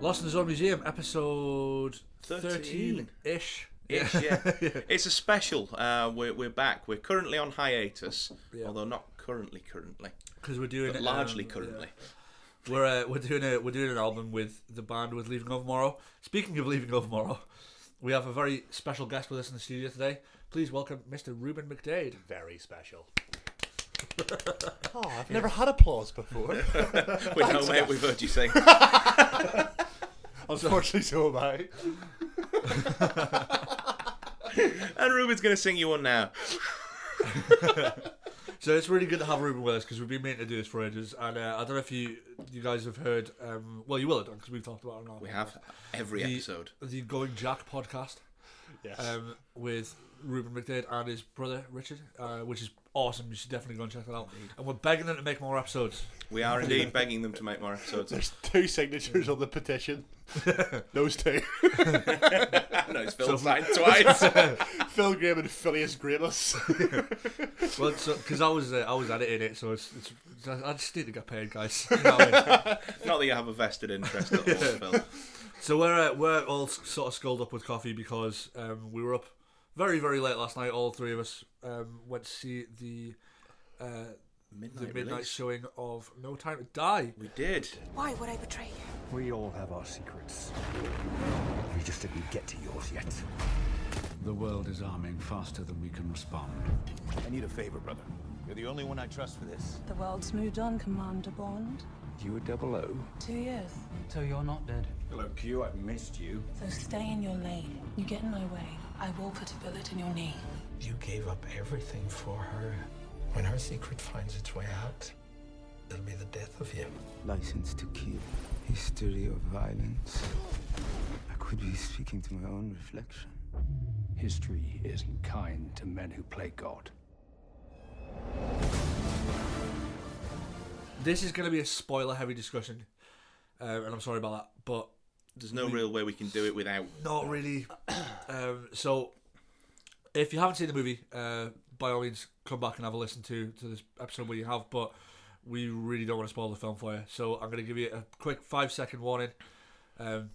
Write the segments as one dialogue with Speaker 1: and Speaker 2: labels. Speaker 1: Lost in the Zone Museum, episode
Speaker 2: 13.
Speaker 1: 13 ish.
Speaker 2: It's, yeah. it's a special. Uh, we're, we're back. We're currently on hiatus,
Speaker 1: Yeah.
Speaker 2: although not currently, currently,
Speaker 1: Because we're doing
Speaker 2: but
Speaker 1: it
Speaker 2: largely
Speaker 1: um,
Speaker 2: currently.
Speaker 1: yeah. We're uh, we're doing a we're doing an album with the band with Leaving Over Morrow. Speaking of Leaving Over Morrow, we have a very special guest with us in the studio today. Please welcome Mr. Ruben McDade.
Speaker 3: very special. oh, I've never had applause before.
Speaker 2: We know, mate, we've heard you sing.
Speaker 3: Unfortunately, so am I.
Speaker 2: and Ruben's going to sing you one now.
Speaker 1: So it's really good to have Ruben with us because we've been meaning to do this for ages. And uh, I don't know if you you guys have heard. Um, well, you will have done because we've talked about it now.
Speaker 2: We have every
Speaker 1: The-
Speaker 2: episode.
Speaker 1: the Going Jack podcast.
Speaker 3: Yes.
Speaker 1: um, with Ruben McDade and his brother Richard, uh, which is awesome. You should definitely go and check that out. And we're begging them to make more episodes.
Speaker 2: We are indeed begging them to make more episodes.
Speaker 3: There's two signatures on the petition. Those two.
Speaker 2: no, it's Phil signed twice.
Speaker 3: Phil Graham and Phileas Gramus.
Speaker 1: Well, because I was uh, I was editing it, so it's, it's I I just need to get paid, guys. You know what I mean?
Speaker 2: not that you have a vested interest at all, Phil.
Speaker 1: so we're uh, we're all s- sort of sculled up with coffee because um, we were up very very late last night. All three of us um, went to see the. Uh, the
Speaker 2: Midnight,
Speaker 1: midnight
Speaker 2: release.
Speaker 1: showing of No Time to Die.
Speaker 2: We did.
Speaker 4: Why would I betray you?
Speaker 5: We all have our secrets. We just didn't get to yours yet.
Speaker 6: The world is arming faster than we can respond.
Speaker 7: I need a favor, brother. You're the only one I trust for this.
Speaker 4: The world's moved on, Commander Bond.
Speaker 7: You a double O?
Speaker 4: Two years.
Speaker 8: So you're not dead.
Speaker 7: Hello, Q. I've missed you.
Speaker 4: So stay in your lane. You get in my way, I will put a bullet in your knee.
Speaker 9: You gave up everything for her. When her secret finds its way out, it'll be the death of you.
Speaker 7: License to kill. History of violence. I could be speaking to my own reflection.
Speaker 6: History isn't kind to men who play God.
Speaker 1: This is going to be a spoiler heavy discussion, um, and I'm sorry about that, but
Speaker 2: There's no real way we can do it without.
Speaker 1: not really. um, so, if you haven't seen the movie, uh, by all means, come back and have a listen to to this episode where you have. But we really don't want to spoil the film for you, so I'm going to give you a quick five second warning um,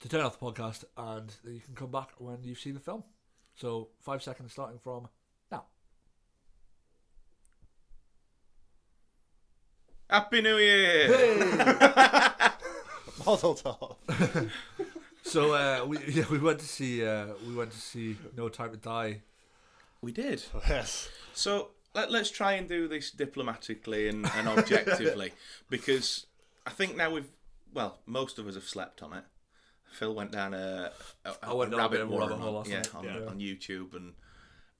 Speaker 1: to turn off the podcast, and you can come back when you've seen the film. So, five seconds starting from now.
Speaker 2: Happy New Year!
Speaker 3: Model top.
Speaker 1: So uh, we yeah, we went to see uh, we went to see No Time to Die.
Speaker 2: We did.
Speaker 3: Yes.
Speaker 2: So let, let's try and do this diplomatically and, and objectively because I think now we've, well, most of us have slept on it. Phil went down a, a,
Speaker 1: I went
Speaker 2: a
Speaker 1: down a bit
Speaker 2: rabbit
Speaker 1: of a
Speaker 2: warren
Speaker 1: rabbit hole
Speaker 2: on,
Speaker 1: last
Speaker 2: yeah,
Speaker 1: night.
Speaker 2: on,
Speaker 1: Yeah.
Speaker 2: on YouTube and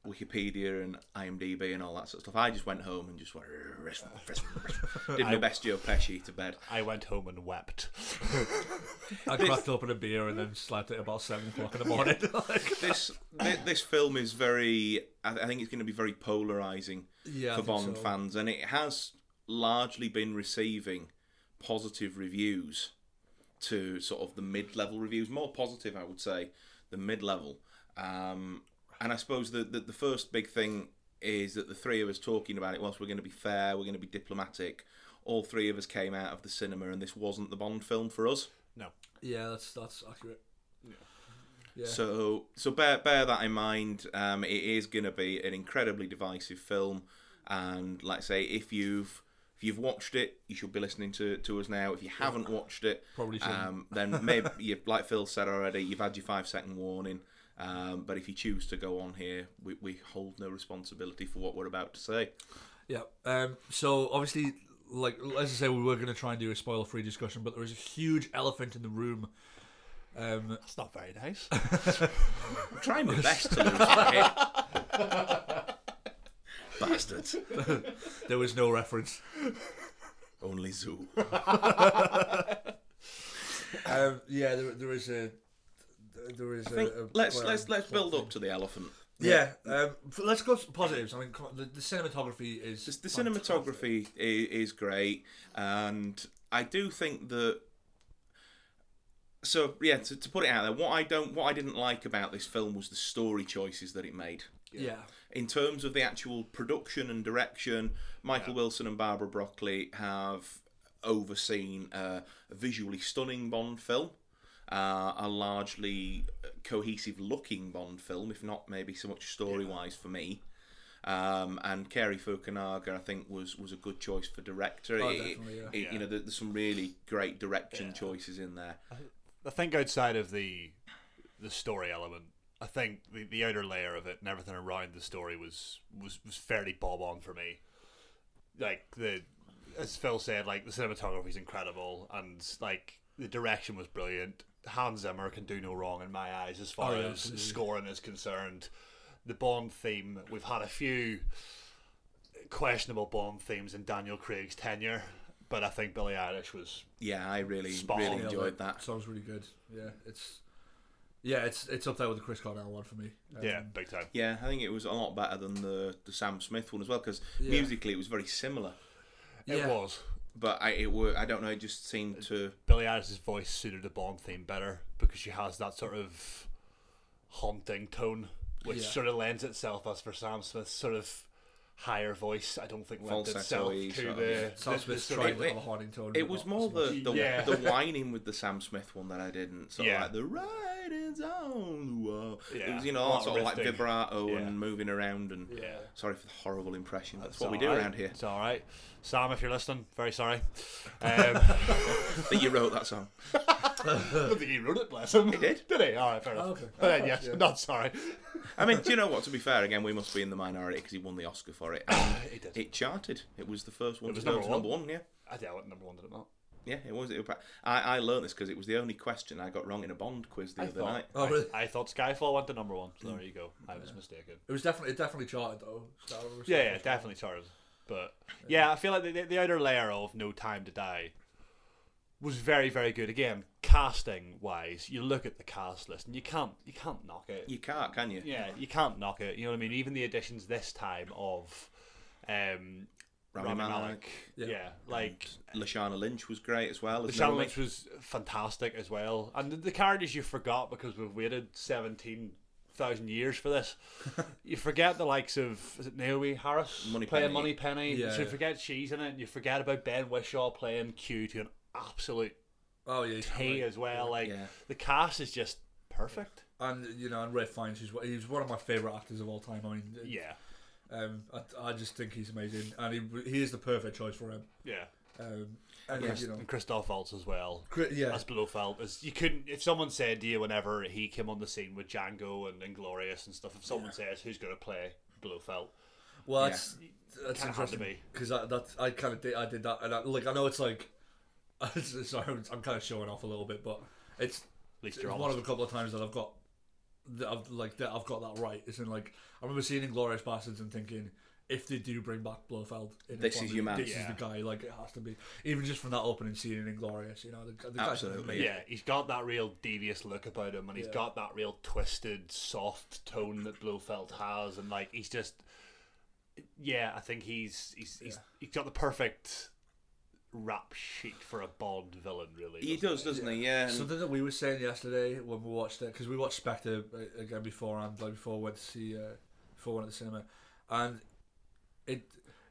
Speaker 2: Wikipedia and IMDb and all that sort of stuff. I just went home and just went, did my best Joe Pesci to bed.
Speaker 3: I went home and wept.
Speaker 1: I cracked open a beer and then slept at about seven o'clock in the morning. Like-
Speaker 2: this thi- this film is very. I I think it's going to be very polarizing
Speaker 1: Yeah, I
Speaker 2: for
Speaker 1: think
Speaker 2: Bond
Speaker 1: so.
Speaker 2: fans, and it has largely been receiving positive reviews to sort of the mid-level reviews, more positive, I would say, than mid-level. Um, and I suppose the, the the first big thing is that the three of us talking about it. Whilst we're going to be fair, we're going to be diplomatic. All three of us came out of the cinema, and this wasn't the Bond film for us.
Speaker 3: No.
Speaker 1: Yeah, that's that's accurate. Yeah.
Speaker 2: So so bear bear that in mind. Um, it is going to be an incredibly divisive film, and like I say, if you've if you've watched it, you should be listening to, to us now. If you haven't watched it,
Speaker 1: Probably shouldn't.
Speaker 2: um, then maybe you, like Phil said already, you've had your five second warning. Um, but if you choose to go on here, we, we hold no responsibility for what we're about to say.
Speaker 1: Yeah. Um, so obviously, like as I say, we were going to try and do a spoiler-free discussion, but there is a huge elephant in the room. Um,
Speaker 3: That's not very nice.
Speaker 2: I'm trying my best to lose my head. Bastards.
Speaker 1: there was no reference.
Speaker 2: Only zoo.
Speaker 1: Um, yeah, there, there is a there is
Speaker 2: I think
Speaker 1: a, a
Speaker 2: let's
Speaker 1: quite a-
Speaker 2: let's let's build up to the elephant.
Speaker 1: Yeah. Um, f- let's go to positives. I mean, come on, the, the cinematography is
Speaker 2: The, the cinematography i- is great, and I do think that. So yeah, to, to put it out there, what I don't, what I didn't like about this film was the story choices that it made.
Speaker 1: Yeah.
Speaker 2: In terms of the actual production and direction, Michael Wilson and Barbara Broccoli have overseen uh, a visually stunning Bond film, uh, a largely cohesive looking Bond film, if not maybe so much story wise for me. Um, and Kerry Fukunaga, I think, was was a good choice for director.
Speaker 1: Oh,
Speaker 2: It-
Speaker 1: definitely, yeah.
Speaker 2: it- You know, there- there's some really great direction choices in there.
Speaker 8: I think outside of the the story element, I think the, the outer layer of it and everything around the story was was, was fairly bob on for me. Like the as Phil said, like the cinematography is incredible and like the direction was brilliant. Hans Zimmer can do no wrong in my eyes as far
Speaker 1: Oh, yeah,
Speaker 8: as
Speaker 1: absolutely.
Speaker 8: scoring is concerned. The Bond theme, we've had a few questionable Bond themes in Daniel Craig's tenure, but I think Billie Eilish was
Speaker 2: Yeah, I really
Speaker 8: Spot
Speaker 2: really
Speaker 8: on.
Speaker 2: enjoyed that.
Speaker 1: Song's really good. Yeah, it's yeah, it's it's up there with the Chris Cornell one for me. Um,
Speaker 8: yeah, big time.
Speaker 2: Yeah, I think it was a lot better than the the Sam Smith one as well because
Speaker 1: Yeah.
Speaker 2: musically it was very similar.
Speaker 1: Yeah.
Speaker 8: It was.
Speaker 2: But I it were I don't know, it just seemed to
Speaker 8: Billie Eilish's voice suited the Bond theme better because she has that sort of haunting tone, which
Speaker 1: Yeah.
Speaker 8: sort of lends itself as for Sam Smith's sort of higher voice. I don't think lends itself
Speaker 2: Falsetto-y
Speaker 8: to
Speaker 2: sort of,
Speaker 8: the,
Speaker 2: yeah.
Speaker 1: Sam
Speaker 8: the, the
Speaker 1: Smith's
Speaker 8: sort
Speaker 1: tried
Speaker 8: of-
Speaker 1: to have a haunting tone.
Speaker 2: it
Speaker 1: but
Speaker 2: was
Speaker 1: not
Speaker 2: more
Speaker 1: as much.
Speaker 2: the the,
Speaker 8: Yeah.
Speaker 2: the whining with the Sam Smith one that I didn't. So
Speaker 8: Yeah.
Speaker 2: like the writing's on the wall. It
Speaker 8: Yeah,
Speaker 2: was you know
Speaker 8: a
Speaker 2: all
Speaker 8: lot
Speaker 2: sort of
Speaker 8: of
Speaker 2: like
Speaker 8: riffing.
Speaker 2: vibrato
Speaker 8: Yeah.
Speaker 2: and moving around and
Speaker 8: Yeah.
Speaker 2: sorry for the horrible impression. That's
Speaker 8: It's
Speaker 2: what we
Speaker 8: all
Speaker 2: do
Speaker 8: right.
Speaker 2: around here.
Speaker 8: It's all right, Sam. If you're listening, very sorry. Um,
Speaker 2: that you wrote that song.
Speaker 8: I don't think he wrote it, bless him. He
Speaker 2: did?
Speaker 8: Did he? All right, fair enough.
Speaker 1: okay.
Speaker 8: But then, yes, not sorry.
Speaker 2: I mean, do you know what? To be fair, again, we must be in the minority because he won the Oscar for it. And It charted. It was the first one
Speaker 8: It
Speaker 2: to
Speaker 8: was
Speaker 2: go
Speaker 8: number
Speaker 2: to
Speaker 8: one.
Speaker 2: number one. Yeah,
Speaker 8: I doubt it. Number one did it not.
Speaker 2: yeah, it was. It was I, I learned this because it was the only question I got wrong in a Bond quiz the
Speaker 8: I
Speaker 2: other
Speaker 8: thought,
Speaker 2: night.
Speaker 1: Oh,
Speaker 8: I-
Speaker 1: really?
Speaker 8: I, thought Skyfall went to number one. So there you go. I was mistaken.
Speaker 1: It was definitely it definitely charted though. So I was-
Speaker 8: Yeah, yeah, definitely Tarzan. But yeah, I feel like the, the, the outer layer of No Time to Die was very, very good. Again, casting wise, you look at the cast list and you can't you can't knock it.
Speaker 2: You can't, can you?
Speaker 8: yeah, you can't knock it. You know what I mean? Even the additions this time of um,
Speaker 2: Rami
Speaker 8: Rami
Speaker 2: Malek.
Speaker 8: Malek. Yeah. like
Speaker 2: Lashana Lynch was great as well.
Speaker 8: the
Speaker 2: as
Speaker 8: Shadow
Speaker 2: Nomi.
Speaker 8: Lynch was fantastic as well, and the, the characters you forgot because we've waited seventeen thousand years for this. you forget the likes of is it Naomi Harris
Speaker 2: Moneypenny.
Speaker 8: playing Money Penny.
Speaker 1: Yeah,
Speaker 8: so you
Speaker 1: yeah.
Speaker 8: forget she's in it. And you forget about Ben Wishaw playing Q to an absolute
Speaker 1: Oh yeah. he's
Speaker 8: T
Speaker 1: great.
Speaker 8: as well. Like
Speaker 2: Yeah.
Speaker 8: the cast is just perfect.
Speaker 1: And you know, and Ray Fiennes, who's one- he's one of my favorite actors of all time. I mean,
Speaker 8: Yeah,
Speaker 1: Um, I, I just think he's amazing, and he, he is the perfect choice for him.
Speaker 8: yeah.
Speaker 1: Um, and
Speaker 2: Yes.
Speaker 1: you know,
Speaker 8: And Christoph Waltz as well.
Speaker 1: Cri- yeah,
Speaker 8: As Blofeld is, you couldn't. If someone said to you whenever he came on the scene with Django and Inglorious and stuff, if someone says who's going to play Blofeld,
Speaker 1: Well, that's that's
Speaker 8: Kinda had to
Speaker 1: interesting
Speaker 8: be.
Speaker 1: because that, that I kind of did I did that and I, like I know it's like sorry I'm, I'm kind of showing off a little bit, but it's,
Speaker 8: at least
Speaker 1: it's
Speaker 8: you're
Speaker 1: one
Speaker 8: honest.
Speaker 1: of a couple of times that I've got that I've like that I've got that right. It's in like I remember seeing Inglorious Bastards and thinking if they do bring back Blofeld, in
Speaker 2: This
Speaker 1: one
Speaker 2: is
Speaker 1: of
Speaker 2: your
Speaker 1: the-
Speaker 2: man.
Speaker 1: This
Speaker 8: Yeah.
Speaker 1: is the guy. Like it has to be even just from that opening scene in Inglorious. You know, the, the guy's
Speaker 2: Absolutely.
Speaker 1: amazing.
Speaker 8: Yeah, he's got that real devious look about him, and he's got that real twisted, soft tone that Blofeld has, and like he's just, yeah, I think he's he's he's, he's got the perfect rap sheet for a Bond villain, really.
Speaker 2: He
Speaker 8: doesn't
Speaker 2: does, doesn't he? Yeah. and-
Speaker 1: Something that we were saying yesterday when we watched it because we watched Spectre uh, again beforehand, like before we went to see, uh, before we went to the cinema, and it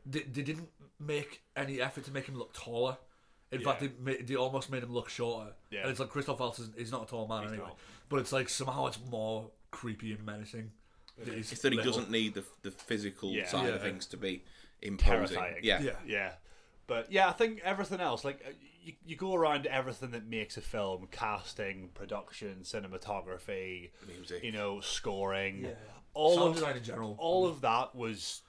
Speaker 1: they, they didn't make any effort to make him look taller. In fact, they,
Speaker 8: Yeah.
Speaker 1: ma- they almost made him look shorter.
Speaker 8: Yeah.
Speaker 1: And it's like Christoph Waltz is he's not a tall man
Speaker 8: He's
Speaker 1: anyway,
Speaker 8: not.
Speaker 1: but it's like somehow it's more creepy and menacing. that he's
Speaker 2: It's that he
Speaker 1: little.
Speaker 2: doesn't need the, the physical
Speaker 8: Yeah.
Speaker 2: side
Speaker 1: Yeah.
Speaker 2: of things to be imposing.
Speaker 8: terrifying.
Speaker 2: Yeah.
Speaker 1: Yeah.
Speaker 8: yeah. But yeah, I think everything else, like uh, you, you go around everything that makes a film: casting, production, cinematography,
Speaker 2: Music.
Speaker 8: you know, scoring, all
Speaker 1: All sound
Speaker 8: of
Speaker 1: design in general.
Speaker 8: all of that was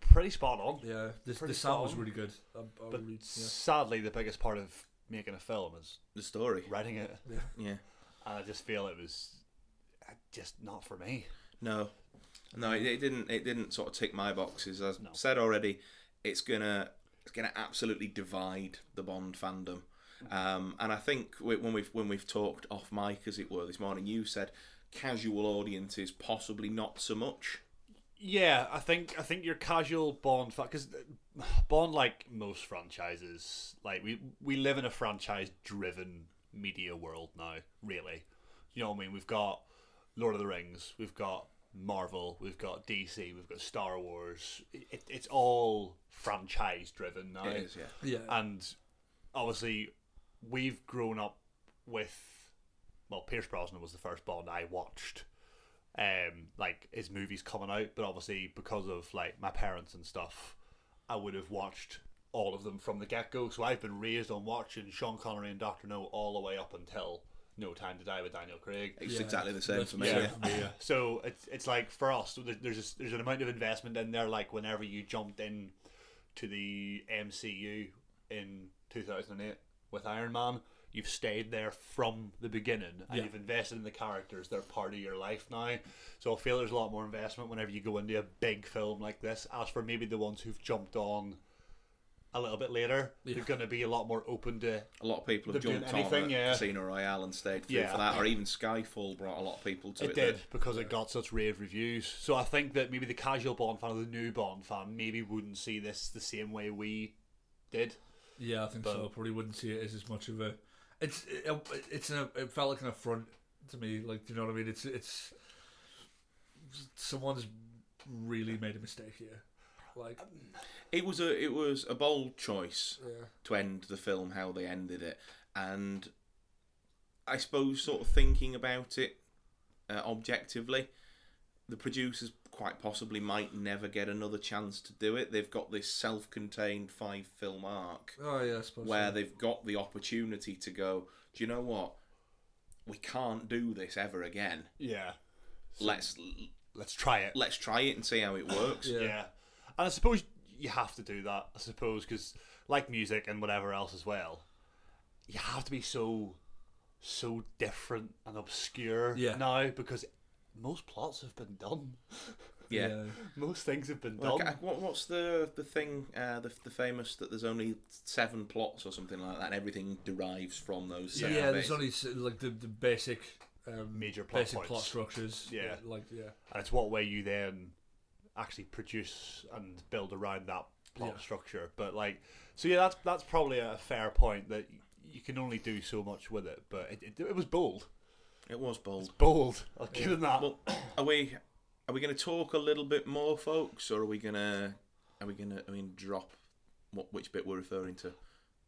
Speaker 8: pretty spot on.
Speaker 1: yeah, the, the
Speaker 8: pretty
Speaker 1: sound was
Speaker 8: calm.
Speaker 1: really good. I, I
Speaker 8: But
Speaker 1: really, yeah.
Speaker 8: sadly, the biggest part of making a film is
Speaker 2: The story.
Speaker 8: writing it,
Speaker 2: Yeah.
Speaker 8: and I just feel it was uh, just not for me.
Speaker 2: No. No, it, it didn't. It didn't sort of tick my boxes. As said already, it's gonna it's gonna absolutely divide the Bond fandom.
Speaker 8: Mm.
Speaker 2: Um, and I think we- when we've when we've talked off mic, as it were, this morning, you said casual audiences possibly not so much.
Speaker 8: Yeah, I think I think your casual Bond because Bond, like most franchises, like we we live in a franchise-driven media world now. Really, you know what I mean? We've got Lord of the Rings, we've got Marvel, we've got DC, we've got Star Wars. It, it's all franchise-driven now.
Speaker 2: It is, yeah.
Speaker 1: Yeah.
Speaker 8: and obviously we've grown up with well, Pierce Brosnan was the first Bond I watched. Um, like his movies coming out, but obviously because of like my parents and stuff, I would have watched all of them from the get go. So I've been raised on watching Sean Connery and Doctor No all the way up until No Time to Die with Daniel Craig.
Speaker 2: It's exactly the same for me.
Speaker 8: Yeah.
Speaker 2: yeah.
Speaker 8: So it's it's like for us, there- there's this, there's an amount of investment in there. Like whenever you jumped in to the MCU in 2008 with Iron Man, you've stayed there from the beginning and you've invested in the characters. They're part of your life now. So I feel there's a lot more investment whenever you go into a big film like this. As for maybe the ones who've jumped on. A little bit later, they're going to be a lot more open to
Speaker 2: A lot of people have
Speaker 8: They're doing
Speaker 2: jumped on
Speaker 8: anything,
Speaker 2: at
Speaker 8: yeah.
Speaker 2: Casino Royale and stayed through
Speaker 8: Yeah.
Speaker 2: for that, or even Skyfall brought a lot of people to it.
Speaker 8: it did because it got such rave reviews. So I think that maybe the casual Bond fan or the new Bond fan maybe wouldn't see this the same way we did.
Speaker 1: Yeah, I think so. Probably wouldn't see it as as much of a. It's it, it's an it felt like an affront to me. Like, do you know what I mean? It's it's someone's really made a mistake here. Like,
Speaker 8: Um,
Speaker 2: It was a it was a bold choice
Speaker 1: Yeah.
Speaker 2: to end the film how they ended it, and I suppose sort of thinking about it uh, objectively, the producers quite possibly might never get another chance to do it. They've got this self-contained five-film arc
Speaker 1: oh yeah, I suppose.
Speaker 2: where
Speaker 1: so.
Speaker 2: they've got the opportunity to go. Do you know what? We can't do this ever again.
Speaker 8: Yeah,
Speaker 2: Let's
Speaker 8: let's try it.
Speaker 2: let's try it and see how it works.
Speaker 8: Yeah. and I suppose you have to do that. I suppose because like music and whatever else as well, you have to be so so different and obscure
Speaker 1: Yeah.
Speaker 8: now because most plots have been done.
Speaker 2: Yeah.
Speaker 8: Most things have been
Speaker 2: Like,
Speaker 8: done.
Speaker 2: uh, what, what's the the thing? Uh, the the famous that there's only seven plots or something like that, and everything derives from those.
Speaker 1: yeah,
Speaker 2: Seven
Speaker 1: There's
Speaker 2: bits.
Speaker 1: only s- like the, the basic um,
Speaker 8: Major plot
Speaker 1: basic
Speaker 8: points.
Speaker 1: plot structures.
Speaker 8: Yeah.
Speaker 1: like yeah,
Speaker 8: and it's what way you then actually produce and build around that plot
Speaker 1: Yeah.
Speaker 8: structure. But like, so yeah, that's that's probably a fair point that you can only do so much with it. But it, it, it was bold,
Speaker 2: it was bold.
Speaker 8: bold. I'll give them
Speaker 1: Ah.
Speaker 8: that.
Speaker 2: Well, are we are we going to talk a little bit more, folks, or are we gonna are we gonna I mean drop what which bit we're referring to?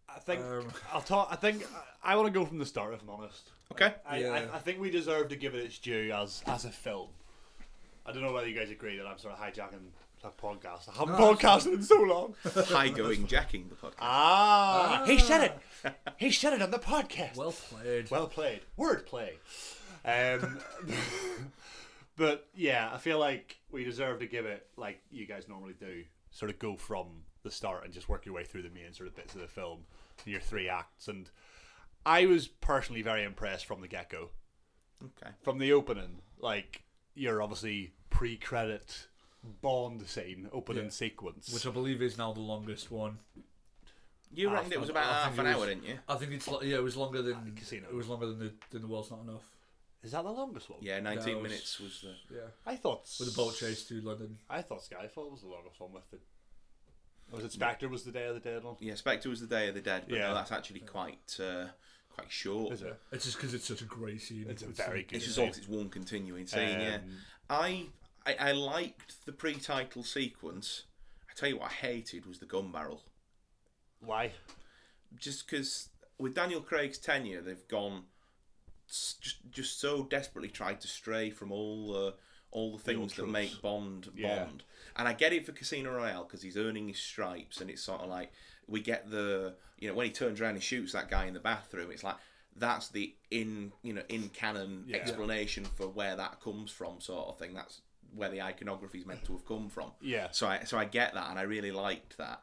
Speaker 8: I think
Speaker 1: um,
Speaker 8: I'll talk. I think I, I want to go from the start, if I'm honest.
Speaker 2: Okay.
Speaker 8: I,
Speaker 1: Yeah.
Speaker 8: I, I think we deserve to give it its due as as a film. I don't know whether you guys agree that I'm sort of hijacking the podcast. I haven't podcasted in so long.
Speaker 2: High going jacking the podcast.
Speaker 8: Ah, he said it. He said it on the podcast.
Speaker 1: well played.
Speaker 8: Well played. Word play. Um, but yeah, I feel like we deserve to give it like you guys normally do. Sort of go from the start and just work your way through the main sort of bits of the film, your three acts. And I was personally very impressed from the get go
Speaker 2: Okay.
Speaker 8: from the opening, like your obviously pre-credit Bond scene opening sequence.
Speaker 1: which I believe is now the longest one.
Speaker 2: You
Speaker 8: I
Speaker 2: reckoned it
Speaker 8: think-
Speaker 2: was
Speaker 1: Ah, I
Speaker 2: about half
Speaker 1: think
Speaker 2: an
Speaker 1: it was-
Speaker 2: hour, didn't you?
Speaker 1: I think it's lo- yeah, it was longer than
Speaker 8: Ah, Casino.
Speaker 1: It was longer than the than the world's not enough.
Speaker 8: Is that the longest one?
Speaker 2: Yeah, 19
Speaker 1: was-
Speaker 2: minutes was the.
Speaker 1: Yeah,
Speaker 8: I thought
Speaker 1: with the boat chase to London.
Speaker 8: I thought Skyfall was the longest one with the. Was it Spectre? Was the Day of the Dead one?
Speaker 2: Yeah, Spectre was the Day of the Dead, but
Speaker 8: Yeah.
Speaker 2: no, that's actually quite uh, quite short.
Speaker 8: Is it?
Speaker 1: It's just because it's such a great scene.
Speaker 8: It's a very good.
Speaker 2: It's just
Speaker 8: scene.
Speaker 2: all it's one continuing scene. yeah,
Speaker 8: Um,
Speaker 2: I, I I liked the pre-title sequence. I tell you what, I hated was the gun barrel.
Speaker 8: Why?
Speaker 2: Just because with Daniel Craig's tenure, they've gone s- just just so desperately tried to stray from all the all the things that
Speaker 8: tropes.
Speaker 2: make Bond
Speaker 8: Yeah.
Speaker 2: Bond. And I get it for Casino Royale because he's earning his stripes, and it's sort of like we get the you know when he turns around and shoots that guy in the bathroom, it's like. That's the in you know in canon
Speaker 8: Yeah.
Speaker 2: explanation for where that comes from, sort of thing. That's where the iconography is meant to have come from.
Speaker 8: Yeah.
Speaker 2: So I so I get that, and I really liked that.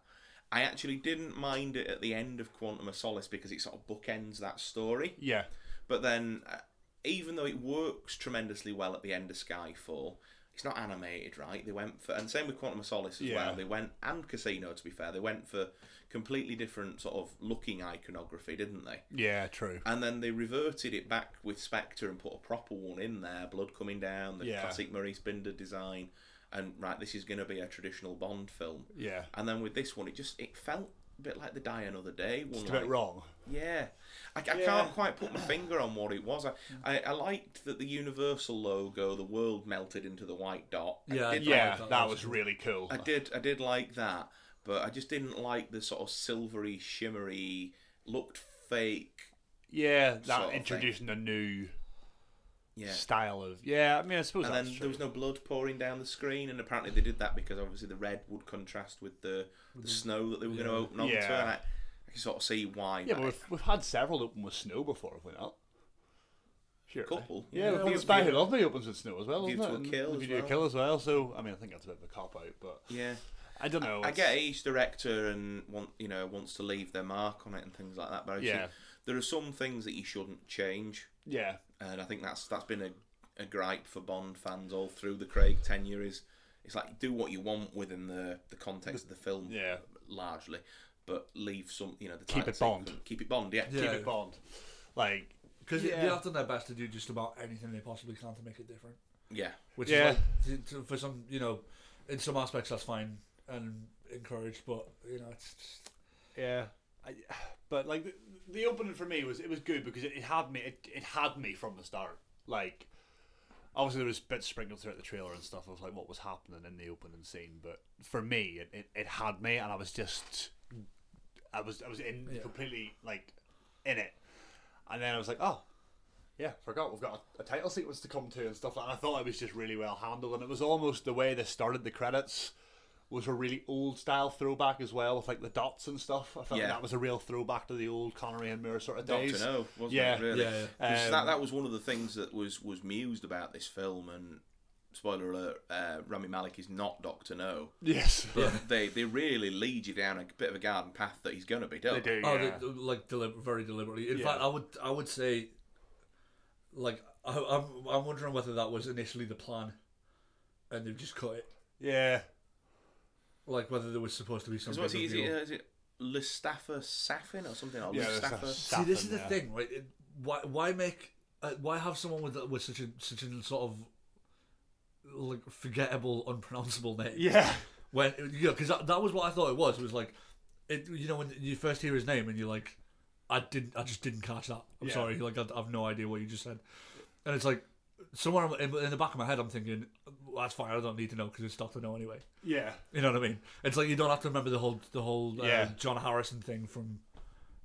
Speaker 2: I actually didn't mind it at the end of Quantum of Solace because it sort of bookends that story.
Speaker 8: Yeah.
Speaker 2: But then, uh, even though it works tremendously well at the end of Skyfall, it's not animated, right? They went for, and same with Quantum of Solace as
Speaker 8: Yeah.
Speaker 2: well. They went and Casino, to be fair, they went for completely different sort of looking iconography, didn't they?
Speaker 8: Yeah. True.
Speaker 2: And then they reverted it back with Spectre and put a proper one in there, blood coming down, the
Speaker 8: Yeah.
Speaker 2: classic Maurice Binder design, and right, this is going to be a traditional Bond film.
Speaker 8: Yeah.
Speaker 2: And then with this one, it just it felt a bit like the Die Another Day one.
Speaker 8: It's a bit
Speaker 2: like-
Speaker 8: wrong.
Speaker 2: yeah. I, I can't quite put my finger on what it was. I, I, I liked that the Universal logo, the world melted into the white dot. I
Speaker 1: Yeah,
Speaker 2: did like-
Speaker 8: Yeah,
Speaker 1: that
Speaker 8: that
Speaker 1: was-
Speaker 8: was really cool.
Speaker 2: I did I did like that, but I just didn't like the sort of silvery, shimmery looked fake.
Speaker 8: Yeah,
Speaker 2: Sort of
Speaker 8: that
Speaker 2: thing.
Speaker 8: introducing a new
Speaker 2: Yeah.
Speaker 8: style of yeah. I mean, I suppose
Speaker 2: and
Speaker 8: that's
Speaker 2: then there
Speaker 8: true.
Speaker 2: was no blood pouring down the screen, and apparently they did that because obviously the red would contrast with the, the snow that they were going to open onto.
Speaker 8: Mm-hmm. Yeah.
Speaker 2: And I, I can sort of see why. that-
Speaker 8: yeah, but we've, we've had several open with snow before, have we not? Sure.
Speaker 2: Couple,
Speaker 8: Yeah,
Speaker 2: yeah.
Speaker 8: yeah well,
Speaker 2: View-
Speaker 8: Spy Who
Speaker 2: View-
Speaker 8: Loved Me opens with snow as well,
Speaker 2: View
Speaker 8: doesn't
Speaker 2: to a
Speaker 8: it? And
Speaker 2: Kill
Speaker 8: The
Speaker 2: as
Speaker 8: View to a
Speaker 2: well.
Speaker 8: Kill as well. So I mean, I think that's a bit of a cop out, but
Speaker 2: yeah.
Speaker 8: I don't know.
Speaker 2: I
Speaker 8: Oh, it's-
Speaker 2: get each director and want you know wants to leave their mark on it and things like that. But I just
Speaker 8: Yeah.
Speaker 2: think there are some things that you shouldn't change,
Speaker 8: Yeah,
Speaker 2: and I think that's that's been a, a gripe for Bond fans all through the Craig tenure. Is it's like do what you want within the the context of the film,
Speaker 8: yeah.
Speaker 2: largely, but leave some you know the
Speaker 8: Keep
Speaker 2: title
Speaker 8: it Bond.
Speaker 2: sequence- Keep it Bond, yeah.
Speaker 1: Yeah.
Speaker 8: Keep it Bond. Like
Speaker 1: Because
Speaker 8: Yeah.
Speaker 1: they have done their best to do just about anything they possibly can to make it different.
Speaker 2: yeah.
Speaker 1: Which
Speaker 8: Yeah.
Speaker 1: is like, to, to, for some, you know, in some aspects that's fine and encouraged, but, you know, it's just.
Speaker 8: Yeah, I, but like the, the opening for me was it was good because it, it had me it, it had me from the start. Like obviously there was bits sprinkled throughout the trailer and stuff of like what was happening in the opening scene, but for me it, it, it had me and I was just I was I was in
Speaker 1: Yeah.
Speaker 8: completely like in it, and then I was like oh. Yeah, forgot we've got a, a title sequence to come to and stuff like that. And I thought it was just really well handled, and it was almost the way they started the credits was a really old style throwback as well with like the dots and stuff. I felt
Speaker 2: Yeah.
Speaker 8: like that was a real throwback to the old Connery and Moore sort of
Speaker 2: Doctor
Speaker 8: days.
Speaker 2: No, wasn't
Speaker 8: Yeah.
Speaker 2: it? Really?
Speaker 1: Yeah, yeah.
Speaker 2: 'Cause
Speaker 8: Um,
Speaker 2: that that was one of the things that was was mused about this film. And spoiler alert, uh, Rami Malik is not Doctor No.
Speaker 8: Yes,
Speaker 2: But they, they really lead you down a bit of a garden path that he's going to be done.
Speaker 8: they do.
Speaker 1: Oh,
Speaker 8: yeah.
Speaker 1: they, like deli- very deliberately. In
Speaker 8: Yeah.
Speaker 1: fact, I would I would say, like I, I'm I'm wondering whether that was initially the plan, and they've just cut it.
Speaker 8: yeah,
Speaker 1: Like whether there was supposed to be some.
Speaker 2: So what's
Speaker 1: big
Speaker 2: he, is, it,
Speaker 1: reveal.
Speaker 2: is it Lestafa Safin or something? Or
Speaker 8: Yeah,
Speaker 2: Lestaffa?
Speaker 8: that's-
Speaker 1: See, this is the
Speaker 8: Staffing, yeah.
Speaker 1: thing, right? It, why why make uh, why have someone with with such a such a sort of like forgettable, unpronounceable name?
Speaker 8: Yeah,
Speaker 1: When you know, because that, that was what I thought it was. It was like, it you know when you first hear his name and you're like, I didn't, I just didn't catch that. I'm
Speaker 8: Yeah.
Speaker 1: sorry, like I, I've no idea what you just said. And it's like somewhere in, in the back of my head, I'm thinking well, that's fine. I don't need to know because it's not to know anyway.
Speaker 8: yeah,
Speaker 1: You know what I mean? It's like you don't have to remember the whole the whole uh,
Speaker 8: Yeah.
Speaker 1: John Harrison thing from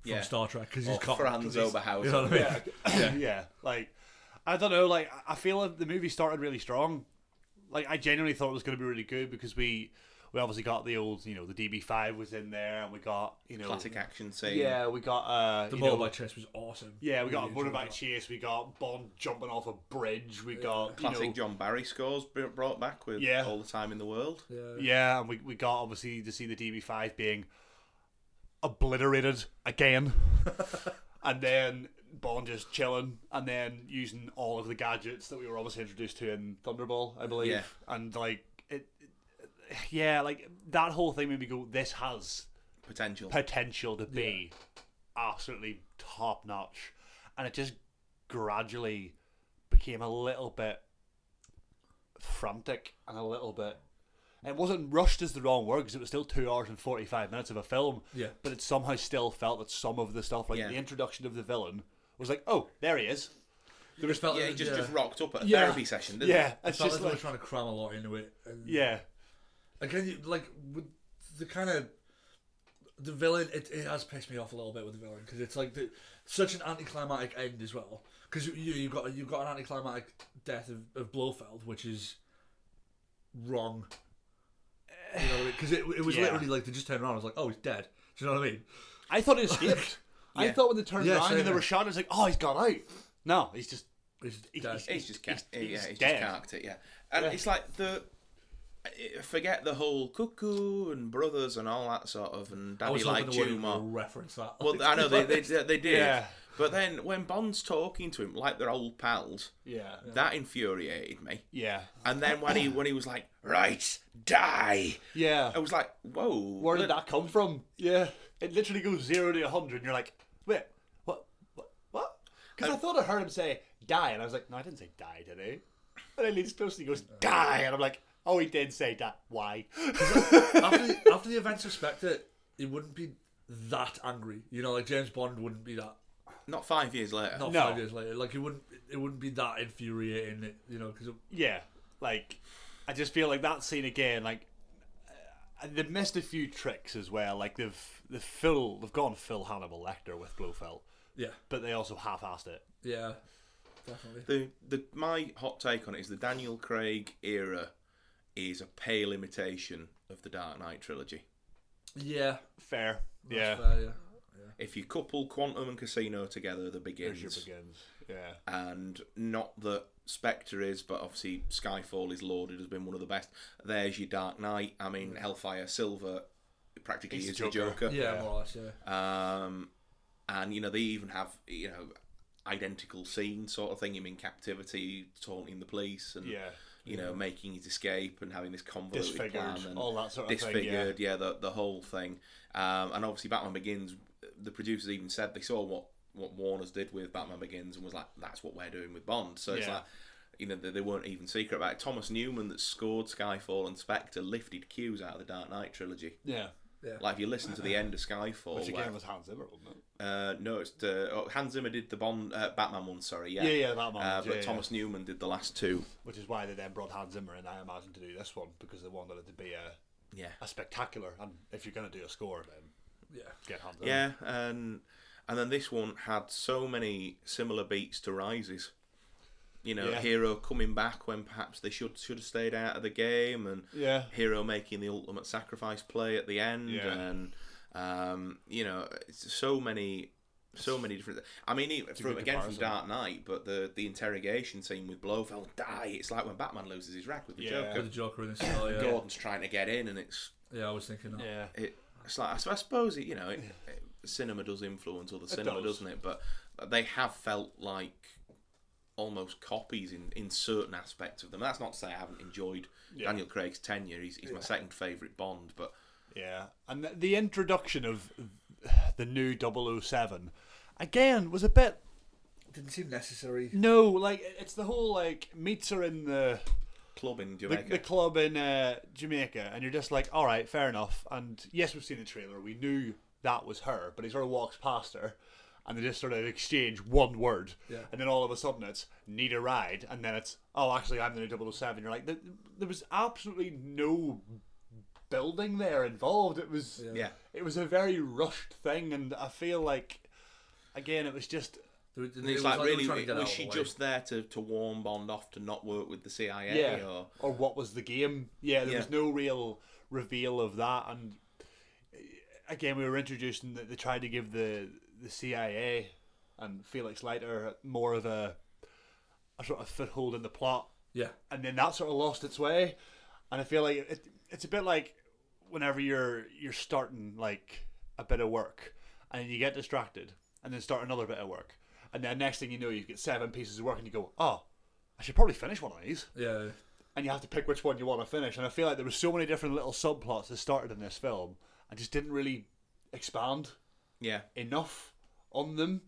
Speaker 1: from
Speaker 2: Yeah.
Speaker 1: Star Trek because he's
Speaker 2: Or
Speaker 1: caught.
Speaker 2: Franz Oberhausen.
Speaker 1: You know what I mean?
Speaker 8: yeah, yeah, Like I don't know. Like I- I feel like the movie started really strong. Like I genuinely thought it was going to be really good because we we obviously got the old you know the DB five was in there and we got you know
Speaker 2: Classic action scene.
Speaker 8: yeah we got uh
Speaker 1: The
Speaker 8: you know,
Speaker 1: motorbike chase was awesome.
Speaker 8: yeah we got a
Speaker 1: Really enjoyed
Speaker 8: motorbike
Speaker 1: that.
Speaker 8: chase we got Bond jumping off a bridge we got you
Speaker 2: Classic
Speaker 8: know,
Speaker 2: John Barry scores br- brought back with
Speaker 8: Yeah.
Speaker 2: All the Time in the World.
Speaker 1: Yeah.
Speaker 8: Yeah, and we, we got obviously to see the DB5 being obliterated again. and then Bond just chilling and then using all of the gadgets that we were obviously introduced to in Thunderball, I believe.
Speaker 2: Yeah.
Speaker 8: And like, it, it- yeah, like that whole thing made me go, this has
Speaker 2: Potential.
Speaker 8: potential to be absolutely top notch. And it just gradually became a little bit frantic and a little bit. It wasn't rushed is the wrong word because it was still two hours and forty five minutes of a film.
Speaker 1: Yeah.
Speaker 8: But it somehow still felt that some of the stuff, like
Speaker 2: Yeah.
Speaker 8: the introduction of the villain, was like, oh, there he is.
Speaker 1: There was felt
Speaker 2: yeah, he just,
Speaker 1: yeah.
Speaker 2: just rocked up at a
Speaker 8: Yeah.
Speaker 2: therapy session, didn't
Speaker 8: Yeah,
Speaker 1: It
Speaker 8: it's
Speaker 1: felt
Speaker 8: just
Speaker 1: like they
Speaker 8: like
Speaker 1: were trying to cram a lot into it. And
Speaker 8: yeah,
Speaker 1: Again, you, like with the kind of the villain, it, it has pissed me off a little bit with the villain because it's like the, such an anticlimactic end as well. Because you you got you got an anticlimactic death of, of Blofeld, which is wrong. You know, because it, it was
Speaker 8: Yeah.
Speaker 1: literally like they just turned around. and was like, oh, he's dead. Do you know what I mean?
Speaker 8: I thought he escaped. I
Speaker 2: Yeah.
Speaker 8: thought when they turned
Speaker 1: Yeah,
Speaker 8: around
Speaker 1: same
Speaker 8: and they
Speaker 1: here.
Speaker 8: were shot, I was like, oh, he's got out. No, he's just
Speaker 1: He's
Speaker 8: He-
Speaker 1: dead.
Speaker 8: he's-
Speaker 2: he? He's just ca-
Speaker 8: He's- he's
Speaker 2: yeah, he's
Speaker 8: dead.
Speaker 2: just carked it, yeah. And it's like the I- forget the whole cuckoo and brothers and all that sort of and
Speaker 1: I
Speaker 2: daddy
Speaker 1: was
Speaker 2: like
Speaker 1: hoping the
Speaker 2: Juma.
Speaker 1: reference that.
Speaker 2: Well, I know they they, they did.
Speaker 8: Yeah.
Speaker 2: But then when Bond's talking to him like they're old pals,
Speaker 8: yeah,
Speaker 2: that infuriated me.
Speaker 8: yeah,
Speaker 2: And then when he when he was like, "Right, die,"
Speaker 8: yeah.
Speaker 2: I was like, "Whoa,
Speaker 8: Where did that come from? Yeah, it literally goes zero to a hundred, and you're like, wait, what, what, what? Because I thought I heard him say die, and I was like, no, I didn't say die, did he? And then leans close and he goes die, and I'm like, oh, he did say that. Why?
Speaker 1: after, the, after the events of Spectre, he wouldn't be that angry. You know, like James Bond wouldn't be that.
Speaker 2: Not five years later.
Speaker 1: Not
Speaker 8: No.
Speaker 1: five years later, like it wouldn't. It wouldn't be that infuriating. You know, because
Speaker 8: yeah, like I just feel like that scene again, like. And uh, they've missed a few tricks as well. Like they've they've full they've gone full Hannibal Lecter with Blofeld,
Speaker 1: Yeah,
Speaker 8: but they also half-assed it.
Speaker 1: yeah, definitely.
Speaker 2: The the my hot take on it is the Daniel Craig era is a pale imitation of the Dark Knight trilogy.
Speaker 1: Yeah,
Speaker 8: Fair,
Speaker 1: that's
Speaker 8: yeah.
Speaker 1: fair, yeah.
Speaker 2: If you couple Quantum and Casino together, the
Speaker 8: Here's
Speaker 2: begins.
Speaker 8: your begins. Yeah,
Speaker 2: and not that Spectre is, but obviously Skyfall is lauded as being one of the best. There's your Dark Knight. I mean, Hellfire Silver practically
Speaker 8: Mm. He's
Speaker 2: is
Speaker 8: the
Speaker 2: the Joker.
Speaker 8: Joker.
Speaker 1: Yeah, more or less, yeah.
Speaker 2: Um, and you know they even have you know identical scene sort of thing. Him in captivity, taunting the police, and
Speaker 8: yeah.
Speaker 2: you know making his escape and having this convoluted
Speaker 8: Disfigured,
Speaker 2: plan and
Speaker 8: all that sort of thing. Yeah.
Speaker 2: disfigured. Yeah, the the whole thing. Um, and obviously, Batman Begins. The producers even said they saw what what Warner's did with Batman Begins and was like, "That's what we're doing with Bond." So it's
Speaker 8: Yeah.
Speaker 2: like. You know, they they weren't even secret about it. Thomas Newman, that scored Skyfall and Spectre, lifted cues out of the Dark Knight trilogy.
Speaker 8: Yeah.
Speaker 2: Like, if you listen to the end of Skyfall,
Speaker 8: Which
Speaker 2: where-
Speaker 8: again was Hans Zimmer, wasn't it?
Speaker 2: uh, no, it's the oh, Hans Zimmer did the Bond uh, Batman one. Sorry, yeah,
Speaker 8: Yeah, yeah, Batman
Speaker 2: Uh,
Speaker 8: ones,
Speaker 2: but
Speaker 8: yeah,
Speaker 2: Thomas Newman did the last two.
Speaker 8: Which is why they then brought Hans Zimmer in, I imagine, to do this one because they wanted it to be a,
Speaker 2: Yeah,
Speaker 8: a spectacular. And if you're going to do a score, then
Speaker 1: Yeah.
Speaker 8: get Hans Zimmer.
Speaker 2: yeah, and and then this one had so many similar beats to Rises. You know,
Speaker 8: Yeah.
Speaker 2: hero coming back when perhaps they should should have stayed out of the game, and
Speaker 8: Yeah.
Speaker 2: hero making the ultimate sacrifice play at the end,
Speaker 8: Yeah.
Speaker 2: and um, you know, it's so many. So many different. I mean, even from,
Speaker 8: good
Speaker 2: again from
Speaker 8: comparison.
Speaker 2: Dark Knight, but the the interrogation scene with Blofeld die. It's like when Batman loses his rack with the
Speaker 8: Yeah.
Speaker 2: Joker.
Speaker 1: With the Joker in this style, yeah.
Speaker 2: Gordon's trying to get in, and it's
Speaker 1: Yeah, I was thinking that.
Speaker 8: Yeah.
Speaker 2: it, it's like I s- I suppose it, you know it, it- cinema does influence other cinema,
Speaker 8: does.
Speaker 2: does. not it? But they have felt like almost copies in, in certain aspects of them. That's not to say I haven't enjoyed Daniel Craig's tenure. He's, he's my second favourite Bond, but
Speaker 8: Yeah. And th- the introduction of the new 007, again, was a bit.
Speaker 1: Didn't seem necessary.
Speaker 8: No, like, it's the whole, like, meets are in the.
Speaker 2: club in
Speaker 8: the,
Speaker 2: Jamaica.
Speaker 8: the club in uh, Jamaica, and you're just like, all right, fair enough. And yes, we've seen the trailer. We knew that was her, but he sort of walks past her, and they just sort of exchange one word,
Speaker 1: Yeah.
Speaker 8: and then all of a sudden it's need a ride, and then it's oh, actually, I'm the new 007. You're like, there, there was absolutely no building there involved. It was
Speaker 2: Yeah.
Speaker 8: it was a very rushed thing, and I feel like again, it was just
Speaker 1: There was-
Speaker 2: and
Speaker 1: there
Speaker 2: it's
Speaker 1: was
Speaker 2: like,
Speaker 1: they were
Speaker 2: really,
Speaker 1: trying to get out
Speaker 2: was
Speaker 1: of
Speaker 2: she
Speaker 1: the way.
Speaker 2: just there to, to warn Bond off to not work with the CIA?
Speaker 8: yeah,
Speaker 2: Or,
Speaker 8: or what was the game? Yeah, there
Speaker 2: Yeah.
Speaker 8: was no real reveal of that, and uh, again, we were introducing that they tried to give the the CIA and Felix Leiter more of a a sort of foothold in the plot,
Speaker 1: Yeah,
Speaker 8: and then that sort of lost its way, and I feel like it, it's a bit like whenever you're you're starting like a bit of work and you get distracted and then start another bit of work and then next thing you know you get seven pieces of work and you go oh i should probably finish one of these
Speaker 1: yeah,
Speaker 8: and you have to pick which one you want to finish. And I feel like there were so many different little subplots that started in this film and just didn't really expand
Speaker 2: yeah.
Speaker 8: enough on them,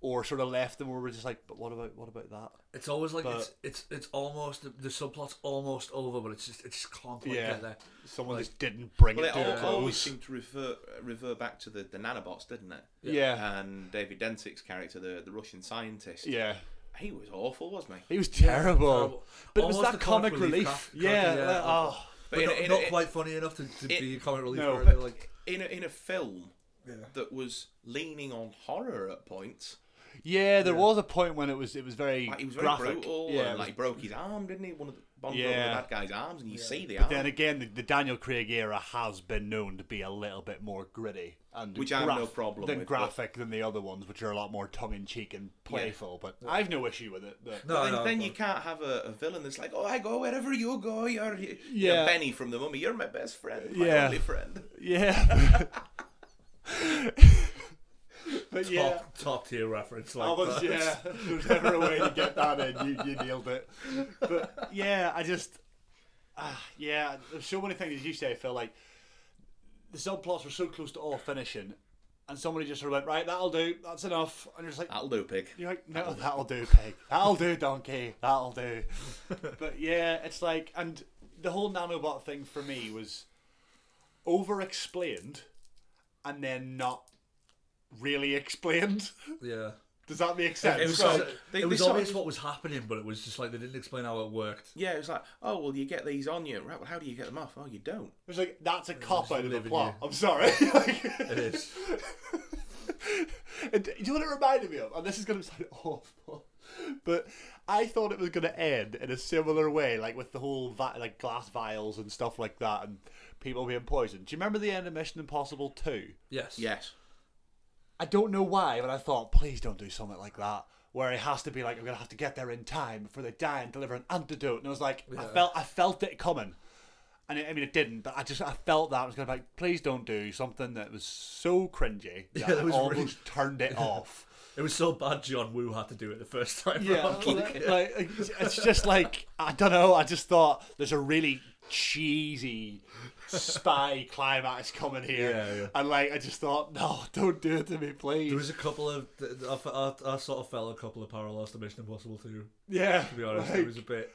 Speaker 8: or sort of left them where we're just like, but what about what about that?
Speaker 1: it's always like
Speaker 8: But-
Speaker 1: it's it's it's almost the, the subplot's almost over, but it's just it's just can't quite
Speaker 8: Yeah.
Speaker 1: get there.
Speaker 8: uh, Someone
Speaker 1: Like-
Speaker 8: just didn't bring
Speaker 2: Well,
Speaker 8: uh, it
Speaker 2: it
Speaker 8: to a
Speaker 2: al- always
Speaker 8: close.
Speaker 2: seemed to refer refer back to the, the nanobots, didn't it?
Speaker 8: Yeah,
Speaker 2: And David Densick's character, the, the Russian scientist,
Speaker 8: yeah.
Speaker 2: he was awful, wasn't he?
Speaker 8: He was terrible,
Speaker 1: terrible.
Speaker 8: but it was
Speaker 1: Almost
Speaker 8: that
Speaker 1: the comic relief
Speaker 8: comic relief.
Speaker 1: crack-
Speaker 8: yeah,
Speaker 1: cracking, yeah.
Speaker 8: like, oh,
Speaker 1: But,
Speaker 2: in a-
Speaker 1: not,
Speaker 2: in a-
Speaker 1: not quite funny enough to, to
Speaker 2: it-
Speaker 1: be a comic relief.
Speaker 8: No,
Speaker 1: No,
Speaker 8: but-
Speaker 1: like
Speaker 2: in a, in a film
Speaker 1: yeah,
Speaker 2: that was leaning on horror at points.
Speaker 8: yeah. There was a point when it was it was very
Speaker 2: Like he was very
Speaker 8: graphic.
Speaker 2: brutal.
Speaker 8: yeah, it
Speaker 2: and,
Speaker 8: was
Speaker 2: like he broke his arm, didn't he? One of the Bond broke
Speaker 8: Yeah.
Speaker 2: the bad guy's arms, and you see the
Speaker 8: But
Speaker 2: arm.
Speaker 8: then again, the, the Daniel Craig era has been known to be a little bit more gritty and
Speaker 2: Which I have no problem
Speaker 8: than
Speaker 2: with, but-
Speaker 8: graphic than the other ones, which are a lot more tongue in cheek and playful. But I've no issue with it. But
Speaker 1: no,
Speaker 2: But then,
Speaker 1: no,
Speaker 2: then
Speaker 1: but-
Speaker 2: you can't have a, a villain that's like, "Oh, I go wherever you go. You're, you're
Speaker 8: Yeah.
Speaker 2: Benny from the Mummy. You're my best friend, my
Speaker 8: Yeah.
Speaker 2: only friend."
Speaker 8: yeah, but yeah,
Speaker 1: top top tier reference. Like
Speaker 8: I was,
Speaker 1: that.
Speaker 8: yeah. There's never a way to get that in. You, you nailed it. But yeah, I just ah, yeah. There's so many things as you say, Phil. Like the subplots were so close to all finishing. And somebody just sort of went, right, that'll do, that's enough. And you're just like,
Speaker 2: That'll do, pig.
Speaker 8: You're like, no, that'll do, pig. That'll do, donkey. That'll do. but yeah, it's like, and the whole nanobot thing for me was over explained and then not really explained.
Speaker 1: yeah.
Speaker 8: Does that make sense?
Speaker 2: It was
Speaker 8: Like,
Speaker 2: like- they-
Speaker 1: it was
Speaker 2: they sort
Speaker 1: obvious
Speaker 2: of-
Speaker 1: what was happening, but it was just like they didn't explain how it worked.
Speaker 2: Yeah, it was like, oh well, you get these on you, right? Well, how do you get them off? Oh, you don't.
Speaker 8: It was like that's a cop out of the
Speaker 1: living
Speaker 8: plot.
Speaker 1: you.
Speaker 8: I'm sorry. like,
Speaker 1: It is.
Speaker 8: and do you know what it reminded me of? And this is going to sound awful, but I thought it was going to end in a similar way, like with the whole vi- like glass vials and stuff like that, and people being poisoned. Do you remember the end of Mission Impossible Two?
Speaker 1: Yes.
Speaker 2: Yes.
Speaker 8: I don't know why, but I thought, please don't do something like that. Where it has to be like, I'm gonna have to get there in time before they die and deliver an antidote. And I was like, I felt, I felt it coming. And it, I mean, it didn't, but I just, I felt that I was gonna be like, please don't do something that was so cringy that,
Speaker 1: Yeah, that
Speaker 8: I
Speaker 1: was
Speaker 8: almost
Speaker 1: really-
Speaker 8: turned it off.
Speaker 1: It was so bad. John Woo had to do it the first time.
Speaker 8: Yeah,
Speaker 1: round.
Speaker 8: like, like, it's just like I don't know. I just thought there's a really cheesy spy climax coming here,
Speaker 1: Yeah, yeah.
Speaker 8: and like I just thought, no, don't do it to me, please.
Speaker 1: There was a couple of I, I, I sort of felt a couple of parallels to Mission Impossible too.
Speaker 8: yeah,
Speaker 1: To be honest,
Speaker 8: like-
Speaker 1: it was a bit.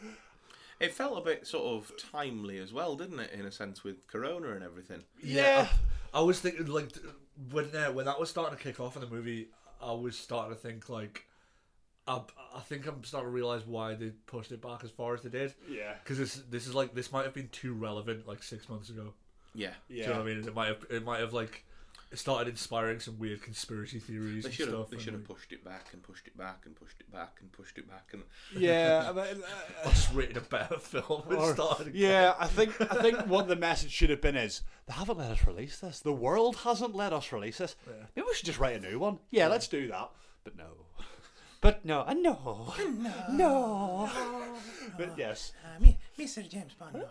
Speaker 2: It felt a bit sort of timely as well, didn't it? In a sense, with Corona and everything.
Speaker 8: Yeah.
Speaker 1: I, I was thinking like th- when uh, when that was starting to kick off in the movie, I was starting to think like. I, I think I'm starting to realize why they pushed it back as far as they did.
Speaker 8: Yeah.
Speaker 1: Because this this is like this might have been too relevant like six months ago.
Speaker 2: Yeah.
Speaker 8: Yeah.
Speaker 1: Do you know what I mean? It might have it might have like started inspiring some weird conspiracy theories.
Speaker 2: They
Speaker 1: and
Speaker 2: should have.
Speaker 1: stuff
Speaker 2: They
Speaker 1: and,
Speaker 2: should have
Speaker 1: like,
Speaker 2: pushed it back and pushed it back and pushed it back and pushed it back and
Speaker 8: Yeah, I mean, uh,
Speaker 1: us written a better film and
Speaker 8: or-
Speaker 1: started.
Speaker 8: yeah. I think I think what the message should have been is they haven't let us release this. The world hasn't let us release this. Maybe we should just write a new one. Yeah, let's do that. But no. But no, I know. No. No. But yes.
Speaker 10: Uh, me, Mr. James Bond. no.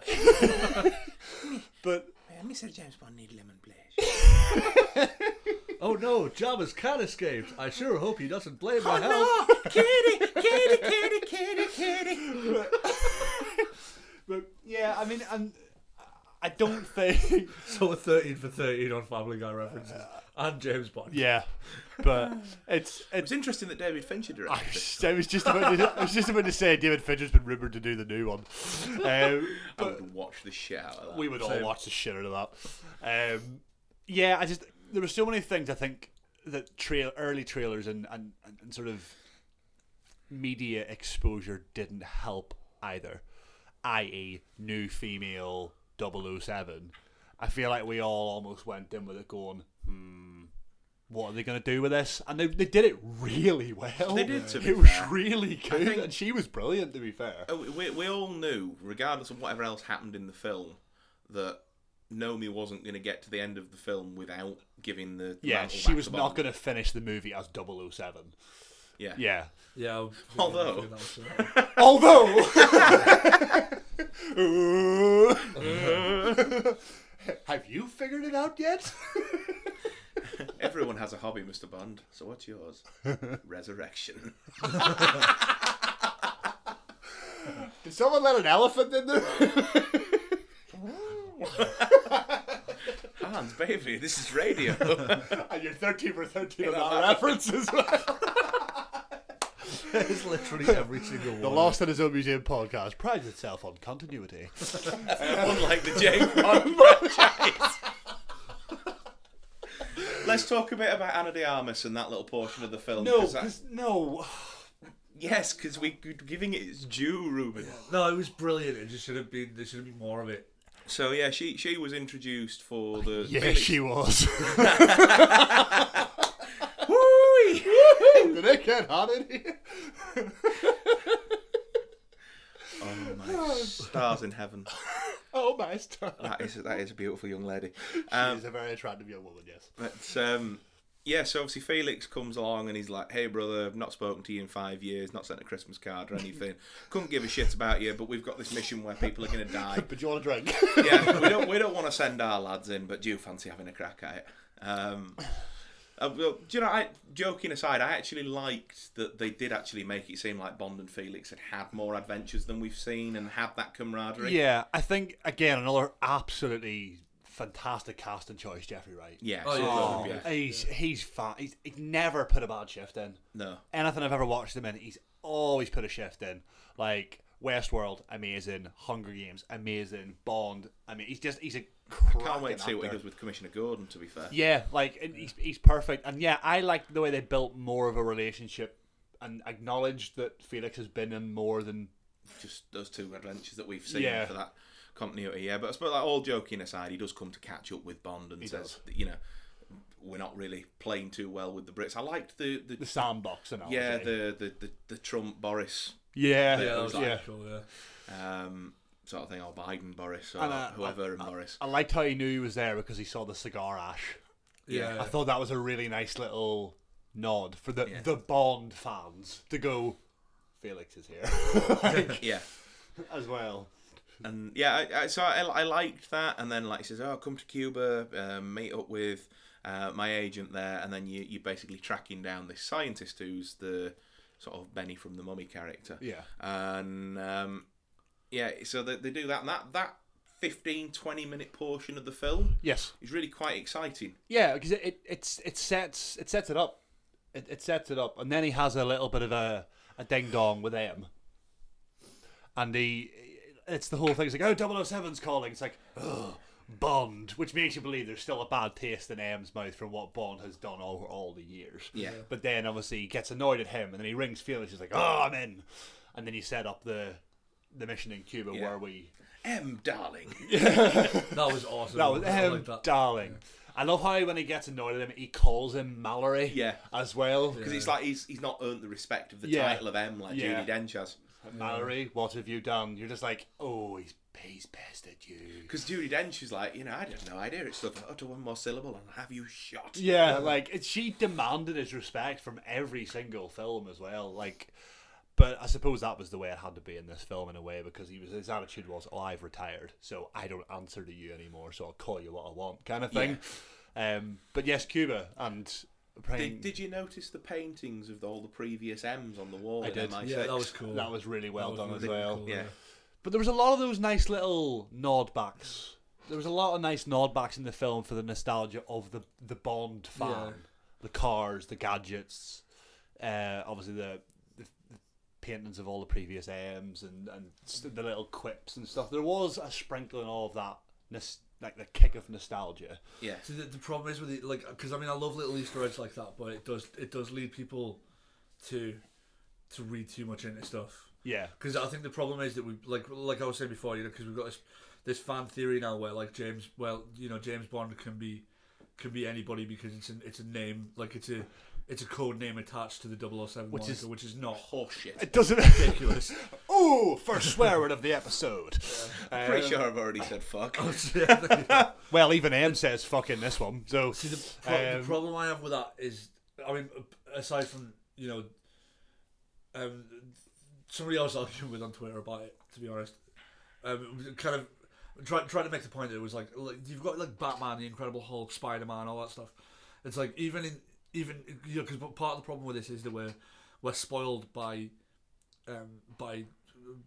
Speaker 8: But
Speaker 10: Uh, Mr. James Bond need lemon pledge.
Speaker 1: Oh no, Jabba's cat escaped. I sure hope he doesn't blame my health.
Speaker 10: kitty, kitty, kitty, kitty, kitty.
Speaker 8: but yeah, I mean, and I don't think.
Speaker 1: So a 13 for 13 on Family Guy references and James Bond.
Speaker 8: Uh, Yeah. But it's
Speaker 2: It's
Speaker 8: it's.
Speaker 2: interesting that David Fincher
Speaker 8: I
Speaker 2: directed it.
Speaker 8: was, I was just about to, I was just about to say David Fincher's been rumored to do the new one. Um,
Speaker 2: I would watch the shit out of that.
Speaker 8: We would all watch the shit out of that. Um, yeah, I just there were so many things I think that trail early trailers and, and, and sort of media exposure didn't help either. I.e., new female 007. I feel like we all almost went in with it going, hmm, what are they going to do with this? And they, they did it really well.
Speaker 2: They did, to be
Speaker 8: It was
Speaker 2: fair.
Speaker 8: really good,
Speaker 2: think-
Speaker 8: and she was brilliant, to be fair.
Speaker 2: Oh, we, we all knew, regardless of whatever else happened in the film, that Nomi wasn't going to get to the end of the film without giving the
Speaker 8: Yeah,
Speaker 2: mantle
Speaker 8: she
Speaker 2: back
Speaker 8: was
Speaker 2: to
Speaker 8: not
Speaker 2: Bond.
Speaker 8: going to finish the movie as 007.
Speaker 2: Yeah,
Speaker 8: Yeah.
Speaker 1: Yeah. I-
Speaker 2: Although-
Speaker 1: that was-
Speaker 8: Although, have you figured it out yet?
Speaker 2: everyone has a hobby, Mr. Bond. So what's yours? Resurrection.
Speaker 8: Did someone let an elephant in there?
Speaker 2: Hans, baby, this is radio.
Speaker 8: and you're thirteen for thirteen on that reference as well.
Speaker 1: It's literally every single one.
Speaker 8: The Lost in His Own Museum podcast prides itself on continuity.
Speaker 2: Unlike the James Bond franchise. Let's talk a bit about Anna de Armas and that little portion of the film.
Speaker 8: No,
Speaker 2: 'cause that-
Speaker 8: because no,
Speaker 2: yes, because we're giving it its due, Ruben.
Speaker 1: No, it was brilliant. It just should have been. There should have been more of it.
Speaker 2: So yeah, she she was introduced for the
Speaker 8: yeah,
Speaker 2: Billy-
Speaker 8: she was.
Speaker 2: Woo-wee.
Speaker 8: Did it get hot in here?
Speaker 2: Oh my stars in heaven!
Speaker 8: Oh my star!
Speaker 2: That is that is a beautiful young lady. Um,
Speaker 8: She's a very attractive young woman. Yes.
Speaker 2: but um, yeah, so obviously Felix comes along and he's like, "Hey brother, I've not spoken to you in five years, not sent a Christmas card or anything. Couldn't give a shit about you, but we've got this mission where people are going to die.
Speaker 8: But do you want a drink?
Speaker 2: yeah, we don't we don't want to send our lads in, but do you fancy having a crack at it? Um, uh, well, do you know? I, joking aside, I actually liked that they did actually make it seem like Bond and Felix had had more adventures than we've seen and had that camaraderie.
Speaker 8: Yeah, I think again another absolutely fantastic casting choice, Jeffrey Wright.
Speaker 2: yeah,
Speaker 1: Oh, yeah.
Speaker 2: so-
Speaker 1: Oh,
Speaker 2: yeah.
Speaker 8: He's he's fat. He's, he's never put a bad shift in.
Speaker 2: No,
Speaker 8: Anything I've ever watched him in, he's always put a shift in. Like Westworld, amazing. Hunger Games, amazing. Bond, I mean, he's just he's a
Speaker 2: I can't wait to see what he
Speaker 8: actor.
Speaker 2: does with Commissioner Gordon. To be fair,
Speaker 8: Yeah, like and he's he's perfect, and yeah, I like the way they built more of a relationship and acknowledged that Felix has been in more than
Speaker 2: just those two adventures that we've seen
Speaker 8: Yeah.
Speaker 2: for that continuity. Yeah, but I suppose like all joking aside, he does come to catch up with Bond and
Speaker 8: He
Speaker 2: says,
Speaker 8: does.
Speaker 2: that, you know, we're not really playing too well with the Brits. I liked the the,
Speaker 8: the sandbox and all.
Speaker 2: yeah the the, the, the Trump Boris
Speaker 8: yeah,
Speaker 2: bit.
Speaker 8: yeah,
Speaker 2: It
Speaker 1: that
Speaker 2: was
Speaker 1: was
Speaker 2: like,
Speaker 1: yeah. cool, yeah.
Speaker 2: um, sort of thing, or Biden Boris, or
Speaker 8: And, uh,
Speaker 2: whoever and Boris.
Speaker 8: I liked how he knew he was there because he saw the cigar ash.
Speaker 1: Yeah.
Speaker 8: I thought that was a really nice little nod for the
Speaker 2: Yeah.
Speaker 8: the Bond fans to go. Felix is here
Speaker 2: yeah.
Speaker 8: as well.
Speaker 2: And yeah, I, I, so I, I liked that. And then like he says, "Oh, come to Cuba, uh, meet up with uh, my agent there." And then you you're basically tracking down this scientist who's the sort of Benny from the Mummy character.
Speaker 8: Yeah.
Speaker 2: And um, yeah, so they, they do that. And that that 15, 20 minute portion of the film
Speaker 8: Yes.
Speaker 2: is really quite exciting.
Speaker 8: Yeah, because it, it it's it sets it sets it up, it, it sets it up, and then he has a little bit of a, a ding dong with him, and he it's the whole thing. It's like oh 007's calling. It's like ugh, Bond, which makes you believe there's still a bad taste in M's mouth from what Bond has done over all the years.
Speaker 2: Yeah.
Speaker 8: But then obviously he gets annoyed at him, and then he rings Felix. He's like oh I'm in, and then he set up the the mission in Cuba
Speaker 2: Yeah.
Speaker 8: where we
Speaker 2: M, darling.
Speaker 1: That was awesome.
Speaker 8: that was um,
Speaker 1: I
Speaker 8: him,
Speaker 1: like that.
Speaker 8: darling. I love how when he gets annoyed at him, he calls him Mallory.
Speaker 2: Yeah.
Speaker 8: As well.
Speaker 2: Because it's like he's he's not earned the respect of the
Speaker 8: Yeah.
Speaker 2: title of M like
Speaker 8: Yeah.
Speaker 2: Judy Dench has.
Speaker 8: Mallory, what have you done? You're just like, oh, he's he's pissed at you.
Speaker 2: Because Judy Dench is like, you know, I have no idea. It's stuff. Utter one more syllable and have you shot.
Speaker 8: Yeah, like it, she demanded his respect from every single film as well. Like, but I suppose that was the way it had to be in this film in a way because he was his attitude was, "Oh, I've retired, so I don't answer to you anymore. So I'll call you what I want," kind of thing. Um, but yes, Cuba and praying.
Speaker 2: Did, did you notice the paintings of all the previous M's on the wall?
Speaker 8: I
Speaker 2: in
Speaker 8: did.
Speaker 2: MI6?
Speaker 1: Yeah, that was cool.
Speaker 8: That was really well
Speaker 1: That
Speaker 8: done
Speaker 1: was
Speaker 8: as
Speaker 1: really
Speaker 8: well.
Speaker 1: cool,
Speaker 2: Yeah.
Speaker 8: But there was a lot of those nice little nod backs. There was a lot of nice nod backs in the film for the nostalgia of the the Bond fan,
Speaker 1: Yeah.
Speaker 8: the cars, the gadgets, uh, obviously the, the, the paintings of all the previous M's and and s- the little quips and stuff. There was a sprinkling of that nos- like the kick of nostalgia.
Speaker 2: Yeah.
Speaker 1: See, the, the problem is with it, like, because I mean, I love little Easter eggs like that, but it does it does lead people to to read too much into stuff.
Speaker 8: Yeah,
Speaker 1: Because I think the problem is that we like like I was saying before, you know, because we've got this this fan theory now where like James, well, you know, James Bond can be can be anybody because it's an, it's a name like it's a it's a code name attached to the 007 which
Speaker 8: is-
Speaker 1: which is not
Speaker 2: Horseshit.
Speaker 8: it doesn't.
Speaker 1: ridiculous.
Speaker 8: Ooh, first swear word of the episode. Uh,
Speaker 2: I'm pretty sure I've already said fuck.
Speaker 1: Oh,
Speaker 8: Well, even M says fuck in this one. So
Speaker 1: See, the, pro-
Speaker 8: um,
Speaker 1: the problem I have with that is, I mean, aside from you know, um, somebody else arguing with on Twitter about it. To be honest, um, kind of trying trying to make the point that it was like, like you've got like Batman, the Incredible Hulk, Spider Man, all that stuff. It's like even in even you know because part of the problem with this is that we're we're spoiled by um, by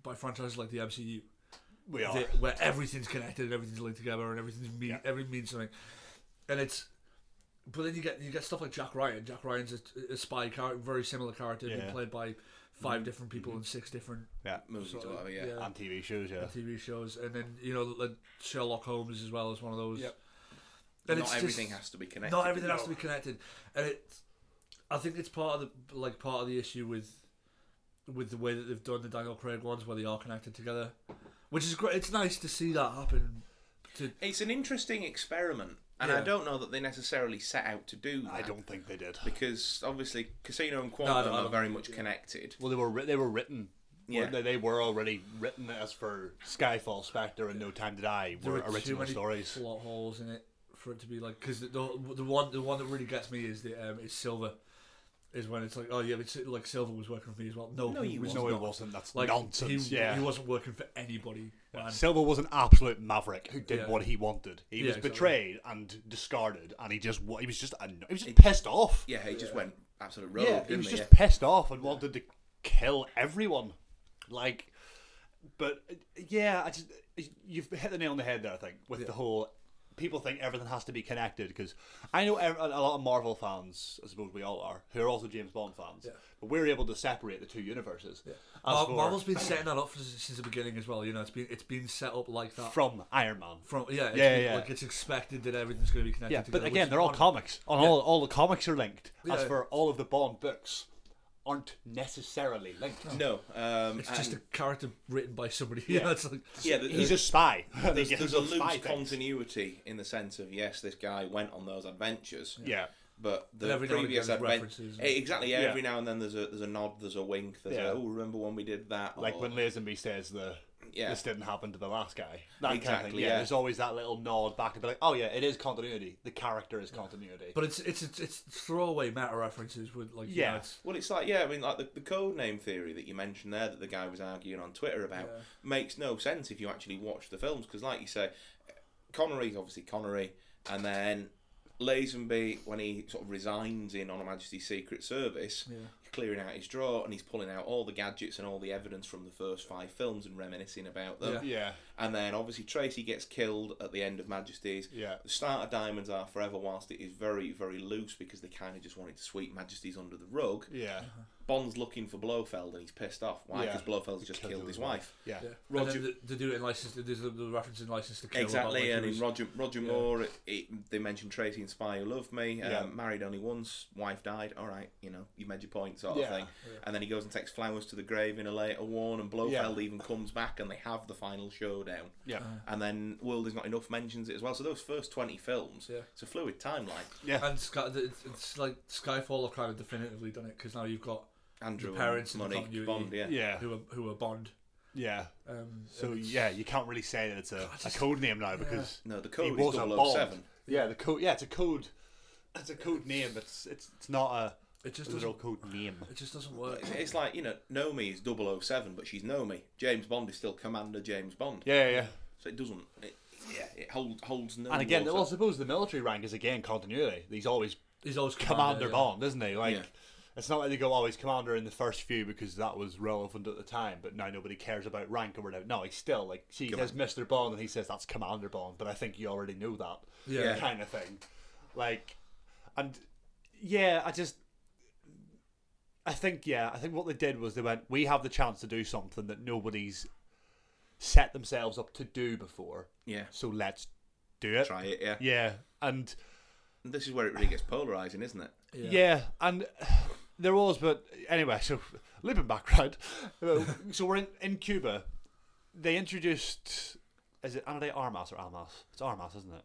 Speaker 1: by franchises like the MCU
Speaker 8: we are.
Speaker 1: that- where everything's connected and everything's linked together and everything's mean, everything means something. And it's, but then you get you get stuff like Jack Ryan. Jack Ryan's a, a spy character, very similar character, being
Speaker 8: Yeah. Mm-hmm.
Speaker 1: played by 5 different people in six different
Speaker 8: Yeah.
Speaker 2: Movies or
Speaker 1: sort of-
Speaker 2: whatever, yeah.
Speaker 8: on TV shows, yeah.
Speaker 1: TV shows, and then you know like Sherlock Holmes as well as one of those.
Speaker 8: Yep.
Speaker 1: And
Speaker 2: Not
Speaker 1: it's
Speaker 2: everything
Speaker 1: just,
Speaker 2: has to be connected.
Speaker 1: not everything has to be connected, and it. I think it's part of the like part of the issue with, with the way that they've done the Daniel Craig ones where they are connected together, which is great. It's nice to see that happen. To
Speaker 2: It's an interesting experiment, and I
Speaker 1: Yeah.
Speaker 2: don't know that they necessarily set out to do that.
Speaker 8: I don't think they did.
Speaker 2: Because obviously, Casino and
Speaker 1: I
Speaker 2: Quantum
Speaker 1: don't- I
Speaker 2: are
Speaker 1: don't
Speaker 2: very much connected.
Speaker 8: Well, they were writ- they were written.
Speaker 2: Yeah.
Speaker 8: Yeah. They, they were already written as for Skyfall, Spectre, and No Time to Die
Speaker 1: there
Speaker 8: were
Speaker 1: are too
Speaker 8: original
Speaker 1: many
Speaker 8: stories.
Speaker 1: plot holes in it for it to be like because the, the the one the one that really gets me is the um is Silver, is when it's like oh yeah it's like Silver was working for me as well. No,
Speaker 2: No, he
Speaker 1: was
Speaker 8: No, it
Speaker 1: not.
Speaker 8: wasn't. That's
Speaker 1: Like
Speaker 8: nonsense.
Speaker 1: He,
Speaker 8: yeah.
Speaker 1: he wasn't working for anybody. Man.
Speaker 8: Silver was an absolute maverick who did
Speaker 1: Yeah.
Speaker 8: what he wanted. He
Speaker 1: Yeah,
Speaker 8: was
Speaker 1: exactly.
Speaker 8: betrayed and discarded, and he just wa- he was just anno- he was just pissed off.
Speaker 2: Yeah, he just went absolute rogue,
Speaker 8: Yeah, he
Speaker 2: didn't
Speaker 8: was
Speaker 2: he?
Speaker 8: just
Speaker 2: Yeah.
Speaker 8: pissed off and wanted to kill everyone. Like, but uh, yeah, I just you've hit the nail on the head there. I think with the whole people think everything has to be connected because I know ev- a lot of Marvel fans, I suppose we all are, who are also James Bond fans, but we're able to separate the two universes. As
Speaker 1: Mar-
Speaker 8: for-
Speaker 1: Marvel's been setting that up for, since the beginning as well. You know, it's been it's been set up like that
Speaker 8: From Iron Man.
Speaker 1: From yeah, it's
Speaker 8: Yeah,
Speaker 1: been-
Speaker 8: yeah.
Speaker 1: Like it's expected that everything's going to be connected.
Speaker 8: yeah,
Speaker 1: together,
Speaker 8: but
Speaker 1: which
Speaker 8: again,
Speaker 1: is
Speaker 8: they're all
Speaker 1: on-
Speaker 8: comics. On
Speaker 1: Yeah.
Speaker 8: all, all the comics are linked. As
Speaker 1: Yeah.
Speaker 8: for all of the Bond books, aren't necessarily linked.
Speaker 2: No, um,
Speaker 1: it's just a
Speaker 2: and-
Speaker 1: character written by somebody.
Speaker 8: Yeah.
Speaker 1: Yeah, it's like
Speaker 2: yeah, the-
Speaker 8: He's
Speaker 2: the-
Speaker 8: a spy.
Speaker 2: There's,
Speaker 8: He
Speaker 2: there's
Speaker 8: does
Speaker 2: a
Speaker 8: spy
Speaker 2: loose
Speaker 8: things.
Speaker 2: continuity in the sense of yes, this guy went on those adventures.
Speaker 8: Yeah.
Speaker 2: But the
Speaker 1: And every now and
Speaker 2: previous
Speaker 1: again there's
Speaker 2: adventures,
Speaker 1: references and-
Speaker 2: exactly.
Speaker 8: Yeah.
Speaker 2: Every now and then there's a there's a nod, there's a wink, there's
Speaker 8: Yeah.
Speaker 2: a, oh remember when we did that?
Speaker 8: Like
Speaker 2: or-
Speaker 8: when Lazenby says the
Speaker 2: Oh. Yeah.
Speaker 8: this didn't happen to the last guy. That kind of
Speaker 2: Exactly,
Speaker 8: thing. Yeah.
Speaker 2: yeah.
Speaker 8: There's always that little nod back and be like, oh yeah, it is continuity. The character is continuity.
Speaker 1: But it's it's it's, it's throwaway meta references with like
Speaker 8: Yeah.
Speaker 1: yeah, it's,
Speaker 2: Well, it's like yeah, I mean, like the, the code name theory that you mentioned there, that the guy was arguing on Twitter about, makes no sense if you actually watch the films because, like you say, Connery's obviously Connery, and then Lazenby when he sort of resigns in on Her Majesty's Secret Service, he's clearing out his drawer and he's pulling out all the gadgets and all the evidence from the first five films and reminiscing about them.
Speaker 1: Yeah.
Speaker 8: Yeah.
Speaker 2: And then obviously Tracy gets killed at the end of Majesty's.
Speaker 8: Yeah.
Speaker 2: The start of Diamonds Are Forever, whilst it is very, very loose because they kind of just wanted to sweep Majesty's under the rug.
Speaker 8: yeah.
Speaker 1: uh-huh.
Speaker 2: Bond's looking for Blofeld and he's pissed off. Why?
Speaker 8: Yeah.
Speaker 2: Because Blofeld's just killed, his wife.
Speaker 8: Yeah.
Speaker 1: yeah. And
Speaker 2: Roger-
Speaker 1: then they, they do it in license. There's the, the reference in license to kill.
Speaker 2: Exactly,
Speaker 1: about, like,
Speaker 2: and in
Speaker 1: who's-
Speaker 2: Roger Roger Moore, it, it, they mentioned Tracy and Spy Who Loved Me.
Speaker 8: Yeah.
Speaker 2: Um, married only once, wife died. All right, you know, you made your point, sort
Speaker 8: Yeah.
Speaker 2: of thing. And then he goes and takes flowers to the grave in a later one, and Blofeld even comes back, and they have the final showdown.
Speaker 8: Yeah.
Speaker 1: Uh,
Speaker 2: And then World is Not Enough mentions it as well. So those first twenty films,
Speaker 1: Yeah.
Speaker 2: it's a fluid timeline.
Speaker 8: Yeah.
Speaker 1: and Sky, it's, it's like Skyfall have kind of definitively done it because now you've got
Speaker 2: Andrew,
Speaker 1: the parents and the
Speaker 2: Money,
Speaker 1: continuity
Speaker 2: Bond, yeah.
Speaker 8: Yeah.
Speaker 1: who are who are Bond.
Speaker 8: Yeah.
Speaker 1: Um,
Speaker 8: So yeah, you can't really say that it's a, a code name now because
Speaker 2: No, the
Speaker 8: he
Speaker 2: code
Speaker 8: was
Speaker 2: is
Speaker 8: a
Speaker 2: 007.
Speaker 8: Bond. Yeah, the code. Yeah, it's a code. It's a code name, but it's it's, it's not a
Speaker 1: It just
Speaker 8: literal
Speaker 1: doesn't.
Speaker 8: code name.
Speaker 1: It just doesn't work.
Speaker 2: It's- It's like you know, Nomi is 007, but she's Nomi. James Bond is still Commander James Bond.
Speaker 8: Yeah, yeah.
Speaker 2: So it doesn't. It, yeah, it hold, holds no.
Speaker 8: And again,
Speaker 2: water.
Speaker 8: well, I suppose the military rank is again continuity. He's always
Speaker 1: He's always
Speaker 8: Commander
Speaker 1: yeah.
Speaker 8: Bond, isn't he? Like,
Speaker 2: Yeah.
Speaker 8: it's not like they go, "Oh, he's Commander" in the first few because that was relevant at the time, but now nobody cares about rank or whatever. No, he's still like she says Mister Bond, and he says that's Commander Bond, but I think you already knew that.
Speaker 1: Yeah.
Speaker 8: kind of thing. Like, and yeah, I just. I think yeah, I think what they did was they went, we have the chance to do something that nobody's set themselves up to do before,
Speaker 2: yeah,
Speaker 8: so let's do it.
Speaker 2: try it. Yeah.
Speaker 8: Yeah, and
Speaker 2: And this is where it really gets polarizing, isn't it?
Speaker 8: yeah. and there was, but anyway, so looping back round. uh, so we're in, in Cuba. They introduced, is it Ana de Armas or Almas? It's Armas, isn't it?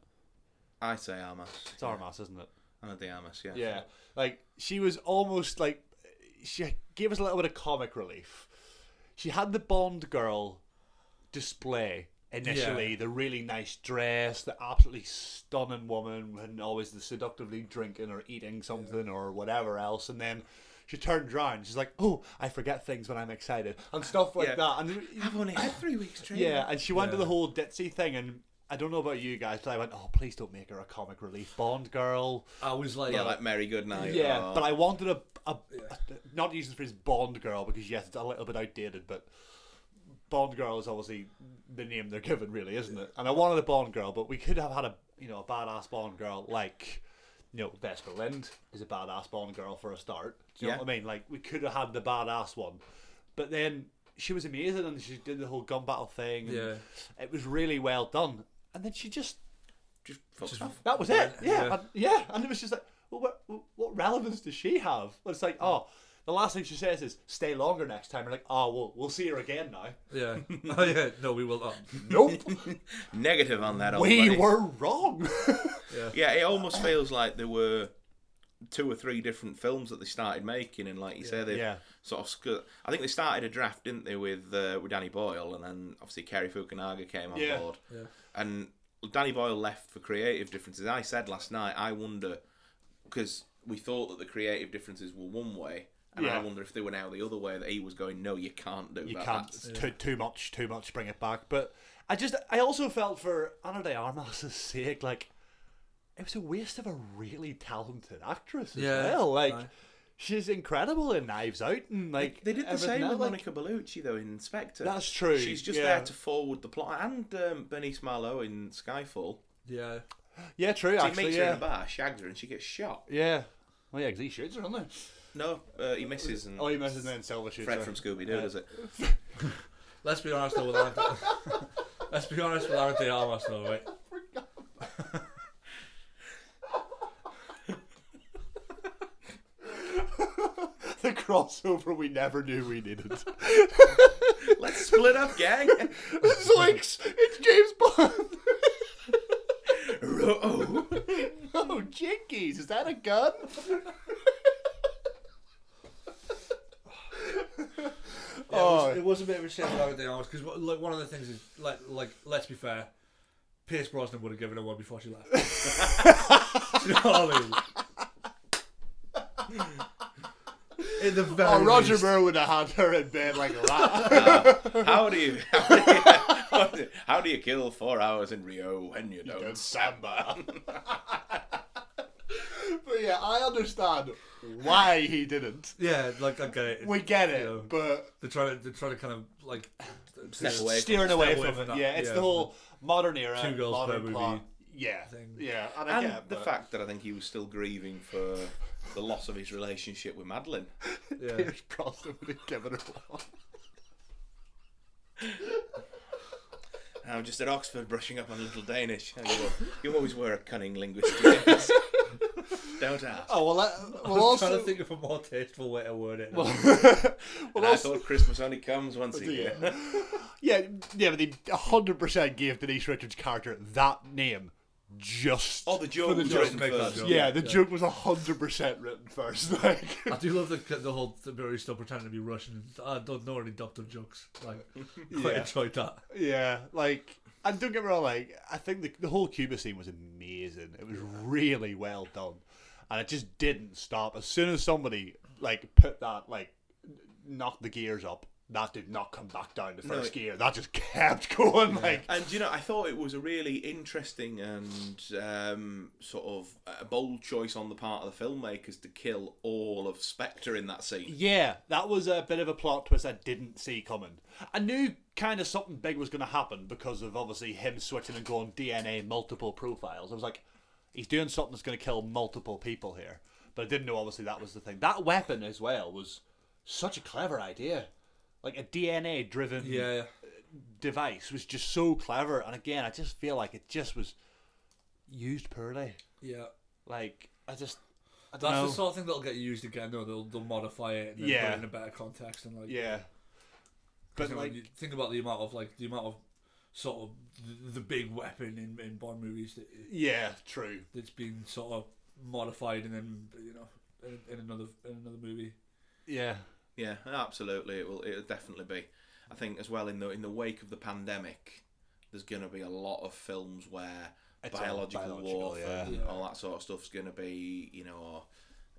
Speaker 2: I say Armas.
Speaker 8: It's Armas, isn't it?
Speaker 2: Ana de Armas. Yeah.
Speaker 8: Yeah, like she was almost like she gave us a little bit of comic relief. She had the Bond girl display initially, the really nice dress, the absolutely stunning woman, and always the seductively drinking or eating something or whatever else, and then. She turned around. She's like, "Oh, I forget things when I'm excited and stuff like
Speaker 2: Yeah.
Speaker 8: that." And
Speaker 2: I've only had three weeks training.
Speaker 8: yeah, and she went to the whole ditzy thing, and I don't know about you guys, but I went, "Oh, please don't make her a comic relief Bond girl."
Speaker 1: I was like,
Speaker 2: Yeah, like oh. Mary Goodnight.
Speaker 8: Yeah,
Speaker 2: or-
Speaker 8: but I wanted a, a, a- not using the phrase Bond girl because yes, it's a little bit outdated, but Bond girl is obviously the name they're given, really, isn't it? And I wanted a Bond girl, but we could have had a you know a badass Bond girl like you know Vesper Lind is a badass Bond girl for a start. Do you know
Speaker 2: Yeah.
Speaker 8: what I mean? Like we could have had the badass one, but then she was amazing and she did the whole gun battle thing. And
Speaker 1: Yeah.
Speaker 8: it was really well done, and then she just
Speaker 2: just fuck off.
Speaker 8: that was it. Yeah,
Speaker 1: Yeah.
Speaker 8: And, yeah. And it was just like, well, what, what relevance does she have? Well, it's like, oh, the last thing she says is, "Stay longer next time." You're like, oh, well, we'll see her again now.
Speaker 1: yeah, oh, yeah. No, we will not.
Speaker 8: Nope,
Speaker 2: Negative on that. old
Speaker 8: we
Speaker 2: lady.
Speaker 8: were wrong.
Speaker 2: Yeah, it almost feels like there were two or three different films that they started making, and like you say, they
Speaker 8: Yeah.
Speaker 2: have sort of. scu- I think they started a draft, didn't they, with uh, with Danny Boyle, and then obviously Kerry Fukunaga came on
Speaker 8: Yeah.
Speaker 2: board, and Danny Boyle left for creative differences. I said last night, I wonder because we thought that the creative differences were one way. And I
Speaker 8: Yeah.
Speaker 2: wonder if they were now the other way that he was going. No, you can't do
Speaker 8: you
Speaker 2: that.
Speaker 8: can't
Speaker 2: That's-
Speaker 8: it's too too much, too much. Bring it back. But I just, I also felt for Ana de Armas' sake, like it was a waste of a really talented actress as
Speaker 1: Yeah,
Speaker 8: well. Like.
Speaker 1: aye.
Speaker 8: She's incredible in Knives Out, and like
Speaker 2: They did the
Speaker 8: everything
Speaker 2: same
Speaker 8: else,
Speaker 2: with
Speaker 8: like-
Speaker 2: Monica Bellucci though in Inspector.
Speaker 8: That's true,
Speaker 2: She's just
Speaker 8: yeah.
Speaker 2: there to forward the plot, and um, Bernice Marlowe in Skyfall.
Speaker 1: Yeah,
Speaker 8: Yeah, true,
Speaker 2: So
Speaker 8: actually,
Speaker 2: he meets her
Speaker 8: yeah.
Speaker 2: in a bar, shags her, and she gets shot.
Speaker 8: Yeah. Well, yeah, because he shoots her, doesn't he?
Speaker 2: No, uh, he misses. And
Speaker 8: Oh, he misses and then Silver shoots
Speaker 2: Fred
Speaker 8: her.
Speaker 2: from Scooby Doo,
Speaker 8: Yeah.
Speaker 2: does it?
Speaker 1: Let's be honest though with Aaron. Let's be honest with Aaron De Armas though, right?
Speaker 8: the crossover we never knew we needed.
Speaker 2: Let's split up, gang.
Speaker 8: it's like it's James Bond.
Speaker 2: oh,
Speaker 8: oh, jinkies! Is that a gun?
Speaker 1: Yeah, it, was,
Speaker 8: Oh.
Speaker 1: it was a bit of a shame with Aaron De Armas because like one of the things is like like let's be fair, Pierce Brosnan would have given her one before she left. Do you know what I mean? In the very
Speaker 8: Oh, Roger
Speaker 1: least.
Speaker 8: Moore would have had her in bed like that.
Speaker 2: how do you how do you, how do you kill four hours in Rio when you don't?
Speaker 8: Samba. but yeah, I understand why he didn't.
Speaker 1: Yeah, like I get it.
Speaker 8: We get it,
Speaker 1: You know,
Speaker 8: but
Speaker 1: they're trying to they're trying to kind of like
Speaker 2: Step away.
Speaker 8: steering
Speaker 1: Step
Speaker 8: away
Speaker 1: away
Speaker 8: from,
Speaker 1: from
Speaker 8: it.
Speaker 1: that,
Speaker 8: Yeah, it's
Speaker 1: yeah,
Speaker 8: the whole modern era,
Speaker 1: two girls
Speaker 8: modern
Speaker 1: per movie
Speaker 8: plot. Yeah, yeah, and, I
Speaker 2: And
Speaker 8: get it,
Speaker 2: the
Speaker 8: but-
Speaker 2: fact that I think he was still grieving for the loss of his relationship with Madeline.
Speaker 1: Yeah.
Speaker 8: Pierce Brosnan would have given her one.
Speaker 2: And I'm just at Oxford brushing up on a little Danish. And you, you always were a cunning linguist. James. don't ask.
Speaker 8: Oh well, that,
Speaker 1: I
Speaker 8: well
Speaker 1: was
Speaker 8: also,
Speaker 1: trying to think of a more tasteful way to word it.
Speaker 8: well
Speaker 2: I
Speaker 8: also,
Speaker 2: thought Christmas only comes once a year.
Speaker 8: yeah, yeah, but they hundred percent gave Denise Richards' character that name just.
Speaker 2: Oh, the joke
Speaker 8: for
Speaker 2: was
Speaker 1: joke.
Speaker 2: written
Speaker 1: To make that
Speaker 2: first.
Speaker 1: joke.
Speaker 8: yeah, the
Speaker 1: Yeah.
Speaker 8: joke was hundred percent written first. Like,
Speaker 1: I do love the the whole the very still pretending to be Russian. I don't know any doctor jokes. Like, quite
Speaker 8: Yeah.
Speaker 1: enjoyed that.
Speaker 8: yeah, like, and don't get me wrong, like, I think the, the whole Cuba scene was amazing. It was really well done, and it just didn't stop. As soon as somebody like put that, like, knocked the gears up, that did not come back down to
Speaker 2: No,
Speaker 8: first
Speaker 2: it-
Speaker 8: gear. That just kept going. Like,
Speaker 2: And you know, I thought it was a really interesting and um, sort of a bold choice on the part of the filmmakers to kill all of Spectre in that scene.
Speaker 8: Yeah, that was a bit of a plot twist I didn't see coming. I knew kind of something big was going to happen because of obviously him switching and going DNA multiple profiles. I was like, he's doing something that's going to kill multiple people here. But I didn't know obviously that was the thing. That weapon as well was such a clever idea. Like a DNA driven
Speaker 1: Yeah,
Speaker 8: device was just so clever. And again, I just feel like it just was used poorly.
Speaker 1: yeah.
Speaker 8: Like, I just. I don't
Speaker 1: That's
Speaker 8: know.
Speaker 1: the sort of thing that'll get used again. Though they'll, they'll modify it and then
Speaker 8: Yeah.
Speaker 1: put it in a better context and like.
Speaker 8: Yeah.
Speaker 1: But
Speaker 8: But like,
Speaker 1: you think about the amount of like the amount of sort of the, the big weapon in, in Bond movies that
Speaker 8: yeah, true.
Speaker 1: that's been sort of modified and then you know in, in another in another movie.
Speaker 8: Yeah.
Speaker 2: Yeah, absolutely. It will. It'll definitely be. I think as well in the in the wake of the pandemic, there's going to be a lot of films where
Speaker 8: It's all
Speaker 2: biological,
Speaker 8: biological,
Speaker 2: warfare
Speaker 8: yeah.
Speaker 2: and all that sort of stuff's going to be. You know, or,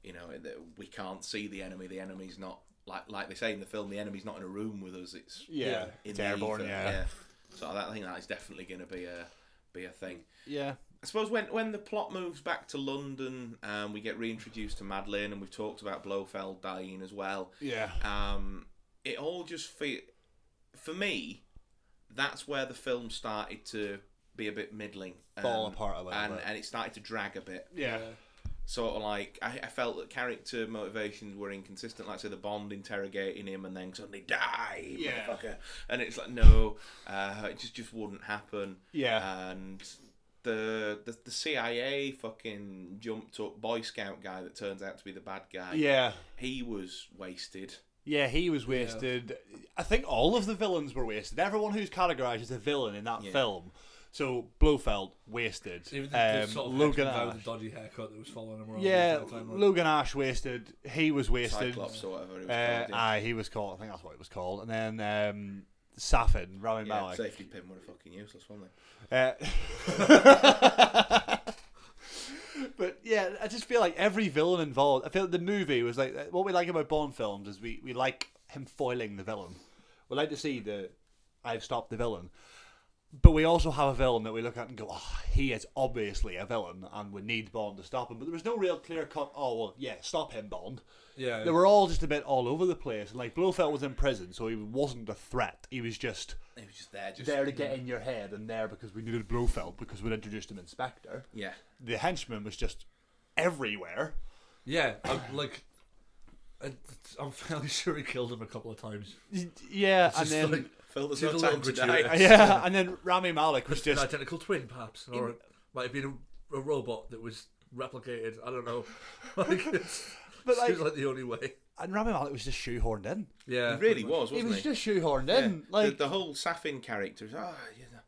Speaker 2: you know, that we can't see the enemy. The enemy's not like like they say in the film. The enemy's not in a room with us. It's
Speaker 8: Yeah,
Speaker 2: in
Speaker 8: it's
Speaker 2: the
Speaker 8: airborne,
Speaker 2: ether,
Speaker 8: yeah.
Speaker 2: So that, I think that is definitely going to be a be a thing.
Speaker 8: Yeah.
Speaker 2: I suppose when when the plot moves back to London, um, we get reintroduced to Madeline, and we've talked about Blofeld dying as well.
Speaker 8: Yeah.
Speaker 2: Um, it all just feel for me. That's where the film started to be a bit middling, um,
Speaker 8: Fall apart a little
Speaker 2: and
Speaker 8: bit.
Speaker 2: and it started to drag a bit.
Speaker 8: Yeah.
Speaker 2: Sort of like I, I felt that character motivations were inconsistent. Like say the Bond interrogating him, and then suddenly die,
Speaker 8: Yeah.
Speaker 2: motherfucker. And it's like no, uh, it just just wouldn't happen
Speaker 8: Yeah.
Speaker 2: and the, the the CIA fucking jumped up Boy Scout guy that turns out to be the bad guy.
Speaker 8: yeah.
Speaker 2: he was wasted.
Speaker 8: Yeah, he was wasted. I think all of the villains were wasted. Everyone who's categorized as a villain in that
Speaker 2: Yeah.
Speaker 8: film. So Blofeld wasted.
Speaker 1: Even the,
Speaker 8: Um,
Speaker 1: the sort of
Speaker 8: Logan
Speaker 1: Hexman guy with
Speaker 8: Ash.
Speaker 1: the dodgy haircut that was following him around.
Speaker 8: Yeah,
Speaker 1: the entire time, like-
Speaker 8: Logan Ash wasted. He was wasted.
Speaker 2: Cyclops or whatever it was
Speaker 8: Uh,
Speaker 2: called. yeah.
Speaker 8: aye, he was called. I think that's what it was called. And then um, Safin, Rami
Speaker 2: Yeah,
Speaker 8: Malek.
Speaker 2: safety pin were fucking useless, weren't they?
Speaker 8: Uh, but yeah, I just feel like every villain involved. I feel like the movie was like what we like about Bond films is we, we like him foiling the villain. We like to see the I've stopped the villain. But we also have a villain that we look at and go, oh, he is obviously a villain, and we need Bond to stop him. But there was no real clear cut, oh, well, yeah, stop him, Bond.
Speaker 1: Yeah.
Speaker 8: They were all just a bit all over the place. Like, Blofeld was in prison, so he wasn't a threat. He was just.
Speaker 2: He was just there, just- mm,
Speaker 8: there to get in your head, and there because we needed Blofeld because we'd introduced him Inspector.
Speaker 2: Yeah.
Speaker 8: The henchman was just everywhere.
Speaker 1: Yeah, I'm like, I- I'm fairly sure he killed him a couple of times.
Speaker 8: Yeah,
Speaker 1: It's
Speaker 8: and
Speaker 1: just
Speaker 8: then
Speaker 1: like,
Speaker 2: Phil, there's
Speaker 1: did
Speaker 2: no
Speaker 1: a little
Speaker 2: time to
Speaker 1: gratuitous.
Speaker 2: die.
Speaker 8: yeah, and then Rami Malik was
Speaker 1: Just an
Speaker 8: just
Speaker 1: identical twin, perhaps, or it might have been a, a robot that was replicated. I don't know. Like, it's,
Speaker 8: But,
Speaker 1: seems
Speaker 8: like-
Speaker 1: like the only way.
Speaker 8: and Rami Malik was just shoehorned in.
Speaker 1: Yeah,
Speaker 2: He really was,
Speaker 8: He
Speaker 2: wasn't
Speaker 8: was
Speaker 2: he?
Speaker 8: just shoehorned
Speaker 2: Yeah.
Speaker 8: in. Like
Speaker 2: the, the whole Safin character is, ah, you know,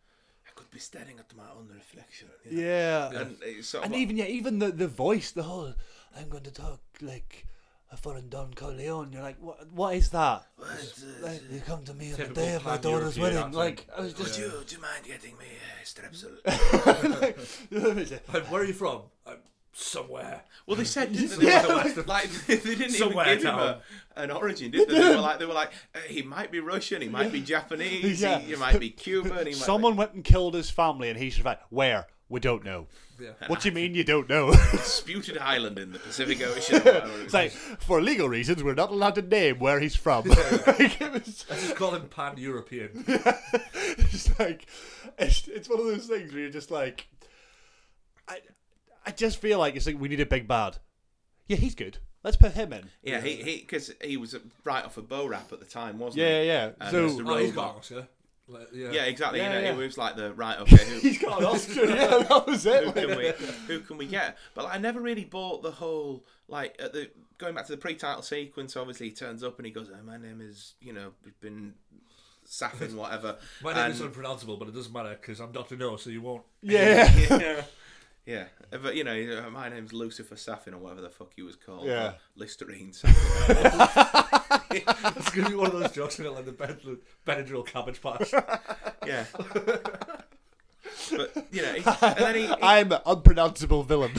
Speaker 2: I could be staring at my own reflection. you know.
Speaker 8: yeah,
Speaker 2: And, it's sort of
Speaker 8: and
Speaker 2: like-
Speaker 8: even yeah, even the the voice, the whole I'm going to talk like a foreign Don Corleone. You're like, what? What is that? It's like, you come to me on the
Speaker 1: Typical
Speaker 8: day of my daughter's
Speaker 1: pan-European accent.
Speaker 8: wedding. Like I was just.
Speaker 2: do, you, do you mind getting me a strepsil?
Speaker 1: Like, Uh, where are you from? i somewhere.
Speaker 2: Well, they said didn't they? they were like, like, they didn't
Speaker 1: Somewhere
Speaker 2: even give him
Speaker 1: down.
Speaker 2: a, an origin, did they? They were like, they were like, uh, he might be Russian, he might be Japanese,
Speaker 8: Yeah.
Speaker 2: he, he might be Cuban, he might
Speaker 8: Someone went and killed his family, and he survived. Where? We don't know.
Speaker 1: Yeah.
Speaker 8: What do you mean you don't know?
Speaker 2: be disputed island in the Pacific Ocean. or whatever it was.
Speaker 8: It's like, for legal reasons, we're not allowed to name where he's from. like, it was
Speaker 1: Let's just call him pan European.
Speaker 8: it's like, it's, it's one of those things where you're just like, I, I just feel like it's like we need a big bad. Yeah, he's good. Let's put him in.
Speaker 2: yeah, he he because he was right off a bow rap at the time, wasn't
Speaker 8: Yeah,
Speaker 2: he?
Speaker 8: yeah.
Speaker 2: And
Speaker 8: So-
Speaker 2: there's the
Speaker 1: Oh, he's got an
Speaker 2: robot.
Speaker 1: Oscar. Like, yeah.
Speaker 2: yeah, exactly.
Speaker 8: Yeah,
Speaker 2: you know,
Speaker 8: yeah.
Speaker 2: it was like the right okay. Who,
Speaker 8: He's got an Oscar. yeah, that was it.
Speaker 2: who
Speaker 8: Like,
Speaker 2: can we who can we get? But like, I never really bought the whole like at the going back to the pre-title sequence. Obviously, he turns up and he goes, oh, "My name is you know we've been Safin whatever."
Speaker 1: My name
Speaker 2: and,
Speaker 1: is unpronounceable, but it doesn't matter because I'm Doctor No, so you won't.
Speaker 8: yeah.
Speaker 2: yeah, yeah, but you know, my name's Lucifer Safin or whatever the fuck he was called.
Speaker 8: Yeah.
Speaker 2: Listerine. Safin.
Speaker 1: It's gonna be one of those jokes in it, like the Ben- Benadryl cabbage patch.
Speaker 2: yeah. But you know, he, and then he, he
Speaker 8: I'm an unpronounceable villain.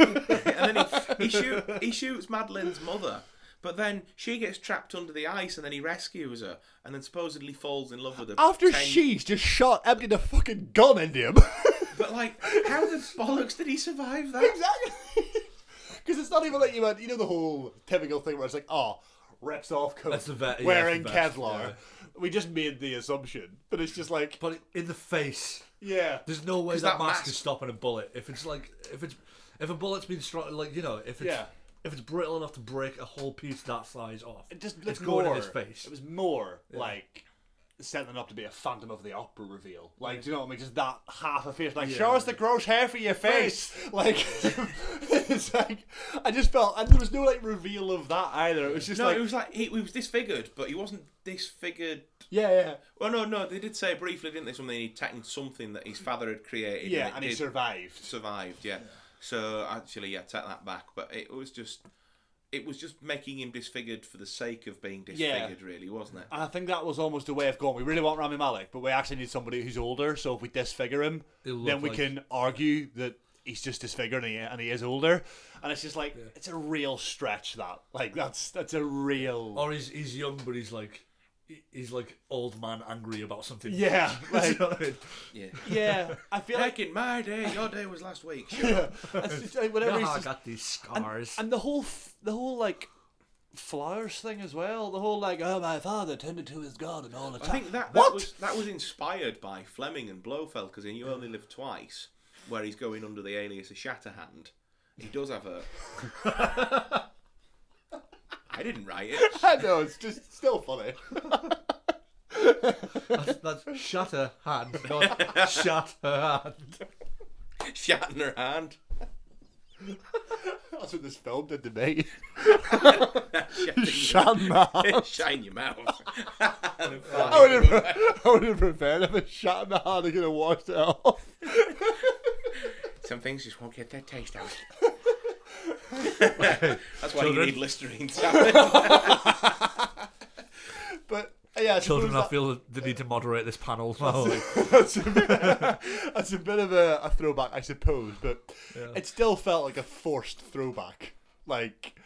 Speaker 2: and then he, he, shoot, he shoots Madeline's mother. But then she gets trapped under the ice, and then he rescues her, and then supposedly falls in love with her.
Speaker 8: After
Speaker 2: ten-
Speaker 8: she's just shot, emptied a fucking gun into him.
Speaker 2: but like, how the bollocks did he survive that?
Speaker 8: exactly. Because it's not even like you went, you know, the whole typical thing where it's like, oh, reps off coat,
Speaker 1: That's the vet- yeah,
Speaker 8: wearing
Speaker 1: that's the best,
Speaker 8: Kevlar.
Speaker 1: yeah.
Speaker 8: We just made the assumption, but it's just like,
Speaker 1: But in the face,
Speaker 8: yeah,
Speaker 1: there's no way
Speaker 2: 'Cause
Speaker 1: that,
Speaker 2: that
Speaker 1: mask,
Speaker 2: mask-
Speaker 1: is stopping a bullet. If it's like, if it's, if a bullet's been struck, like you know, if it's,
Speaker 8: Yeah.
Speaker 1: if it's brittle enough to break a whole piece that size off,
Speaker 8: it just looked
Speaker 1: it's going
Speaker 8: more.
Speaker 1: in his face.
Speaker 8: It was more like setting up to be a Phantom of the Opera reveal. Like, do you know what I mean? Just that half a face, like, show us the gross hair for your face. Like, it's like I just felt, and there was no like reveal of that either. It was just
Speaker 2: No,
Speaker 8: like,
Speaker 2: it was like he, he was disfigured, but he wasn't disfigured.
Speaker 8: yeah, yeah,
Speaker 2: Well, no, no, they did say briefly, didn't they? Something he tackled something that his father had created.
Speaker 8: yeah,
Speaker 2: it
Speaker 8: and he
Speaker 2: did-
Speaker 8: survived.
Speaker 2: survived. Yeah. So actually, yeah, take that back. But it was just, it was just making him disfigured for the sake of being disfigured, really, wasn't it?
Speaker 8: And I think that was almost a way of going. We really want Rami Malik, but we actually need somebody who's older. So if we disfigure him,
Speaker 1: He'll
Speaker 8: then
Speaker 1: look
Speaker 8: we
Speaker 1: like-
Speaker 8: can argue that he's just disfigured and he, and he is older. And it's just like it's a real stretch that like that's that's a real
Speaker 1: or he's he's young, but he's like, he- he's like old man angry about something.
Speaker 8: yeah
Speaker 1: Do you
Speaker 8: like,
Speaker 1: know what I mean?
Speaker 2: Yeah.
Speaker 8: yeah. I feel
Speaker 2: Back
Speaker 8: like
Speaker 2: in my day, your day was last week. Sure.
Speaker 8: it's just, like, whenever
Speaker 1: "Ah,
Speaker 8: he's
Speaker 1: I
Speaker 8: just-
Speaker 1: got these scars.
Speaker 8: and the whole f- the whole like flowers thing as well. The whole like oh my father tended to his god and all the
Speaker 2: I
Speaker 8: time.
Speaker 2: think that, that
Speaker 8: what
Speaker 2: was that was inspired by Fleming and Blofeld because in You Only Live Twice, where he's going under the alias of Shatterhand, he does have a. I didn't write it.
Speaker 8: I know it's just still funny.
Speaker 1: that's, that's shatter hand, not shatter hand.
Speaker 2: Shatterhand.
Speaker 8: That's what this film did to me.
Speaker 2: Shatterhand.
Speaker 8: Shut up.
Speaker 2: Shine your mouth.
Speaker 8: I would have, I would have preferred if it shot in the hand and could have washed it off.
Speaker 2: Some things just won't get that taste out. That's why you
Speaker 1: Children.
Speaker 2: need Listerine tablet.
Speaker 8: But uh, yeah, I
Speaker 1: Children, I
Speaker 8: suppose
Speaker 1: feel the need to moderate this panel. now.
Speaker 8: that's, a bit, that's a bit of a, a throwback, I suppose. But it still felt like a forced throwback. Like,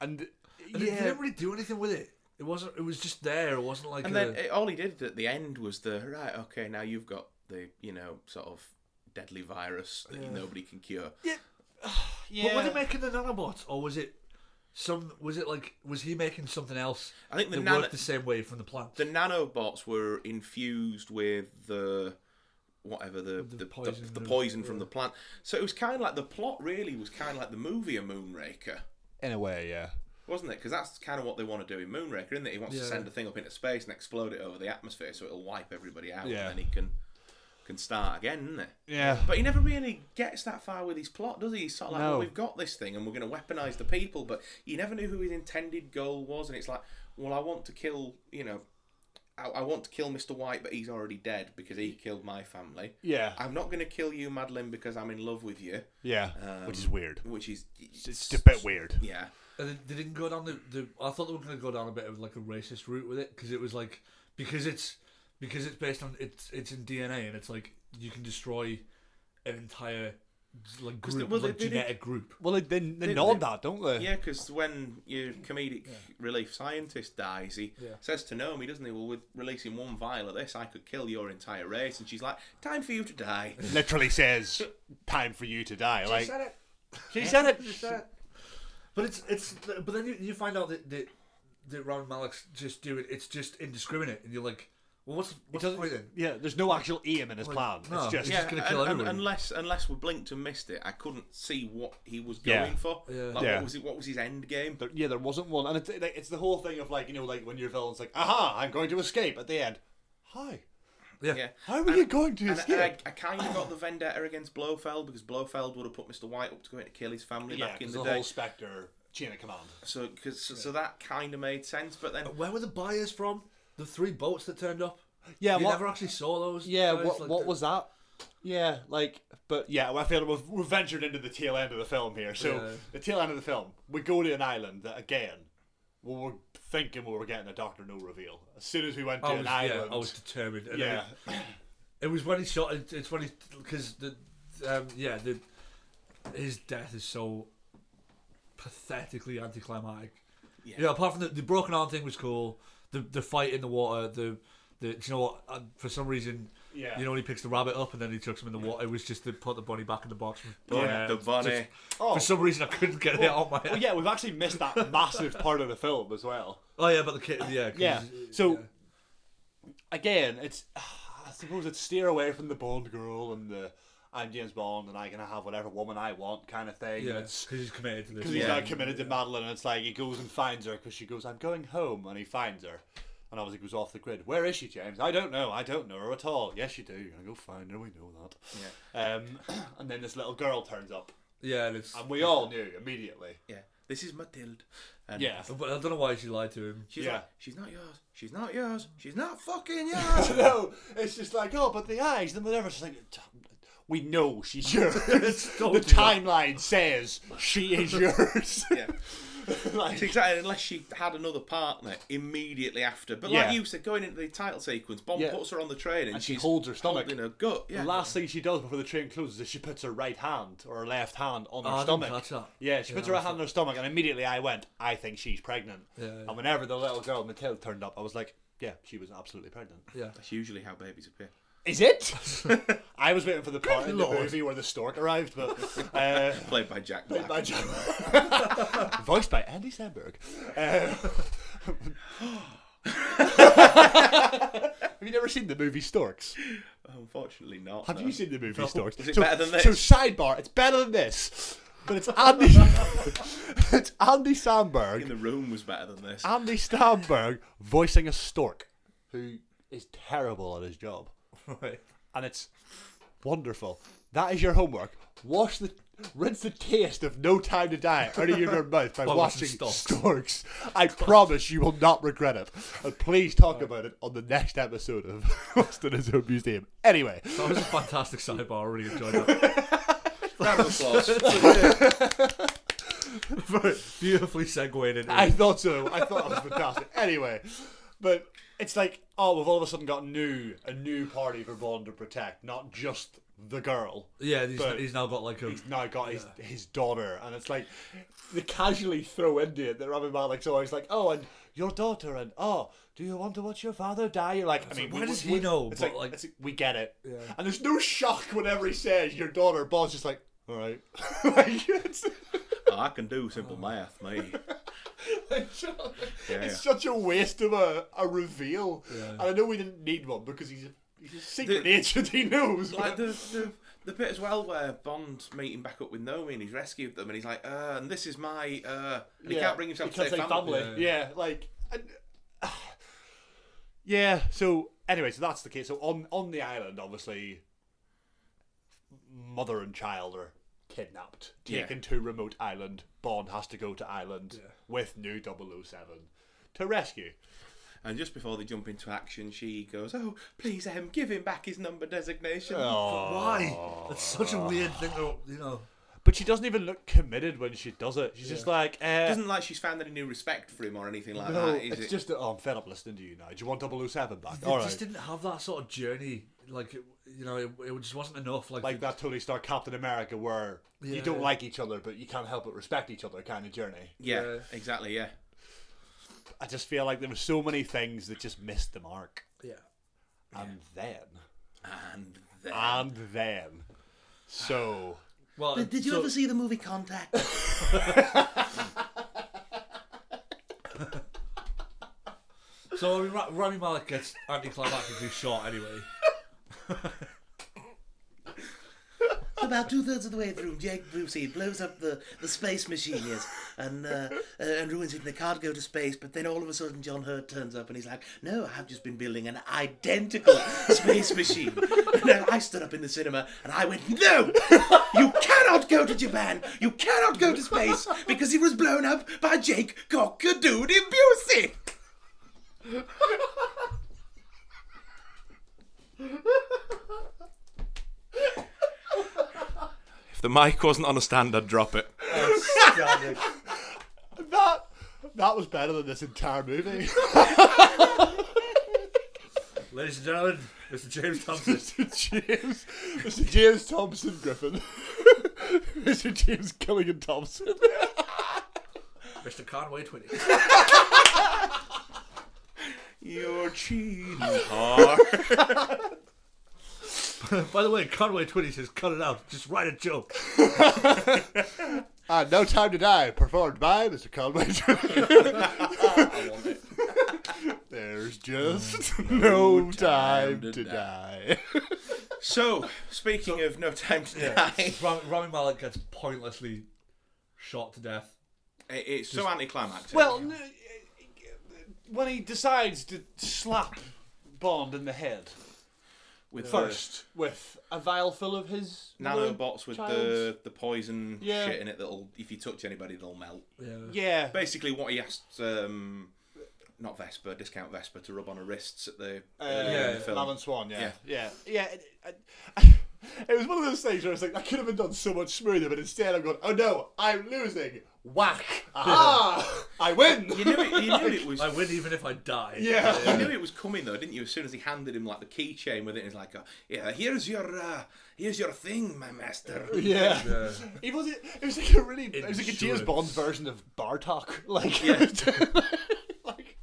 Speaker 8: and
Speaker 1: And They, they
Speaker 8: yeah,
Speaker 1: didn't really do anything with it. It wasn't. It was just there. It wasn't like.
Speaker 8: uh,
Speaker 2: and
Speaker 1: a,
Speaker 2: then eh, all he did at the end was the right. Okay, now you've got the you know sort of deadly virus that
Speaker 1: Yeah.
Speaker 2: nobody can cure.
Speaker 1: Yeah. But were they making the nanobots, or was it some? Was it like was he making something else?
Speaker 2: I think the
Speaker 1: that
Speaker 2: nano-
Speaker 1: worked the same way from the plant.
Speaker 2: The nanobots were infused with the whatever the the, the poison,
Speaker 1: poison
Speaker 2: the,
Speaker 1: of-
Speaker 2: poison from
Speaker 1: yeah.
Speaker 2: the plant. So it was kind of like the plot. Really, was kind of like the movie a Moonraker.
Speaker 8: In a way, yeah.
Speaker 2: Wasn't it? Because that's kind of what they want to do in Moonraker, isn't it? He wants to
Speaker 8: Yeah.
Speaker 2: send a thing up into space and explode it over the atmosphere, so it'll wipe everybody out,
Speaker 8: Yeah.
Speaker 2: and then he can can start again, isn't it?
Speaker 8: Yeah.
Speaker 2: But he never really gets that far with his plot, does he? He's sort of like,
Speaker 8: No.
Speaker 2: well, we've got this thing, and we're going to weaponize the people, but you never knew who his intended goal was, and it's like, well, I want to kill, you know, I, I want to kill Mister White, but he's already dead because he killed my family.
Speaker 8: Yeah.
Speaker 2: I'm not going to kill you, Madeline, because I'm in love with you. Um,
Speaker 8: Yeah, which is weird.
Speaker 2: Which is
Speaker 8: Um, It's a bit weird.
Speaker 2: Yeah.
Speaker 1: And they- they didn't go down the, the. I thought they were going to go down a bit of like a racist route with it because it was like because it's because it's based on it's it's in DNA and it's like you can destroy an entire like
Speaker 2: 'Cause they-
Speaker 1: group,
Speaker 2: well, they-
Speaker 1: like
Speaker 2: they did-
Speaker 1: genetic group.
Speaker 8: Well, they they, they nod that, don't they?
Speaker 2: Yeah, because when your comedic relief scientist dies, he
Speaker 8: Yeah.
Speaker 2: says to Naomi, doesn't he? Well, with releasing one vial of this, I could kill your entire race. And she's like, time for you to die.
Speaker 8: Literally says, "Time for you to die." like,
Speaker 1: it.
Speaker 8: She said it.
Speaker 1: But it's it's but then you, you find out that that, that Rami Malek's just doing it's just indiscriminate, and you're like, well, what's what's the point then?
Speaker 8: Yeah, there's no actual aim in his
Speaker 1: Like,
Speaker 8: plan.
Speaker 1: no,
Speaker 8: it's just
Speaker 1: he's just gonna kill
Speaker 2: and- and-
Speaker 1: everyone.
Speaker 2: unless unless we blinked and missed it, I couldn't see what he was
Speaker 8: Yeah.
Speaker 2: going for.
Speaker 8: Yeah.
Speaker 2: Like,
Speaker 8: Yeah.
Speaker 2: What was it? What was his end game?
Speaker 8: There- yeah, there wasn't one, and it's, it- it's the whole thing of like you know, like when your villain's like, "Aha, I'm going to escape." At the end, hi.
Speaker 1: Yeah.
Speaker 8: How are you going to
Speaker 2: And, and I,
Speaker 8: escape?
Speaker 2: I kind of got the vendetta against Blofeld because Blofeld would have put Mr. White up to going to kill his family
Speaker 8: yeah,
Speaker 2: back in
Speaker 8: 'cause
Speaker 2: the,
Speaker 8: the,
Speaker 2: day.
Speaker 8: whole Spectre chain of command.
Speaker 2: so, cause, so, so that kind of made sense. But
Speaker 8: Oh.
Speaker 2: then
Speaker 1: Where were the buyers from? The three boats that turned up.
Speaker 8: Yeah,
Speaker 1: you
Speaker 8: what-
Speaker 1: never actually saw those.
Speaker 8: Yeah,
Speaker 1: guys,
Speaker 8: what
Speaker 1: like
Speaker 8: what
Speaker 1: the-
Speaker 8: was that? Yeah, like, but yeah, well, I feel we've, we've ventured into the tail end of the film here. So
Speaker 1: Yeah.
Speaker 8: the tail end of the film, we go to an island that again, we were thinking we were getting a Doctor No reveal. As soon as we went to
Speaker 1: I
Speaker 8: an
Speaker 1: was, Oh, yeah,
Speaker 8: island,
Speaker 1: I was determined. And
Speaker 8: yeah,
Speaker 1: then it, it was when he shot. It, it's when he because the um, yeah the his death is so pathetically anticlimactic. Yeah. You know, apart from the, the broken arm thing was cool. The the fight in the water. The the do you know what? Uh, for some reason.
Speaker 8: Yeah.
Speaker 1: You know when he picks the rabbit up and then he chucks him in the water. It was just to put the bunny back in the box.
Speaker 2: Bunny, the
Speaker 1: it's
Speaker 2: bunny.
Speaker 1: just-
Speaker 8: Oh.
Speaker 1: For some reason, I couldn't get it out oh my head.
Speaker 8: well, yeah, we've actually missed that massive part of the film as well.
Speaker 1: Oh yeah, but the kid. Yeah. 'cause
Speaker 8: Yeah.
Speaker 1: he's-
Speaker 8: So again, it's I suppose it's steer away from the Bond girl and the I'm James Bond and I can have whatever woman I want kind of thing.
Speaker 1: Yeah,
Speaker 8: and it's
Speaker 1: because he's committed to this.
Speaker 8: because he's
Speaker 1: Yeah.
Speaker 8: not committed to Madeline, and it's like he goes and finds her because she goes, "I'm going home," and he finds her, and obviously goes off the grid. Where is she, James? I don't know. I don't know her at all. Yes, you do. You're gonna go find her. We know that. Um, and then this little girl turns up,
Speaker 1: Yeah, and it's.
Speaker 8: and we all knew immediately.
Speaker 2: yeah, this is Matilda. And
Speaker 8: Yeah.
Speaker 1: But I don't know why she lied to him.
Speaker 2: She's
Speaker 8: Yeah.
Speaker 2: like, she's not yours. She's not yours. She's not fucking yours.
Speaker 8: no, it's just like, oh, but the eyes, and whatever. It's like, we know she's yours.
Speaker 1: Don't
Speaker 8: the
Speaker 1: do that.
Speaker 8: timeline says she is yours.
Speaker 2: yeah.
Speaker 8: like,
Speaker 2: It's exactly unless she had another partner immediately after. But
Speaker 8: Yeah.
Speaker 2: like you said, going into the title sequence, Bob
Speaker 8: Yeah.
Speaker 2: puts her on the train and,
Speaker 8: And she
Speaker 2: she's
Speaker 8: holds her stomach.
Speaker 2: holding her gut. Yeah.
Speaker 8: The last thing she does before the train closes is she puts her right hand or her left hand on her
Speaker 1: Oh, I didn't
Speaker 8: stomach.
Speaker 1: catch that.
Speaker 8: Yeah, she
Speaker 1: Yeah, I
Speaker 8: puts her right
Speaker 1: was
Speaker 8: hand on her stomach, and immediately I went, I think she's pregnant.
Speaker 1: Yeah, yeah.
Speaker 8: And whenever the little girl Matilda turned up, I was like, yeah, she was absolutely pregnant.
Speaker 1: Yeah.
Speaker 2: That's usually how babies appear.
Speaker 8: Is it? I was waiting for the part in the
Speaker 1: Lord.
Speaker 8: movie where the stork arrived, but uh,
Speaker 2: Played by Jack Black.
Speaker 8: by Joe. voiced by Andy Samberg.
Speaker 2: Eh,
Speaker 8: Um, Have you never seen the movie Storks?
Speaker 2: Unfortunately not.
Speaker 8: Have
Speaker 2: no.
Speaker 8: you seen the movie Storks?
Speaker 2: Is it
Speaker 8: so,
Speaker 2: better than
Speaker 8: So
Speaker 2: this?
Speaker 8: sidebar, it's better than this, but it's Andy. it's Andy
Speaker 2: In
Speaker 8: Samberg.
Speaker 2: the room was better than this.
Speaker 8: Andy Samberg voicing a stork who is terrible at his job,
Speaker 1: Right.
Speaker 8: and it's wonderful. That is your homework. Wash the. Rinse the taste of No Time to Die out of your mouth by
Speaker 1: By watching
Speaker 8: watching
Speaker 1: Storks.
Speaker 8: Storks. I promise you will not regret it. And please talk about it on the next episode of Austin is Home Museum. Anyway,
Speaker 1: That was a fantastic sidebar. I really enjoyed that.
Speaker 2: Round of applause.
Speaker 1: Beautifully segued into
Speaker 8: I thought so. I thought that was fantastic. Anyway, but it's like, oh, we've all of a sudden got new a new party for Bond to protect, not just the girl.
Speaker 1: Yeah, he's,
Speaker 8: But
Speaker 1: he's now got like a.
Speaker 8: He's now got his, his daughter, and it's like they casually throw into it that Rami Malek's always like, oh, and your daughter, and oh, do you want to watch your father die? You're like,
Speaker 1: It's
Speaker 8: I mean,
Speaker 1: like,
Speaker 8: we-
Speaker 1: why
Speaker 8: we-
Speaker 1: does he
Speaker 8: we-
Speaker 1: know?
Speaker 8: It's
Speaker 1: But,
Speaker 8: like,
Speaker 1: like-
Speaker 8: it's we get it,
Speaker 1: Yeah.
Speaker 8: and there's no shock whenever he says your daughter. Bob's just like, all right, like, it's,
Speaker 2: Oh, I can do simple math, me.
Speaker 8: it's
Speaker 2: yeah.
Speaker 8: such a waste of a, a reveal.
Speaker 1: Yeah.
Speaker 8: And I know we didn't need one because he's a, he's a secret agent. He knows.
Speaker 2: like
Speaker 8: but-
Speaker 2: the, the the bit as well where Bond meeting back up with Nomi and he's rescued them and he's like, uh, and this is my uh, and he can't bring himself
Speaker 8: he can't
Speaker 2: to say
Speaker 8: say
Speaker 2: family.
Speaker 8: Yeah, like. and- yeah. So anyway, so that's the case. So on on the island, obviously, mother and child are kidnapped,
Speaker 2: Yeah.
Speaker 8: taken to remote island. Bond has to go to island with new 007 to rescue.
Speaker 2: And just before they jump into action, she goes, "Oh, please, um, give him back his number designation."
Speaker 8: Oh.
Speaker 1: But why? It's such a weird thing, to, you know.
Speaker 8: But she doesn't even look committed when she does it. She's just like,
Speaker 2: It
Speaker 8: uh,
Speaker 2: doesn't like she's found any new respect for him or anything like
Speaker 8: no,
Speaker 2: that. Is
Speaker 8: it's
Speaker 2: it?
Speaker 8: just that oh, I'm fed up listening to you now. Do you want 007 back?
Speaker 1: They
Speaker 8: All
Speaker 1: just
Speaker 8: right.
Speaker 1: didn't have that sort of journey. Like, it, you know, it, it just wasn't enough. Like,
Speaker 8: Like that Tony Stark Captain America, where you
Speaker 1: Yeah.
Speaker 8: don't like each other, but you can't help but respect each other kind of journey.
Speaker 2: yeah,
Speaker 1: yeah.
Speaker 2: exactly. Yeah,
Speaker 8: I just feel like there were so many things that just missed the mark.
Speaker 1: yeah.
Speaker 8: And then.
Speaker 2: and then.
Speaker 8: And then. So.
Speaker 1: Well, so-
Speaker 2: see the movie Contact?
Speaker 1: So I mean, Ra- Rami Malek gets anticlimactically shot anyway.
Speaker 10: About two thirds of the way through, Jake Brucey blows up the, the space machine, yes, and uh, uh, and ruins it. And they can't go to space, but then all of a sudden, John Hurt turns up and he's like, "No, I've just been building an identical space machine." And I stood up in the cinema and I went, "No, you cannot go to Japan. You cannot go to space because it was blown up by Jake Cockadoodie Busey."
Speaker 2: if the mic wasn't on a stand, I'd drop it.
Speaker 8: That. That was better than this entire movie.
Speaker 1: Ladies and gentlemen, Mr. James Thompson.
Speaker 8: Mr. James, Mr. James Thompson Griffin, Mr. James Gilligan Thompson.
Speaker 1: Mr. Conway Twitty.
Speaker 2: You're cheating hard.
Speaker 1: By the way, Conway Twitty says, cut it out, just write a joke.
Speaker 8: And Ah, No Time to Die, performed by Mr. Conway. There's just no, time, to, die.
Speaker 2: so, speaking of No Time to Die,
Speaker 1: Ram- Rami Malek gets pointlessly shot to death.
Speaker 2: it- it's so anticlimactic.
Speaker 8: Well, n- when he decides to slap Bond in the head
Speaker 2: with
Speaker 8: first with a vial full of his
Speaker 2: the nanobots with
Speaker 8: child's-
Speaker 2: the the poison
Speaker 8: Yeah.
Speaker 2: shit in it that'll if you touch anybody they'll melt.
Speaker 1: Yeah.
Speaker 8: yeah,
Speaker 2: Basically, what he asked. Um, not Vesper, discount Vesper to rub on her wrists at the, uh,
Speaker 8: yeah,
Speaker 2: in the film.
Speaker 8: Alan Swan, yeah,
Speaker 2: Yeah.
Speaker 8: yeah, yeah. it, it- it was one of those things where I was like, I could have been done so much smoother, but instead I'm going, oh no, I'm losing. Whack! Aha! Ah, I win.
Speaker 2: You knew it. You knew it was.
Speaker 1: I win even if I die.
Speaker 8: yeah.
Speaker 2: You knew it was coming though, didn't you? As soon as he handed him like the keychain with it, and he's like, uh "Yeah, here's your, uh, here's your thing, my master."
Speaker 8: Yeah. It was it was like a really it was like a James
Speaker 1: Insurance.
Speaker 8: Bond version of Bartok. Like, like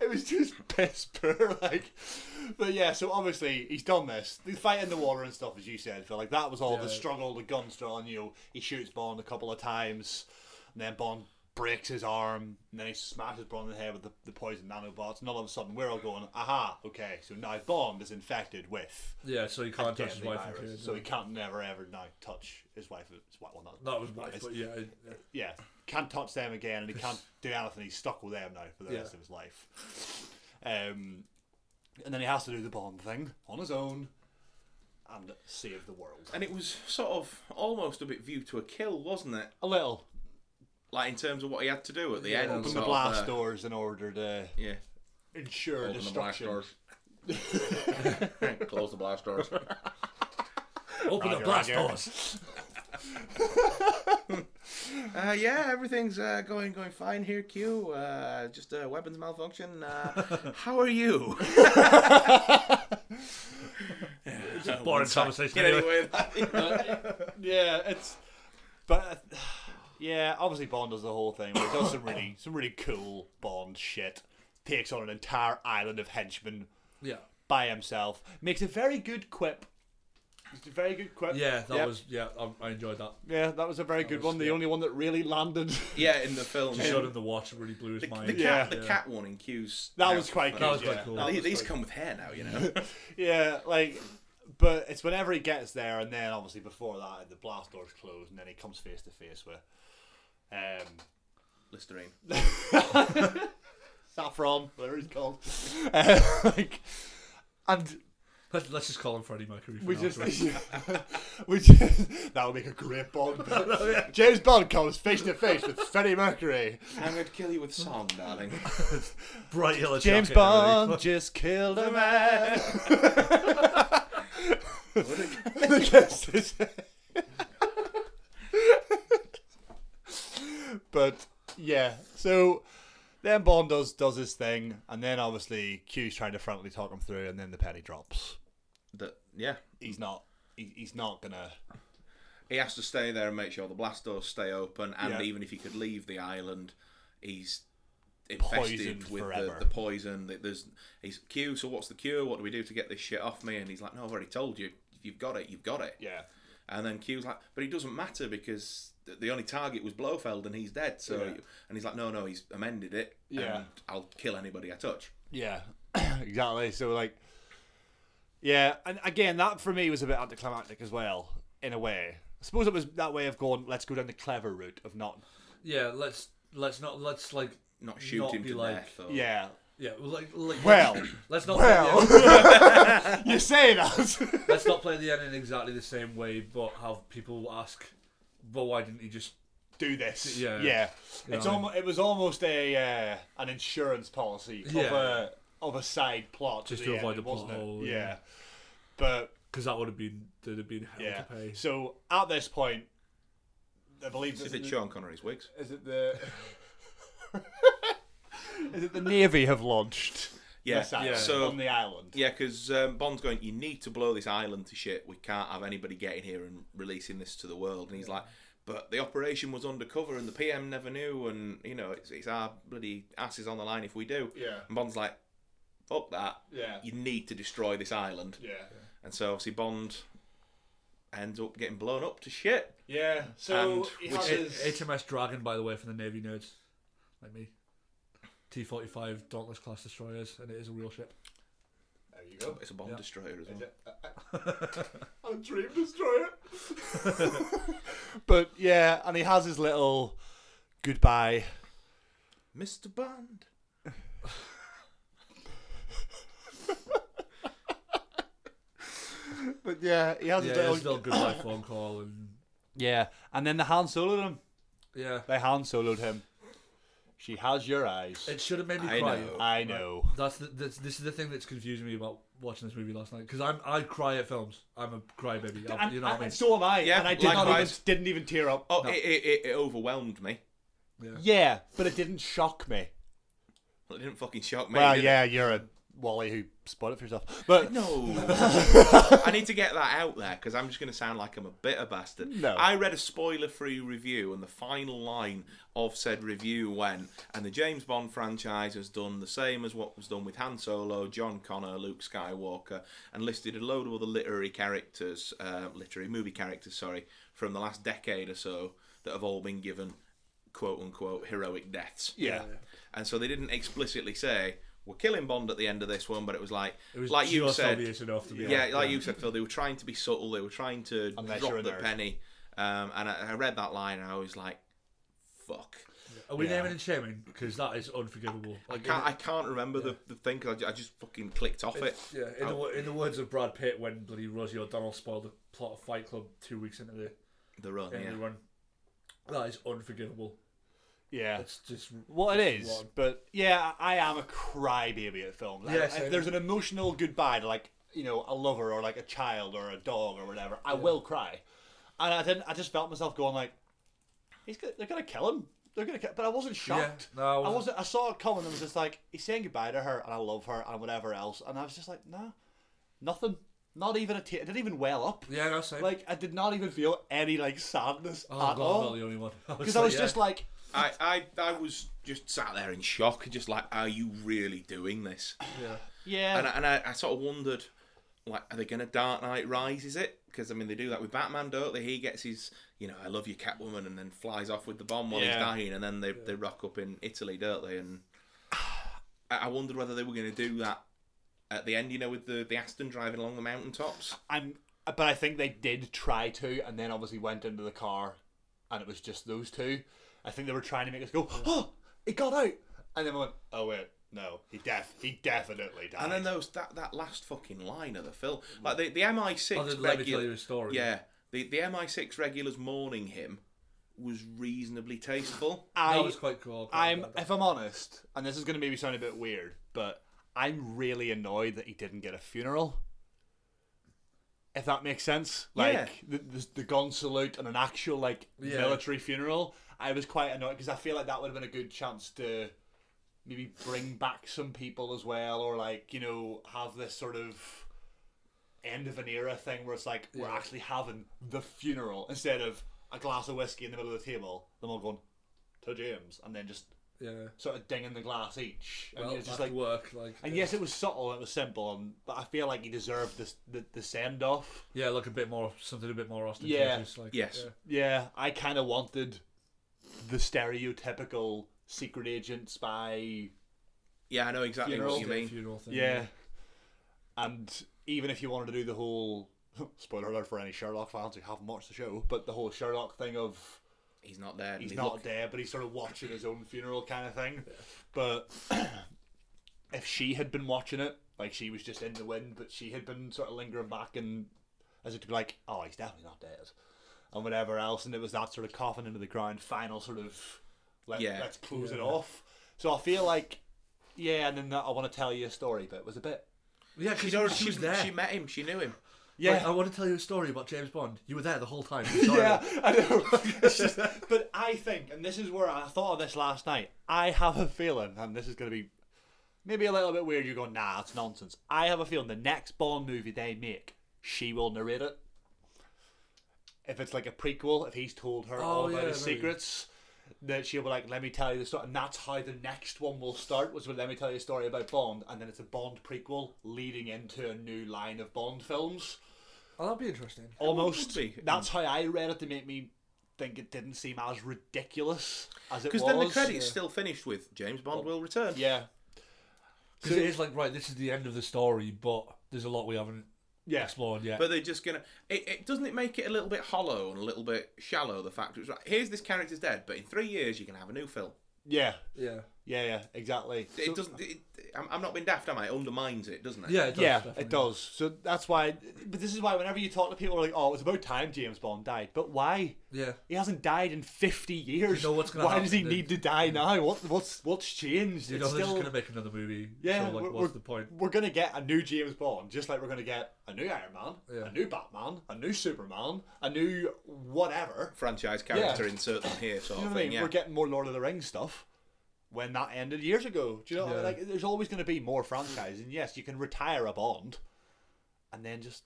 Speaker 8: it was just piss poor, like but yeah, so obviously he's done this. The fight in the water and stuff, as you said, Phil, like that was all the struggle, the guns drawn, you know, he shoots Bond a couple of times, and then Bond breaks his arm, and then he smashes Bond in the head with the, the poison nanobots, and all of a sudden we're all going, aha, okay, so now Bond is infected with
Speaker 1: Yeah, so you can't touch his
Speaker 8: deadly
Speaker 1: wife and
Speaker 8: virus,
Speaker 1: kids.
Speaker 8: so he can't never ever now touch his wife. and His wife, well, not,
Speaker 1: That was wife, but yeah. it-
Speaker 8: yeah, can't touch them again, and he can't do anything. He's stuck with them now for the
Speaker 1: Yeah.
Speaker 8: rest of his life. Um, and then he has to do the Bond thing on his own and save the world.
Speaker 2: And it was sort of almost a bit view to a kill, wasn't it?
Speaker 8: A little
Speaker 2: Like in terms of what he had to do at the end.
Speaker 8: open
Speaker 2: sort
Speaker 8: the
Speaker 2: of,
Speaker 8: blast
Speaker 2: uh,
Speaker 8: doors in order to
Speaker 2: Yeah.
Speaker 8: ensure
Speaker 2: Open the blast
Speaker 8: destruction.
Speaker 2: doors. Close the blast doors.
Speaker 1: Open the
Speaker 8: Roger,
Speaker 1: blast
Speaker 8: Roger.
Speaker 1: doors.
Speaker 2: Uh, yeah, everything's uh, going going fine here. Q, uh, just uh, weapons malfunction. Uh, how are you?
Speaker 1: Boring conversation.
Speaker 2: Get
Speaker 1: Anyway.
Speaker 2: anyway.
Speaker 8: yeah, it's but yeah, obviously Bond does the whole thing. But he does some really some really cool Bond shit. takes on an entire island of henchmen
Speaker 1: Yeah.
Speaker 8: by himself. Makes a very good quip. It's a very good quip.
Speaker 1: Yeah, that
Speaker 8: Yep.
Speaker 1: was yeah. I, I enjoyed that.
Speaker 8: Yeah, that was a very good
Speaker 1: was-
Speaker 8: one. The
Speaker 1: yeah.
Speaker 8: only one that really landed.
Speaker 2: Yeah, in the film.
Speaker 1: Just showed him the watch. It really blew his
Speaker 2: The,
Speaker 1: mind.
Speaker 2: the cat,
Speaker 8: Yeah.
Speaker 2: the cat one in Q's.
Speaker 8: That
Speaker 2: house
Speaker 8: was quite
Speaker 2: was
Speaker 8: good.
Speaker 1: that was
Speaker 8: yeah.
Speaker 1: quite cool.
Speaker 2: Now, these these come with hair now, you know.
Speaker 8: Yeah, like, but it's whenever he gets there, and then obviously before that, the blast door's closed, and then he comes face to face with um,
Speaker 2: Listerine.
Speaker 8: Saffron, whatever he's called. Uh, like, and
Speaker 1: Let's, let's just call him Freddie Mercury. For
Speaker 8: we
Speaker 1: now,
Speaker 8: just,
Speaker 1: please.
Speaker 8: we just, that'll make a great Bond. James Bond comes face to face with Freddie Mercury.
Speaker 2: I'm going to kill you with song, darling.
Speaker 1: bright yellow
Speaker 8: James
Speaker 1: jacket, really.
Speaker 8: Bond just killed a man. but yeah, so then Bond does does his thing, and then obviously Q's trying to frankly talk him through, and then the penny drops.
Speaker 2: That yeah.
Speaker 8: He's not. He, he's not gonna.
Speaker 2: He has to stay there and make sure the blast doors stay open, and
Speaker 8: Yeah.
Speaker 2: even if he could leave the island, he's infested
Speaker 8: Poisoned
Speaker 2: with the,
Speaker 8: forever.
Speaker 2: the poison. That There's he's Q. So what's the cure? What do we do to get this shit off me? And he's like, No, I've already told you. If you've got it, you've got it.
Speaker 8: Yeah.
Speaker 2: And then Q's like, But it doesn't matter because th- the only target was Blofeld, and he's dead. So
Speaker 8: Yeah.
Speaker 2: and he's like, No, no, he's amended it.
Speaker 8: Yeah.
Speaker 2: And I'll kill anybody I touch.
Speaker 8: Yeah, exactly. So like, yeah, and again, that for me was a bit anticlimactic as well, in a way. I suppose it was that way of going. Let's go down the clever route of not.
Speaker 1: Yeah, let's let's not let's like
Speaker 2: Not shoot
Speaker 1: Not
Speaker 2: him
Speaker 1: be
Speaker 2: to
Speaker 1: like-
Speaker 2: death. Or,
Speaker 8: Yeah.
Speaker 1: yeah like, like
Speaker 8: Well.
Speaker 1: let's not play
Speaker 8: Well.
Speaker 1: the,
Speaker 8: you say that.
Speaker 1: let's not play the end in exactly the same way, but have people ask, well, why didn't he just
Speaker 8: Do this.
Speaker 1: Yeah.
Speaker 8: Yeah.
Speaker 1: You
Speaker 8: it's
Speaker 1: know what I
Speaker 8: almost. It was almost a uh, an insurance policy of
Speaker 1: Yeah.
Speaker 8: a of a side plot.
Speaker 1: Just
Speaker 8: at
Speaker 1: to
Speaker 8: the
Speaker 1: avoid
Speaker 8: end,
Speaker 1: a plot
Speaker 8: wasn't it?
Speaker 1: hole,
Speaker 8: Yeah.
Speaker 1: yeah.
Speaker 8: But
Speaker 1: because that would have been there'd have been hell to
Speaker 8: yeah.
Speaker 1: pay.
Speaker 8: So at this point, I believe
Speaker 2: Is
Speaker 8: this
Speaker 2: it
Speaker 8: is-
Speaker 2: Sean Connery's wigs?
Speaker 8: Is it the Is it the Navy have launched
Speaker 2: Yeah.
Speaker 8: this island,
Speaker 2: So
Speaker 8: on the island?
Speaker 2: Yeah, because um, Bond's going, you need to blow this island to shit. We can't have anybody getting here and releasing this to the world. And he's like, but the operation was undercover and the PM never knew. And, you know, it's, it's our bloody asses on the line if we do.
Speaker 8: Yeah.
Speaker 2: And Bond's like, fuck that.
Speaker 8: Yeah.
Speaker 2: You need to destroy this island.
Speaker 8: Yeah.
Speaker 2: And so obviously Bond ends up getting blown up to shit.
Speaker 8: Yeah. So
Speaker 2: And
Speaker 8: he
Speaker 2: which
Speaker 8: has his-
Speaker 1: H- HMS Dragon, by the way, from the Navy nerds, like me. T forty five Dauntless class destroyers, and it is a real ship.
Speaker 8: There you go.
Speaker 2: It's a bomb destroyer as well.
Speaker 8: A dream destroyer. but yeah, and he has his little goodbye.
Speaker 2: Mr. Bond.
Speaker 8: But yeah, he has
Speaker 1: Yeah,
Speaker 8: his
Speaker 1: it's
Speaker 8: little
Speaker 1: still a good life phone call, and
Speaker 8: Yeah. And then the hand soloed him.
Speaker 1: yeah,
Speaker 8: They hand soloed him. She has your eyes.
Speaker 1: it should have made me
Speaker 2: I
Speaker 1: cry.
Speaker 2: know.
Speaker 8: I know.
Speaker 1: That's the, that's this is the thing that's confusing me about watching this movie last night because I'm I cry at films. I'm a crybaby. I,
Speaker 8: And,
Speaker 1: you know what I
Speaker 8: and
Speaker 1: mean?
Speaker 8: so am I.
Speaker 2: Yeah,
Speaker 8: and I did not even,
Speaker 2: likewise.
Speaker 8: didn't even tear up.
Speaker 2: Oh, it, it, it, it overwhelmed me.
Speaker 8: Yeah, but it didn't shock me.
Speaker 2: Well, it didn't fucking shock me.
Speaker 8: Well,
Speaker 2: did it?
Speaker 8: yeah, you're a Wally who spoiled it for yourself. But
Speaker 2: No. I need to get that out there because I'm just going to sound like I'm a bitter bastard.
Speaker 8: No.
Speaker 2: I read a spoiler free review, and the final line of said review went, and the James Bond franchise has done the same as what was done with Han Solo, John Connor, Luke Skywalker, and listed a load of other literary characters, uh, literary movie characters, sorry, from the last decade or so that have all been given quote unquote heroic deaths.
Speaker 8: yeah,
Speaker 2: And so they didn't explicitly say, we're killing Bond at the end of this one, but it was like,
Speaker 1: It was
Speaker 2: like you
Speaker 1: just
Speaker 2: said,
Speaker 1: obvious enough to be
Speaker 2: yeah,
Speaker 1: like,
Speaker 2: like you said, Phil, they were trying to be subtle. They were trying to
Speaker 8: Unless you're a
Speaker 2: drop the
Speaker 8: nerd.
Speaker 2: penny. Um, and I, I read that line, and I was like, "Fuck!"
Speaker 1: Are we naming and shaming? Because that is unforgivable. Like,
Speaker 2: I can't, I can't remember the, the thing 'cause I, ju- I just fucking clicked off it.
Speaker 1: yeah, in the, wo- in the words of Brad Pitt, when bloody Rosie O'Donnell spoiled the plot of Fight Club two weeks into the
Speaker 2: The run,
Speaker 1: end
Speaker 2: yeah.
Speaker 1: of the run, that is unforgivable.
Speaker 8: yeah.
Speaker 1: It's just
Speaker 8: Well, it
Speaker 1: it's
Speaker 8: is,
Speaker 1: wrong.
Speaker 8: but yeah, I am a crybaby at films. I-
Speaker 1: Yeah,
Speaker 8: if
Speaker 1: same.
Speaker 8: there's an emotional goodbye to like you know a lover or like a child or a dog or whatever, I will cry. And I didn't. I just felt myself going like, he's gonna, they're gonna kill him. They're gonna kill. But I wasn't shocked.
Speaker 1: no, I
Speaker 8: I
Speaker 1: wasn't.
Speaker 8: wasn't. I saw it coming. and was just like he's saying goodbye to her, and I love her, and whatever else. And I was just like, nah, nothing. Not even a tear. It didn't even well up.
Speaker 1: Yeah, no, same.
Speaker 8: Like I did not even feel any like sadness
Speaker 1: oh god,
Speaker 8: at
Speaker 1: I'm
Speaker 8: all.
Speaker 1: not the only one.
Speaker 8: Because I was
Speaker 1: like,
Speaker 8: just
Speaker 1: yeah.
Speaker 8: like,
Speaker 2: I, I I was just sat there in shock, just like, are you really doing this?
Speaker 1: Yeah.
Speaker 8: Oh.
Speaker 11: Yeah.
Speaker 2: And I, and I, I sort of wondered, like, are they going to Dark Knight Rises it? Because I mean, they do that with Batman, don't they? He gets his, you know, I love you, Catwoman, and then flies off with the bomb while he's
Speaker 11: Yeah.
Speaker 2: dying, and then they they rock up in Italy, don't they? And I, I wondered whether they were going to do that at the end, you know, with the the Aston driving along the mountaintops.
Speaker 8: I'm, but I think they did try to, and then obviously went into the car, and it was just those two. I think they were trying to make us go, oh, it got out, and then we went, oh wait, no, he def, he definitely died.
Speaker 2: And then those that that last fucking line of the film, like the the MI6
Speaker 1: Oh, then
Speaker 2: regular,
Speaker 1: let me tell you a story.
Speaker 2: Yeah, the the MI6 regulars mourning him was reasonably tasteful.
Speaker 8: I'm, if I'm honest, and this is going to maybe sound a bit weird, but I'm really annoyed that he didn't get a funeral. If that makes sense, like
Speaker 2: Yeah.
Speaker 8: the, the the gun salute and an actual like
Speaker 2: Yeah.
Speaker 8: military funeral, I was quite annoyed because I feel like that would have been a good chance to maybe bring back some people as well, or like you know have this sort of end of an era thing where it's like we're actually having the funeral instead of a glass of whiskey in the middle of the table, them all going to James, and then just
Speaker 1: Yeah.
Speaker 8: sort of dinging the glass each. And
Speaker 1: Well,
Speaker 8: it's just
Speaker 1: back
Speaker 8: like
Speaker 1: to work, like,
Speaker 8: and yes, it was subtle, it was simple, and, but I feel like he deserved this the, the send off.
Speaker 1: Yeah, like a bit more something a bit more
Speaker 8: Yeah.
Speaker 1: ostentatious. Like, yeah.
Speaker 8: Yeah, I kind of wanted the stereotypical secret agent spy.
Speaker 2: Yeah, I know exactly what you mean.
Speaker 1: Funeral thing,
Speaker 8: yeah.
Speaker 1: yeah.
Speaker 8: And even if you wanted to do the whole spoiler alert for any Sherlock fans who haven't watched the show, but the whole Sherlock thing of
Speaker 2: he's not there,
Speaker 8: he's
Speaker 2: he's
Speaker 8: not
Speaker 2: looking-
Speaker 8: there, but he's sort of watching his own funeral kind of thing. But if she had been watching it, like she was just in the wind, but she had been sort of lingering back and as if to be like, oh, he's definitely not dead, and whatever else, and it was that sort of coughing into the ground, final sort of let,
Speaker 2: Yeah.
Speaker 8: let's close it
Speaker 2: Yeah.
Speaker 8: off. So I feel like, yeah, and then that I want to tell you a story bit was a bit.
Speaker 1: Yeah, 'cause She's already- she was she- there. she
Speaker 2: met him. She knew him.
Speaker 8: Yeah.
Speaker 1: Like, I want to tell you a story about James Bond. You were there the whole time.
Speaker 8: Yeah, I know. It's just- but I think, and this is where I thought of this last night. I have a feeling, and this is going to be maybe a little bit weird. You're going, nah, it's nonsense. I have a feeling the next Bond movie they make, she will narrate it. If it's like a prequel, if he's told her
Speaker 1: Oh,
Speaker 8: all about
Speaker 1: yeah,
Speaker 8: his
Speaker 1: maybe.
Speaker 8: secrets, that she'll be like, "Let me tell you the story," and that's how the next one will start. Was with "Let me tell you a story about Bond," and then it's a Bond prequel leading into a new line of Bond films
Speaker 1: Oh, that'd be interesting.
Speaker 8: almost. That's how I read it to make me think it didn't seem as ridiculous as it was.
Speaker 2: Because then the credits still finished with James Bond will return.
Speaker 8: Yeah.
Speaker 1: Because it is like right, this is the end of the story, but there's a lot we haven't
Speaker 8: Yeah.
Speaker 1: explored yet.
Speaker 2: But they're just gonna. It, it doesn't it make it a little bit hollow and a little bit shallow. The fact it was right. Here's this character's dead, but in three years you can have a new film.
Speaker 8: Yeah.
Speaker 1: Yeah.
Speaker 8: Yeah. Yeah. Exactly.
Speaker 2: It
Speaker 8: So-
Speaker 2: doesn't. It, I'm, I'm not being daft, am I? It undermines it, doesn't it?
Speaker 8: yeah, it does. So that's why. But this is why whenever you talk to people, they're like, "Oh, it's about time James Bond died." But why?
Speaker 1: Yeah.
Speaker 8: He hasn't died in fifty years.
Speaker 1: You know what's gonna
Speaker 8: why does he
Speaker 1: happen,
Speaker 8: need to die now? What what's what's changed?
Speaker 1: You
Speaker 8: It's
Speaker 1: know, they're
Speaker 8: still-
Speaker 1: just gonna make another movie.
Speaker 8: Yeah,
Speaker 1: So, like,
Speaker 8: we're,
Speaker 1: what's
Speaker 8: we're-
Speaker 1: the point?
Speaker 8: We're gonna get a new James Bond, just like we're gonna get a new Iron Man,
Speaker 1: Yeah.
Speaker 8: a new Batman, a new Superman, a new whatever
Speaker 2: Franchise
Speaker 8: Yeah.
Speaker 2: character insert them here, sort
Speaker 8: You know
Speaker 2: of
Speaker 8: what I
Speaker 2: thing.
Speaker 8: mean?
Speaker 2: Yeah.
Speaker 8: We're getting more Lord of the Rings stuff when that ended years ago. Do you know? what I mean?
Speaker 2: Yeah.
Speaker 8: Like, there's always gonna be more franchise, and yes, you can retire a Bond, and then just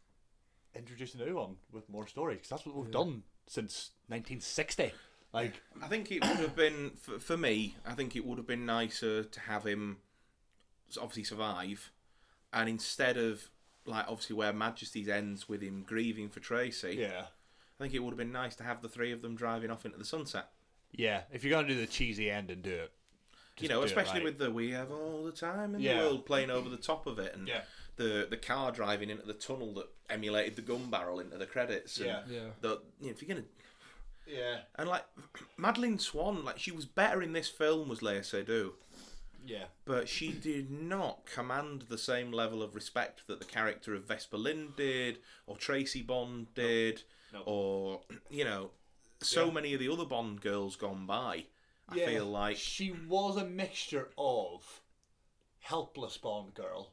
Speaker 8: introduce a new one with more stories because that's what we've
Speaker 2: Yeah.
Speaker 8: done since 1960. Like,
Speaker 2: I think it would have been for, for me. I think it would have been nicer to have him s- obviously survive, and instead of like obviously where Majesty's ends with him grieving for Tracy.
Speaker 8: Yeah.
Speaker 2: I think it would have been nice to have the three of them driving off into the sunset.
Speaker 8: yeah, if you're gonna do the cheesy end and do it,
Speaker 2: you
Speaker 8: just
Speaker 2: know,
Speaker 8: do it
Speaker 2: especially
Speaker 8: right.
Speaker 2: with the "We have all the time in
Speaker 8: Yeah.
Speaker 2: the world" playing over the top of it, and
Speaker 8: Yeah.
Speaker 2: the the car driving into the tunnel that emulated the gun barrel into the credits. and
Speaker 8: Yeah. Yeah.
Speaker 2: The, you know, if you're gonna
Speaker 8: yeah.
Speaker 2: and like Madeline Swan, like she was better in this film was Lea Seydoux.
Speaker 8: Yeah.
Speaker 2: But she did not command the same level of respect that the character of Vespa Lynn did, or Tracy Bond did, or you know, so
Speaker 8: Yeah.
Speaker 2: many of the other Bond girls gone by. I
Speaker 8: Yeah,
Speaker 2: feel like
Speaker 8: she was a mixture of helpless Bond girl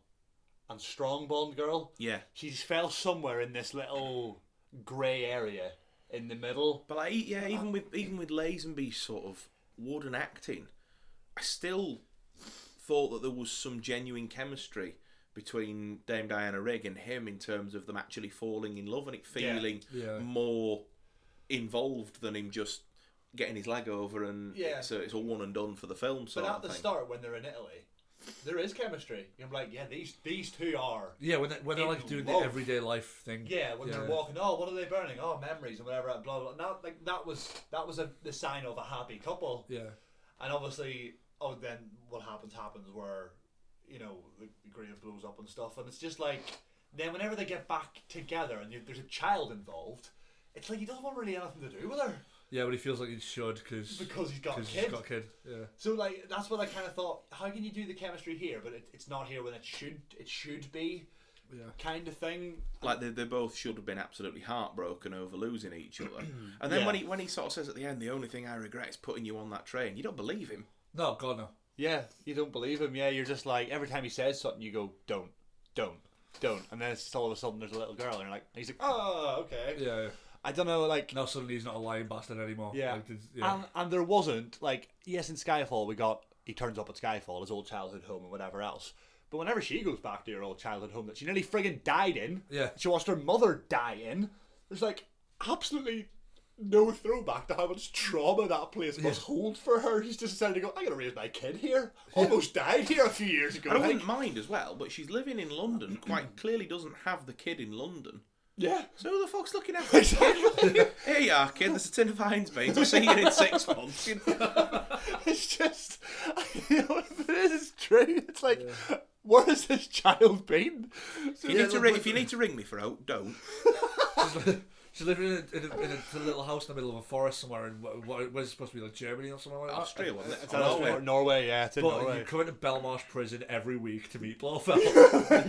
Speaker 8: and strong Bond girl.
Speaker 2: Yeah.
Speaker 8: she just fell somewhere in this little grey area in the middle.
Speaker 2: But like, e-, yeah, even with even with Lazenby's sort of wooden acting, I still thought that there was some genuine chemistry between Dame Diana Rigg and him in terms of them actually falling in love and it feeling
Speaker 1: Yeah.
Speaker 2: more involved than him just getting his leg over, and
Speaker 8: Yeah.
Speaker 2: so it's a one and done for the film. So
Speaker 8: But
Speaker 2: I
Speaker 8: at the
Speaker 2: think.
Speaker 8: start, when they're in Italy, there is chemistry. You're like, yeah, these these two are.
Speaker 1: Yeah, when they, when they're
Speaker 8: in
Speaker 1: like doing
Speaker 8: love.
Speaker 1: the everyday life thing.
Speaker 8: Yeah, when they're walking, oh, what are they burning? Oh, memories and whatever. and Blah blah. blah. That like that was that was a, the sign of a happy couple.
Speaker 1: Yeah.
Speaker 8: And obviously, oh, then what happens happens where, you know, the, the grave blows up and stuff, and it's just like then whenever they get back together and you, there's a child involved, it's like he doesn't want really anything to do with her.
Speaker 1: Yeah, but he feels like he should cause,
Speaker 8: Because he's got a
Speaker 1: 'cause
Speaker 8: kid.
Speaker 1: He's got a kid. Yeah.
Speaker 8: So like that's what I kind of thought. How can you do the chemistry here, but it, it's not here when it should it should be,
Speaker 1: yeah.
Speaker 8: kind of thing.
Speaker 2: like they, they both should have been absolutely heartbroken over losing each other. And then when
Speaker 8: Yeah.
Speaker 2: he when he sort of says at the end, the only thing I regret is putting you on that train. You don't believe him.
Speaker 1: No, God no.
Speaker 8: Yeah, you don't believe him. Yeah, you're just like every time he says something, you go don't, don't, don't, and then it's just all of a sudden there's a little girl, and you're like he's like oh okay.
Speaker 1: Yeah.
Speaker 8: I don't know like
Speaker 1: Now suddenly he's not a lying bastard anymore.
Speaker 8: yeah,
Speaker 1: Like, there's- yeah.
Speaker 8: and and there wasn't like yes in Skyfall we got he turns up at Skyfall his old childhood home and whatever else. But whenever she goes back to her old childhood home that she nearly friggin' died in,
Speaker 1: Yeah.
Speaker 8: she watched her mother die in. There's like absolutely no throwback to how much trauma that place must hold for her. She's just decided to go, I'm gonna raise my kid here. Almost died here a few years ago.
Speaker 2: And I
Speaker 8: like.
Speaker 2: wouldn't mind as well, but she's living in London. Quite clearly, doesn't have the kid in London.
Speaker 8: yeah.
Speaker 2: So who the fuck's looking after the kid? Here you are, kid. There's a tin of Heinz beans. I'll see you in six months. You know?
Speaker 8: It's just you know, if it is it's true. It's like where has this child been? So
Speaker 2: You need to ring, if you need to ring me for out, don't.
Speaker 1: She's living in a, in, a, in a little house in the middle of a forest somewhere in what, what where's it supposed to be like Germany or somewhere like that.
Speaker 2: Australia, wasn't it?
Speaker 8: Uh, It's out of
Speaker 2: Norway.
Speaker 8: Nor- Norway, yeah, it's in
Speaker 1: But
Speaker 8: Norway.
Speaker 1: you come into Belmarsh prison every week to meet Blofeld.
Speaker 8: like,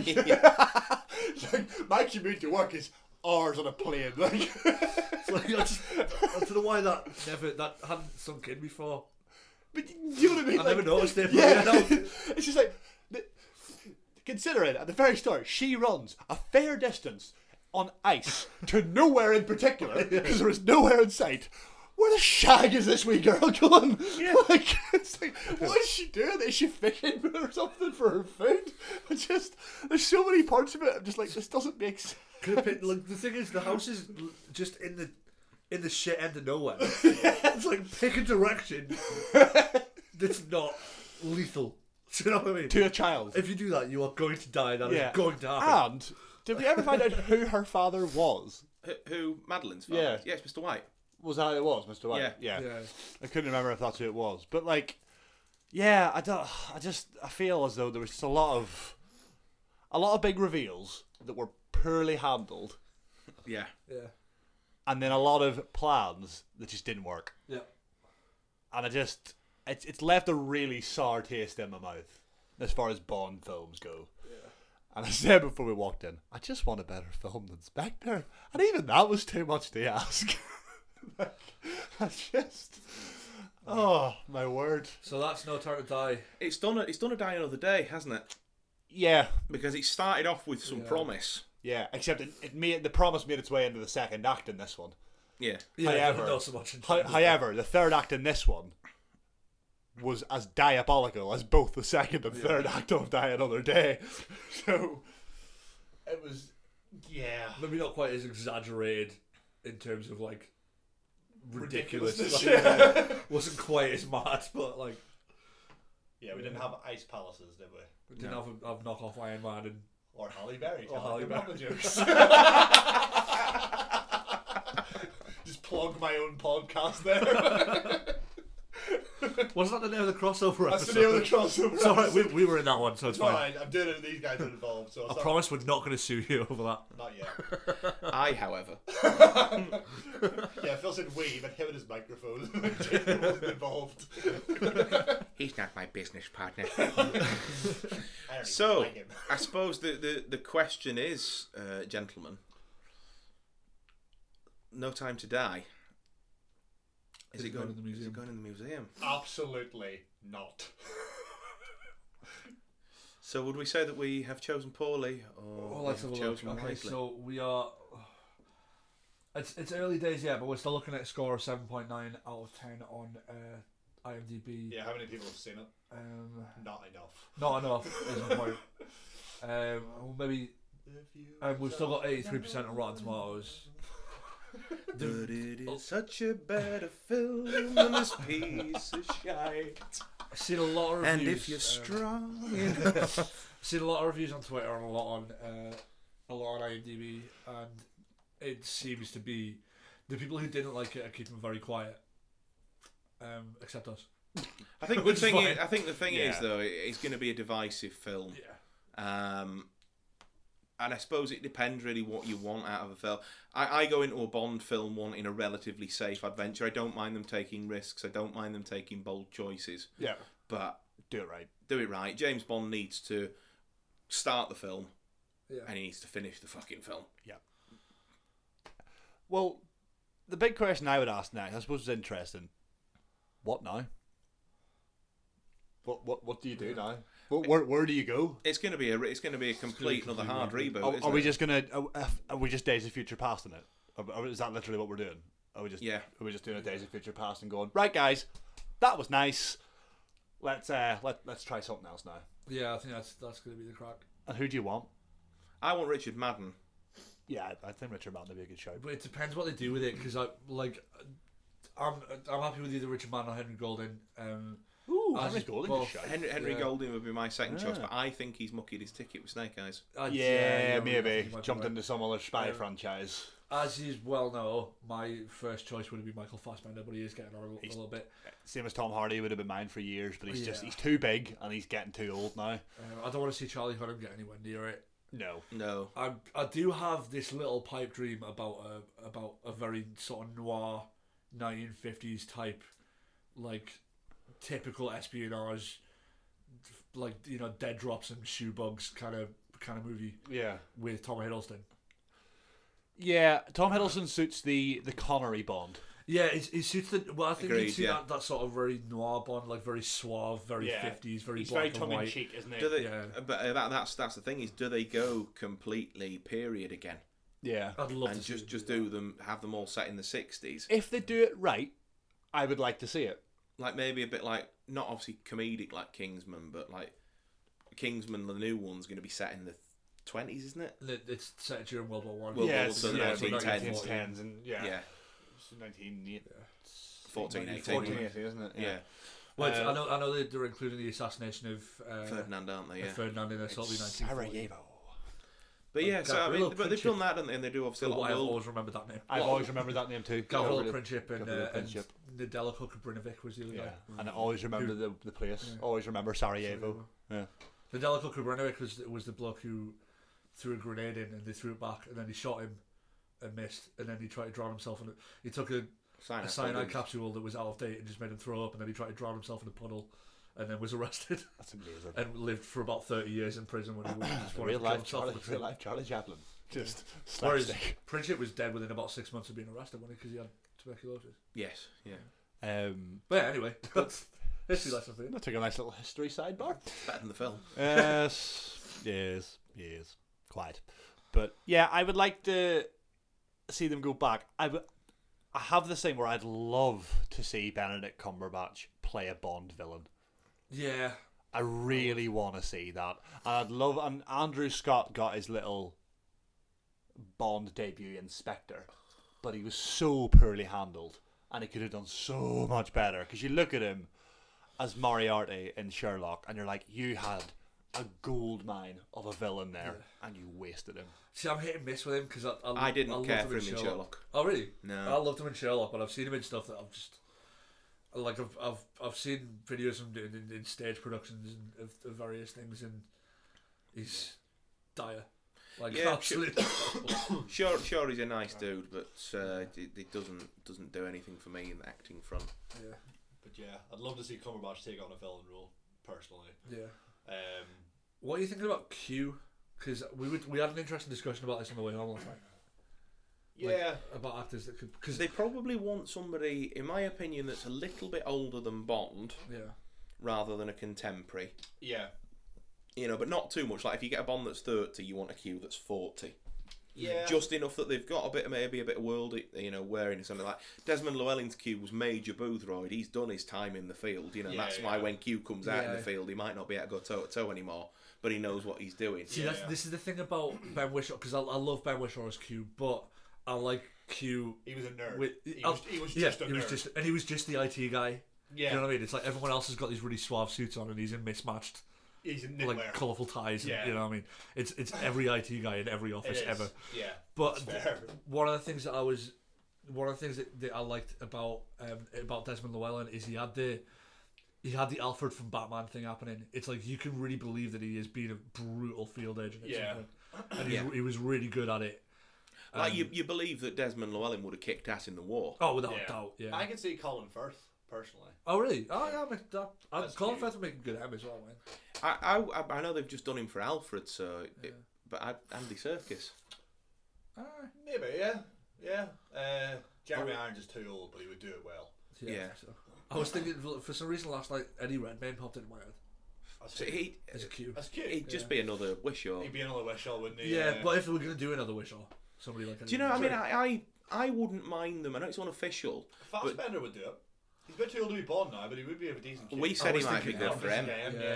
Speaker 8: my commute to work is hours on a plane. Like,
Speaker 1: like, I, just, I don't know why that never that hadn't sunk in before.
Speaker 8: but you know what I mean?
Speaker 1: I
Speaker 8: like,
Speaker 1: never noticed it. But
Speaker 8: Yeah,
Speaker 1: yeah, no.
Speaker 8: it's just like the, consider it at the very start. She runs a fair distance on ice to nowhere in particular because there is nowhere in sight. Where the shag is this wee girl going? Like, it's like, what is she doing? Is she fishing or something for her food? It's just, there's so many parts of it. I'm just like, this doesn't make sense.
Speaker 1: Could have been, like, the thing is, the house is l- just in the in the shit end of nowhere. It's like pick a direction that's not lethal. Do you know what I mean?
Speaker 8: To a child.
Speaker 1: If you do that, you are going to die. That is going to happen.
Speaker 8: And did we ever find out who her father was?
Speaker 2: Who- Who? Madeline's father?
Speaker 8: Yeah.
Speaker 2: Yes, Mr. White.
Speaker 8: Was that who it was, Mr. White?
Speaker 2: Yeah.
Speaker 1: Yeah.
Speaker 8: I couldn't remember if that's who it was, but like, yeah, I don't. I just I feel as though there was just a lot of, a lot of big reveals that were poorly handled,
Speaker 2: Yeah.
Speaker 1: Yeah.
Speaker 8: and then a lot of plans that just didn't work,
Speaker 1: Yeah.
Speaker 8: and I just it's it's left a really sour taste in my mouth as far as Bond films go. And I said before we walked in, I just want a better film than Spectre, and even that was too much to ask. Like, I just, oh my word.
Speaker 1: So that's no time to die.
Speaker 2: It's done. A, it's done a die another day, hasn't it?
Speaker 8: Yeah,
Speaker 2: Because it started off with some promise.
Speaker 8: yeah. Except it, it made the promise made its way into the second act in this one.
Speaker 2: Yeah.
Speaker 8: However-
Speaker 1: not so much. in
Speaker 8: Ho-
Speaker 1: time to die.
Speaker 8: however, the third act in this one was as diabolical as both the second and third act of Die Another Day. So it was, yeah.
Speaker 1: maybe not quite as exaggerated in terms of like ridiculous. Like,
Speaker 8: Ridiculousness,
Speaker 1: yeah, wasn't quite as mad, but like
Speaker 8: Yeah, we didn't have ice palaces, did we?
Speaker 1: we didn't have, a, have knock off Iron Man and
Speaker 8: Or Halle Berry.
Speaker 1: Or Halle Berry.
Speaker 8: Just plug my own podcast there.
Speaker 1: wasn't that the name of the crossover
Speaker 8: That's the
Speaker 1: episode?
Speaker 8: name of the crossover.
Speaker 1: It's alright, we,
Speaker 8: episode.
Speaker 1: we were in that one, so it's,
Speaker 8: It's
Speaker 1: fine.
Speaker 8: alright, I'm doing it and these guys are involved, so
Speaker 1: I
Speaker 8: it's not-
Speaker 1: promise we're not going to sue you over that.
Speaker 8: Not yet.
Speaker 2: I, however,
Speaker 8: Yeah, Phil said we, but him and his microphone Jason wasn't involved.
Speaker 2: he's not my business partner.
Speaker 8: I don't even
Speaker 2: So,
Speaker 8: like him.
Speaker 2: I suppose the, the, the question is, uh, gentlemen, No Time to Die. Is, it, going,
Speaker 1: in the
Speaker 2: Is
Speaker 1: museum?
Speaker 2: it going in the museum?
Speaker 8: absolutely not.
Speaker 2: So, would we say that we have chosen poorly,
Speaker 10: Oh,
Speaker 2: or
Speaker 1: Well,
Speaker 2: we
Speaker 1: Oh, let's
Speaker 2: have
Speaker 1: have a look.
Speaker 2: chosen
Speaker 1: Okay,
Speaker 2: wisely?
Speaker 1: so we are. It's it's early days yet, but we're still looking at a score of seven point nine out of ten on uh, IMDb.
Speaker 8: Yeah, how many people have seen it?
Speaker 1: Um,
Speaker 8: Not enough.
Speaker 1: not enough is my point. Um, well, maybe um, we've still got eighty three percent on Rotten Tomatoes.
Speaker 10: but it is such a better film than this piece of shite.
Speaker 1: I've seen a lot of
Speaker 10: And
Speaker 1: reviews.
Speaker 10: if you're
Speaker 1: um,
Speaker 10: strong
Speaker 1: I've
Speaker 10: enough.
Speaker 1: seen a lot of reviews on Twitter and a lot on uh, a lot on IMDb, and it seems to be the people who didn't like it are keeping very quiet, um, except us.
Speaker 2: I think the
Speaker 1: Which is
Speaker 2: thing.
Speaker 1: fine.
Speaker 2: Is, I think the thing is
Speaker 1: Yeah.
Speaker 2: though, it- it's going to be a divisive film. Yeah. Um, and I suppose it depends really what you want out of a film. I, I go into a Bond film wanting a relatively safe adventure. I don't mind them taking risks. I don't mind them taking bold choices.
Speaker 8: Yeah.
Speaker 2: But
Speaker 8: do it right.
Speaker 2: Do it right. James Bond needs to start the film.
Speaker 1: Yeah.
Speaker 2: And he needs to finish the fucking film.
Speaker 8: Yeah. Well, the big question I would ask next, I suppose, is interesting. What now? What what what do you do now? What, where where do you go?
Speaker 2: It's going to be a re- it's going to be a complete another hard reboot.
Speaker 8: Are,
Speaker 2: isn't
Speaker 8: are we
Speaker 2: it?
Speaker 8: just gonna? Are, are we just Days of Future Past in it? Are, are- is that literally what we're doing? Are we just
Speaker 2: Yeah.
Speaker 8: Are we just doing a Days of Future Past and going right, guys? That was nice. Let's uh let let's try something else now.
Speaker 1: Yeah, I think that's that's going to be the crack.
Speaker 8: And who do you want?
Speaker 2: I want Richard Madden.
Speaker 8: Yeah, I- I think Richard Madden would be a good show.
Speaker 1: But it depends what they do with it because I like. I'm I'm happy with either Richard Mann or Henry Golden. Um,
Speaker 8: Ooh,
Speaker 1: as
Speaker 8: Henry Golding could
Speaker 1: both-
Speaker 8: show.
Speaker 2: Henry, Henry
Speaker 1: Yeah.
Speaker 2: Golding would be my second choice,
Speaker 1: Yeah.
Speaker 2: but I think he's muckied his ticket with Snake Eyes.
Speaker 1: Uh,
Speaker 8: yeah,
Speaker 1: yeah, yeah,
Speaker 8: maybe
Speaker 1: he might be
Speaker 8: jumped
Speaker 1: right.
Speaker 8: into some other spy
Speaker 1: Um,
Speaker 8: franchise.
Speaker 1: As you well know, my first choice would have been Michael Fassbender, but he is getting on a, a little bit.
Speaker 8: Same as Tom Hardy would have been mine for years, but he's just
Speaker 1: Yeah.
Speaker 8: he's too big and he's getting too old now.
Speaker 1: Uh, I don't want to see Charlie Hunnam get anywhere near it.
Speaker 8: No.
Speaker 2: No.
Speaker 1: I I do have this little pipe dream about a about a very sort of noir, nineteen fifties type, like typical espionage, like you know dead drops and shoe bugs kind of kind of movie.
Speaker 8: Yeah.
Speaker 1: with Tom Hiddleston.
Speaker 8: Yeah, Tom Hiddleston suits the the Connery Bond.
Speaker 1: Yeah, it, it suits the well. I think
Speaker 8: Agreed,
Speaker 1: you see
Speaker 8: yeah.
Speaker 1: that, that sort of very noir Bond, like very suave, very
Speaker 8: Yeah.
Speaker 1: fifties, very
Speaker 8: He's
Speaker 1: black
Speaker 8: very
Speaker 1: and
Speaker 8: tongue in
Speaker 1: white.
Speaker 8: cheek, isn't he?
Speaker 2: Do they,
Speaker 1: Yeah.
Speaker 2: But uh, that, that's that's the thing is, do they go completely period again?
Speaker 8: Yeah.
Speaker 1: I'd love
Speaker 2: and
Speaker 1: to
Speaker 2: just just do them, have them all set in the sixties,
Speaker 8: If they do it right, I would like to see it.
Speaker 2: like maybe a bit like not obviously comedic like Kingsman, but like Kingsman, the new one's going to be set in the twenties, isn't it?
Speaker 1: It- It's set during World War One.
Speaker 2: World
Speaker 8: yeah,
Speaker 2: War
Speaker 8: it's-
Speaker 2: One,
Speaker 8: yeah,
Speaker 2: 1910s.
Speaker 8: 1910s and yeah.
Speaker 2: Yeah.
Speaker 8: It's 19,
Speaker 2: 14, 18,
Speaker 8: 14,
Speaker 2: wasn't it?
Speaker 8: 18, isn't it?
Speaker 2: Yeah.
Speaker 1: Well, it's-
Speaker 8: Uh,
Speaker 1: I know, I know they- they're including the assassination of uh,
Speaker 2: Ferdinand, aren't they?
Speaker 1: of
Speaker 2: Yeah.
Speaker 1: Ferdinand in assault in
Speaker 8: It's
Speaker 1: 1940.
Speaker 8: Sarajevo.
Speaker 2: But yeah, so I
Speaker 1: Gavrilo
Speaker 2: mean, but they've
Speaker 1: Princip.
Speaker 2: done that, haven't they? and they do obviously a lot
Speaker 1: I've
Speaker 2: of world
Speaker 1: always remembered that name.
Speaker 8: I've
Speaker 2: Well,
Speaker 8: always remembered that name too.
Speaker 1: Gavrilo
Speaker 8: Gavrilo-
Speaker 1: Princip and,
Speaker 8: Gavrilo
Speaker 1: uh, and
Speaker 8: Princip.
Speaker 1: Nadella Kukabrinavik was the other
Speaker 8: Yeah,
Speaker 1: guy.
Speaker 8: and I always remember the, the place. Always remember Sarajevo. Yeah.
Speaker 1: Nadella Kukabrinavik was was the bloke who threw a grenade in and they threw it back and then he shot him and missed and then he tried to drown himself and he took a
Speaker 2: cyanide
Speaker 1: a cyanide
Speaker 2: problems.
Speaker 1: capsule that was out of date and just made him throw up, and then he tried to drown himself in a puddle, and then was arrested.
Speaker 8: That's amazing.
Speaker 1: And lived for about thirty years in prison when he was just wanted
Speaker 8: real
Speaker 1: to kill
Speaker 8: life
Speaker 1: himself.
Speaker 8: Charlie,
Speaker 1: with a
Speaker 8: real
Speaker 1: gun.
Speaker 8: life Charlie Chaplin. Just
Speaker 1: Whereas
Speaker 8: slapstick.
Speaker 1: Pritchett was dead within about six months of being arrested, wasn't he? Because he had tuberculosis.
Speaker 2: Yes, yeah.
Speaker 8: Um,
Speaker 1: But yeah, anyway, that's history lesson for you.
Speaker 8: that took a nice little history sidebar.
Speaker 2: Better than the film.
Speaker 8: yes, Uh, yes, yes. Quite. But yeah, I would like to see them go back. I, w- I have this thing where I'd love to see Benedict Cumberbatch play a Bond villain.
Speaker 1: Yeah,
Speaker 8: I really want to see that. And I'd love. And Andrew Scott got his little Bond debut Inspector, but he was so poorly handled, and he could have done so much better. Because you look at him as Moriarty in Sherlock, and you're like, you had a gold mine of a villain there, and you wasted him.
Speaker 1: see, I'm hit and miss with him because I, I,
Speaker 2: I didn't
Speaker 1: I loved
Speaker 2: care
Speaker 1: him
Speaker 2: for
Speaker 1: in
Speaker 2: him in
Speaker 1: Sherlock.
Speaker 2: Sherlock.
Speaker 1: Oh really?
Speaker 2: No.
Speaker 1: I loved him in Sherlock, but I've seen him in stuff that I've just like I've I've, I've seen videos of him doing in, in stage productions and of, of various things, and he's dire. Like
Speaker 2: Yeah,
Speaker 1: absolutely.
Speaker 2: Sure, sure, he's a nice dude, but uh, it, it doesn't doesn't do anything for me in the acting front.
Speaker 1: yeah,
Speaker 8: But yeah, I'd love to see Cumberbatch take on a villain role personally.
Speaker 1: yeah.
Speaker 8: Um,
Speaker 1: What are you thinking about Q? Because we would, we had an interesting discussion about this on the way home last night. Like,
Speaker 2: Yeah.
Speaker 1: about actors that could because
Speaker 2: They probably want somebody, in my opinion, that's a little bit older than Bond
Speaker 1: yeah
Speaker 2: rather than a contemporary.
Speaker 8: yeah,
Speaker 2: You know, but not too much. Like if you get a Bond that's thirty, you want a Q that's forty.
Speaker 8: yeah.
Speaker 2: Just enough that they've got a bit of maybe a bit of world, you know, wearing or something like Desmond Llewellyn's Q was Major Boothroyd. He's done his time in the field, you know. and
Speaker 8: Yeah,
Speaker 2: that's
Speaker 8: yeah.
Speaker 2: why when Q comes out in
Speaker 1: Yeah.
Speaker 2: the field, he might not be able to go toe to toe anymore, but he knows what he's doing.
Speaker 1: See, that's, this is the thing about Ben Wishaw because I, I love Ben Wishaw as Q, but and like Q.
Speaker 8: He was a nerd.
Speaker 1: with-
Speaker 8: He
Speaker 1: oh,
Speaker 8: was- he was
Speaker 1: yeah,
Speaker 8: just a
Speaker 1: he was
Speaker 8: nerd.
Speaker 1: just, and he was just the IT guy.
Speaker 8: Yeah.
Speaker 1: Do you know what I mean? It's like everyone else has got these really suave suits on, and he's in mismatched,
Speaker 8: He's in knitwear.
Speaker 1: like colourful ties. And,
Speaker 8: Yeah.
Speaker 1: You know what I mean? It's it's every IT guy in every office
Speaker 8: is,
Speaker 1: ever.
Speaker 8: yeah,
Speaker 1: But
Speaker 8: that's fair.
Speaker 1: one of the things that I was, one of the things that, that I liked about um, about Desmond Llewellyn is he had the. He had the Alfred from Batman thing happening. It's like you can really believe that he is being a brutal field agent. At
Speaker 2: Yeah.
Speaker 1: some point. and he's,
Speaker 2: Yeah.
Speaker 1: he was really good at it.
Speaker 2: Like
Speaker 1: Um,
Speaker 2: you, you believe that Desmond Llewellyn would have kicked ass in the war.
Speaker 1: Oh, without a doubt, yeah.
Speaker 8: I can see Colin Firth personally.
Speaker 1: Oh really? Oh yeah, I mean, that, I'm
Speaker 8: That's
Speaker 1: Colin
Speaker 8: cute.
Speaker 1: Firth would make a good M as well, man.
Speaker 2: I, I, I know they've just done him for Alfred, so it, but I, Andy Serkis.
Speaker 8: Maybe, yeah, yeah. Uh, Jeremy Irons is too old, but he would do it well.
Speaker 1: Yeah. so. I was thinking for- for some reason last night Eddie Redmayne popped into my head.
Speaker 2: So he,
Speaker 1: It's a cute.
Speaker 8: That's cute.
Speaker 2: he'd just be another Wishaw.
Speaker 8: He'd be another Wishaw, wouldn't he? Uh,
Speaker 1: Yeah, but if we were gonna do another wish or somebody like
Speaker 2: Do you know? I mean, I, I, I wouldn't mind them. I know it's unofficial, but
Speaker 8: Fassbender would do it. He's a bit too old to be born now, but he would be a decent. Kid.
Speaker 2: we said
Speaker 1: I
Speaker 2: he
Speaker 1: was
Speaker 2: might be
Speaker 1: thinking
Speaker 2: good
Speaker 1: Elvis
Speaker 2: for him.
Speaker 8: Game, yeah.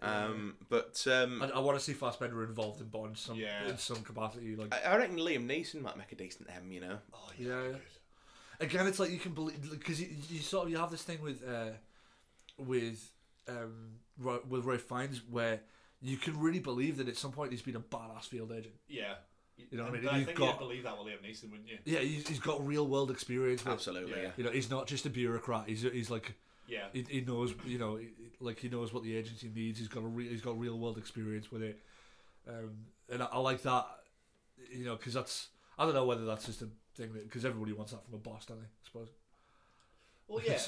Speaker 1: Yeah.
Speaker 2: Um, but um,
Speaker 1: I, I want to see Fassbender involved in Bond some
Speaker 8: Yeah.
Speaker 1: in some capacity. Like
Speaker 2: I, I reckon Liam Neeson might make a decent M. You know,
Speaker 8: Oh,
Speaker 1: Yeah,
Speaker 8: yeah.
Speaker 1: yeah. again, it's like you can believe because you, you sort of you have this thing with uh, with um, Ro- with Ray Fiennes where you can really believe that at some point he's been a badass field agent.
Speaker 8: Yeah. You
Speaker 1: know what I mean?
Speaker 8: I
Speaker 1: You've
Speaker 8: think
Speaker 1: got-
Speaker 8: you'd believe that with Liam Neeson, wouldn't you?
Speaker 1: Yeah, he's, he's got real world experience. With,
Speaker 2: absolutely.
Speaker 8: yeah.
Speaker 2: Yeah.
Speaker 1: You know, he's not just a bureaucrat. He's he's like
Speaker 8: Yeah.
Speaker 1: he, he knows you know he- he- like he knows what the agency needs he's got a re- he's got real world experience with it um, and I, I like that you know because that's I don't know whether that's just a thing that because everybody wants that from a boss don't they I suppose
Speaker 8: Well, yeah.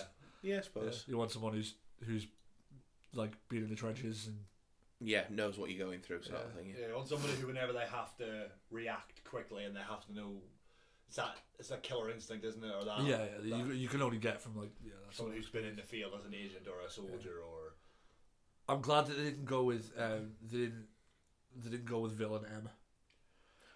Speaker 2: Yeah, I suppose.
Speaker 1: you want someone who's who's like been in the trenches and
Speaker 2: Yeah, knows what you're going through, sort of thing. Yeah.
Speaker 8: yeah. On somebody who, whenever they have to react quickly and they have to know, it's that it's that killer instinct, isn't it? Or that.
Speaker 1: yeah, yeah
Speaker 8: Ah, that-
Speaker 1: you, you can only get from like yeah that's
Speaker 8: someone who's been in the field as an agent or a soldier or.
Speaker 1: I'm glad that they didn't go with um, they didn't they didn't go with villain M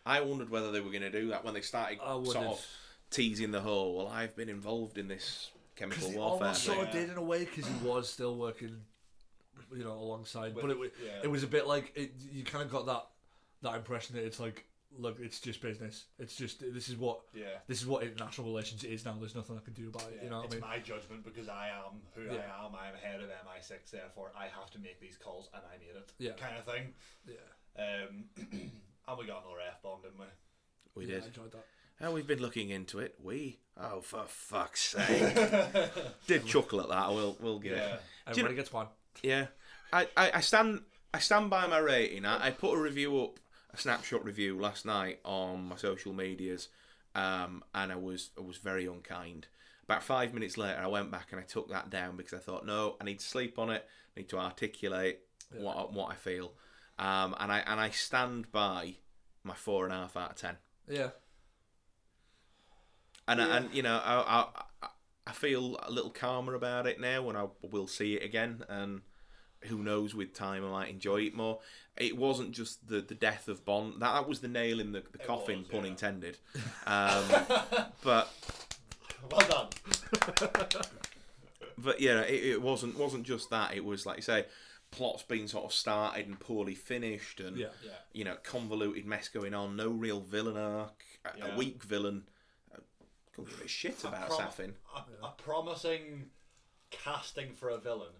Speaker 2: I wondered whether they were going to do that when they started
Speaker 1: I
Speaker 2: sort
Speaker 1: wondered.
Speaker 2: of teasing the whole. Well, I've been involved in this chemical
Speaker 1: because he
Speaker 2: warfare.
Speaker 1: almost sort
Speaker 2: Thing.
Speaker 1: of did in a way because he was still working, you know, alongside. but it, wa-
Speaker 8: yeah.
Speaker 1: it was a bit like it, you kind of got that that impression that it's like, look, it's just business. It's just this is what
Speaker 8: Yeah.
Speaker 1: this is what international relations is now. There's nothing I can do about it.
Speaker 8: Yeah,
Speaker 1: you know what
Speaker 8: it's
Speaker 1: I mean?
Speaker 8: my judgment because I am who
Speaker 1: Yeah.
Speaker 8: I am. I am head of MI6, therefore I have to make these calls, and I made it.
Speaker 1: Yeah.
Speaker 8: kind of thing.
Speaker 1: yeah,
Speaker 8: Um, and we got another F bomb, didn't we?
Speaker 2: We
Speaker 1: yeah,
Speaker 2: did.
Speaker 1: I enjoyed that.
Speaker 2: Oh, we've been looking into it. We? Oh, for fuck's sake. Did chuckle at that. We'll, we'll give it. Do you
Speaker 1: Everybody gets one.
Speaker 2: Yeah. I, I, I stand I stand by my rating. I, I put a review up, a snapshot review last night on my social medias, um, and I was I was very unkind. About five minutes later, I went back and I took that down because I thought, no, I need to sleep on it. I need to articulate what what I feel, um, and I and I stand by my four and a half out of ten.
Speaker 1: Yeah,
Speaker 2: and I, and you know I, I I- I feel a little calmer about it now, and I will see it again, and who knows with time I might enjoy it more. It wasn't just the, the death of Bond that, that was the nail in the, the coffin,
Speaker 8: was,
Speaker 2: pun
Speaker 8: yeah.
Speaker 2: intended. Um, but
Speaker 8: Well done.
Speaker 2: but yeah, it, it wasn't wasn't just that. It was like you say, plots being sort of started and poorly finished, and
Speaker 1: Yeah.
Speaker 8: Yeah.
Speaker 2: you know convoluted mess going on. No real villain arc. A, a
Speaker 8: Yeah.
Speaker 2: weak villain. I Don't give a shit about
Speaker 8: Prom-
Speaker 2: Safin.
Speaker 8: a, a promising casting for a villain,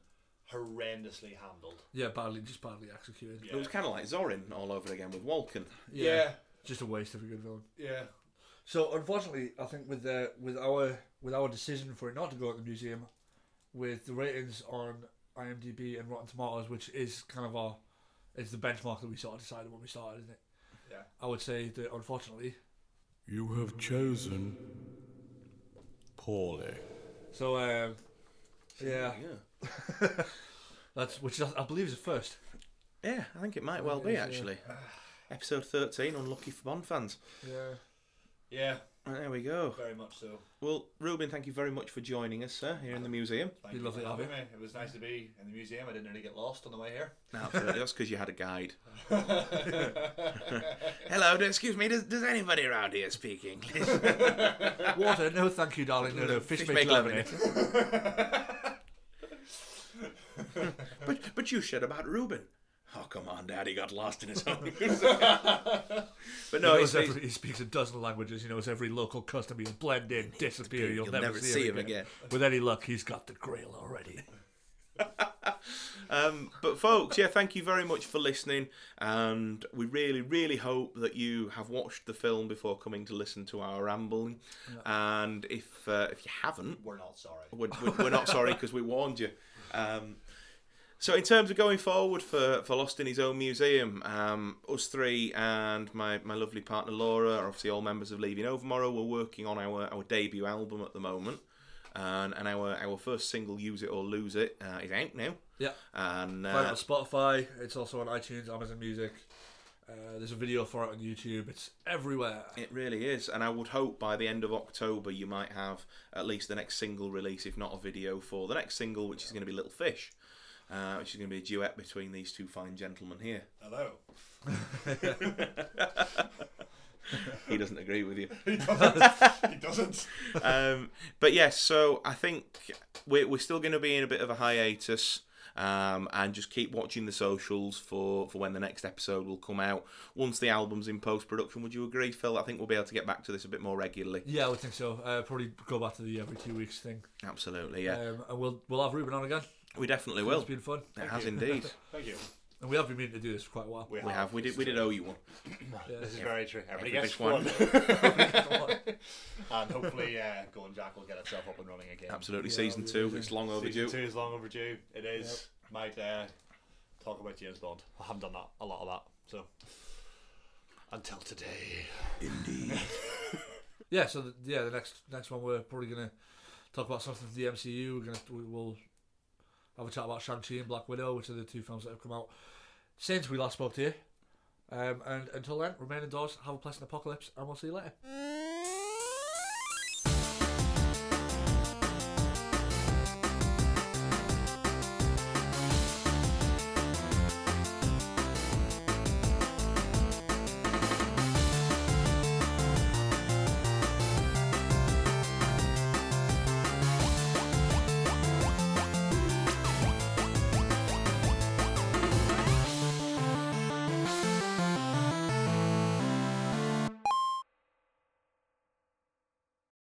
Speaker 8: horrendously handled.
Speaker 1: yeah, badly, just badly executed.
Speaker 8: Yeah.
Speaker 2: It was kind of like Zorin all over again with Walken.
Speaker 8: Yeah.
Speaker 1: just a waste of a good villain.
Speaker 8: Yeah.
Speaker 1: So unfortunately, I think with the with our with our decision for it not to go at the museum, with the ratings on IMDb and Rotten Tomatoes, which is kind of our is the benchmark that we sort of decided when we started, isn't it?
Speaker 8: Yeah.
Speaker 1: I would say that unfortunately.
Speaker 11: You have chosen poorly.
Speaker 1: So um, yeah, that's which I I believe is a first.
Speaker 2: Yeah, I think it might well be actually. Episode thirteen, unlucky for Bond fans.
Speaker 1: Yeah.
Speaker 8: Yeah.
Speaker 2: There we go.
Speaker 8: Very much so.
Speaker 2: Well, Ruben, thank you very much for joining us, sir, here in the museum.
Speaker 8: Thank
Speaker 1: Be
Speaker 8: you
Speaker 1: lovely
Speaker 8: for
Speaker 1: to have
Speaker 8: having me. It was nice to be in the museum. I didn't really get lost on the way here.
Speaker 2: Absolutely, that's because you had a guide. Hello, d- excuse me. Does, does anybody around here speak English?
Speaker 1: Water? No, thank you, darling. No, no. Fish,
Speaker 2: Fish
Speaker 1: make
Speaker 2: make
Speaker 1: lemonade.
Speaker 2: but but you said about Ruben. Oh come on, Daddy got lost in his own music.
Speaker 1: but
Speaker 2: but no,
Speaker 1: he,
Speaker 2: it's,
Speaker 1: knows
Speaker 2: it's,
Speaker 1: every, he speaks a dozen languages. He knows every local custom. He'll blend in, disappear. You'll, never, see, him again. With any luck, he's got the grail already.
Speaker 2: Um, but folks, yeah, thank you very much for listening, and we really, really hope that you have watched the film before coming to listen to our rambling. And if uh, if you haven't,
Speaker 8: we're not sorry.
Speaker 2: We're, we're, we're not sorry because we warned you. Um, so in terms of going forward for, for Lost in His Own Museum, um, us three and my, my lovely partner Laura are obviously all members of Leaving Overmorrow. We're working on our, our debut album at the moment. And, and our, our first single, Use It or Lose It, uh, is out now.
Speaker 1: Yeah.
Speaker 2: And
Speaker 1: Find it
Speaker 2: uh,
Speaker 1: on Spotify. It's also on iTunes, Amazon Music. Uh, there's a video for it on YouTube. It's everywhere.
Speaker 2: It really is, and I would hope by the end of October you might have at least the next single release, if not a video for the next single, which is going to be Little Fish, uh, which is going to be a duet between these two fine gentlemen here.
Speaker 8: Hello.
Speaker 2: he doesn't agree with you.
Speaker 8: He doesn't. He doesn't.
Speaker 2: um, but yes, so I think we're, we're still going to be in a bit of a hiatus. Um, and just keep watching the socials for, for when the next episode will come out. Once the album's in post production, would you agree, Phil? I think we'll be able to get back to this a bit more regularly.
Speaker 1: Yeah, I would think so. Uh, probably go back to the every two weeks thing.
Speaker 2: Absolutely, yeah.
Speaker 1: Um, and we'll we'll have Ruben on again.
Speaker 2: We definitely will.
Speaker 1: It's been fun.
Speaker 2: It has indeed.
Speaker 8: Thank you.
Speaker 1: And we have been meaning to do this for quite a while.
Speaker 2: We have. We did. We did owe you one.
Speaker 8: This is very true. Everybody
Speaker 2: Every
Speaker 8: gets
Speaker 2: big
Speaker 8: one.
Speaker 2: one.
Speaker 8: and hopefully, uh, Golden Jack will get itself up and running again.
Speaker 2: Absolutely, Yeah, season that'd be two, amazing. it's long overdue.
Speaker 8: Season two is long overdue. It is. Might uh, talk about James Bond. I haven't done that a lot of that. So until today, indeed.
Speaker 1: Yeah, so the, yeah, the next next one we're probably gonna talk about something from the MCU. We're gonna we will have a chat about Shang Chi and Black Widow, which are the two films that have come out since we last spoke to you. Um, and until then, remain indoors, have a pleasant apocalypse, and we'll see you later.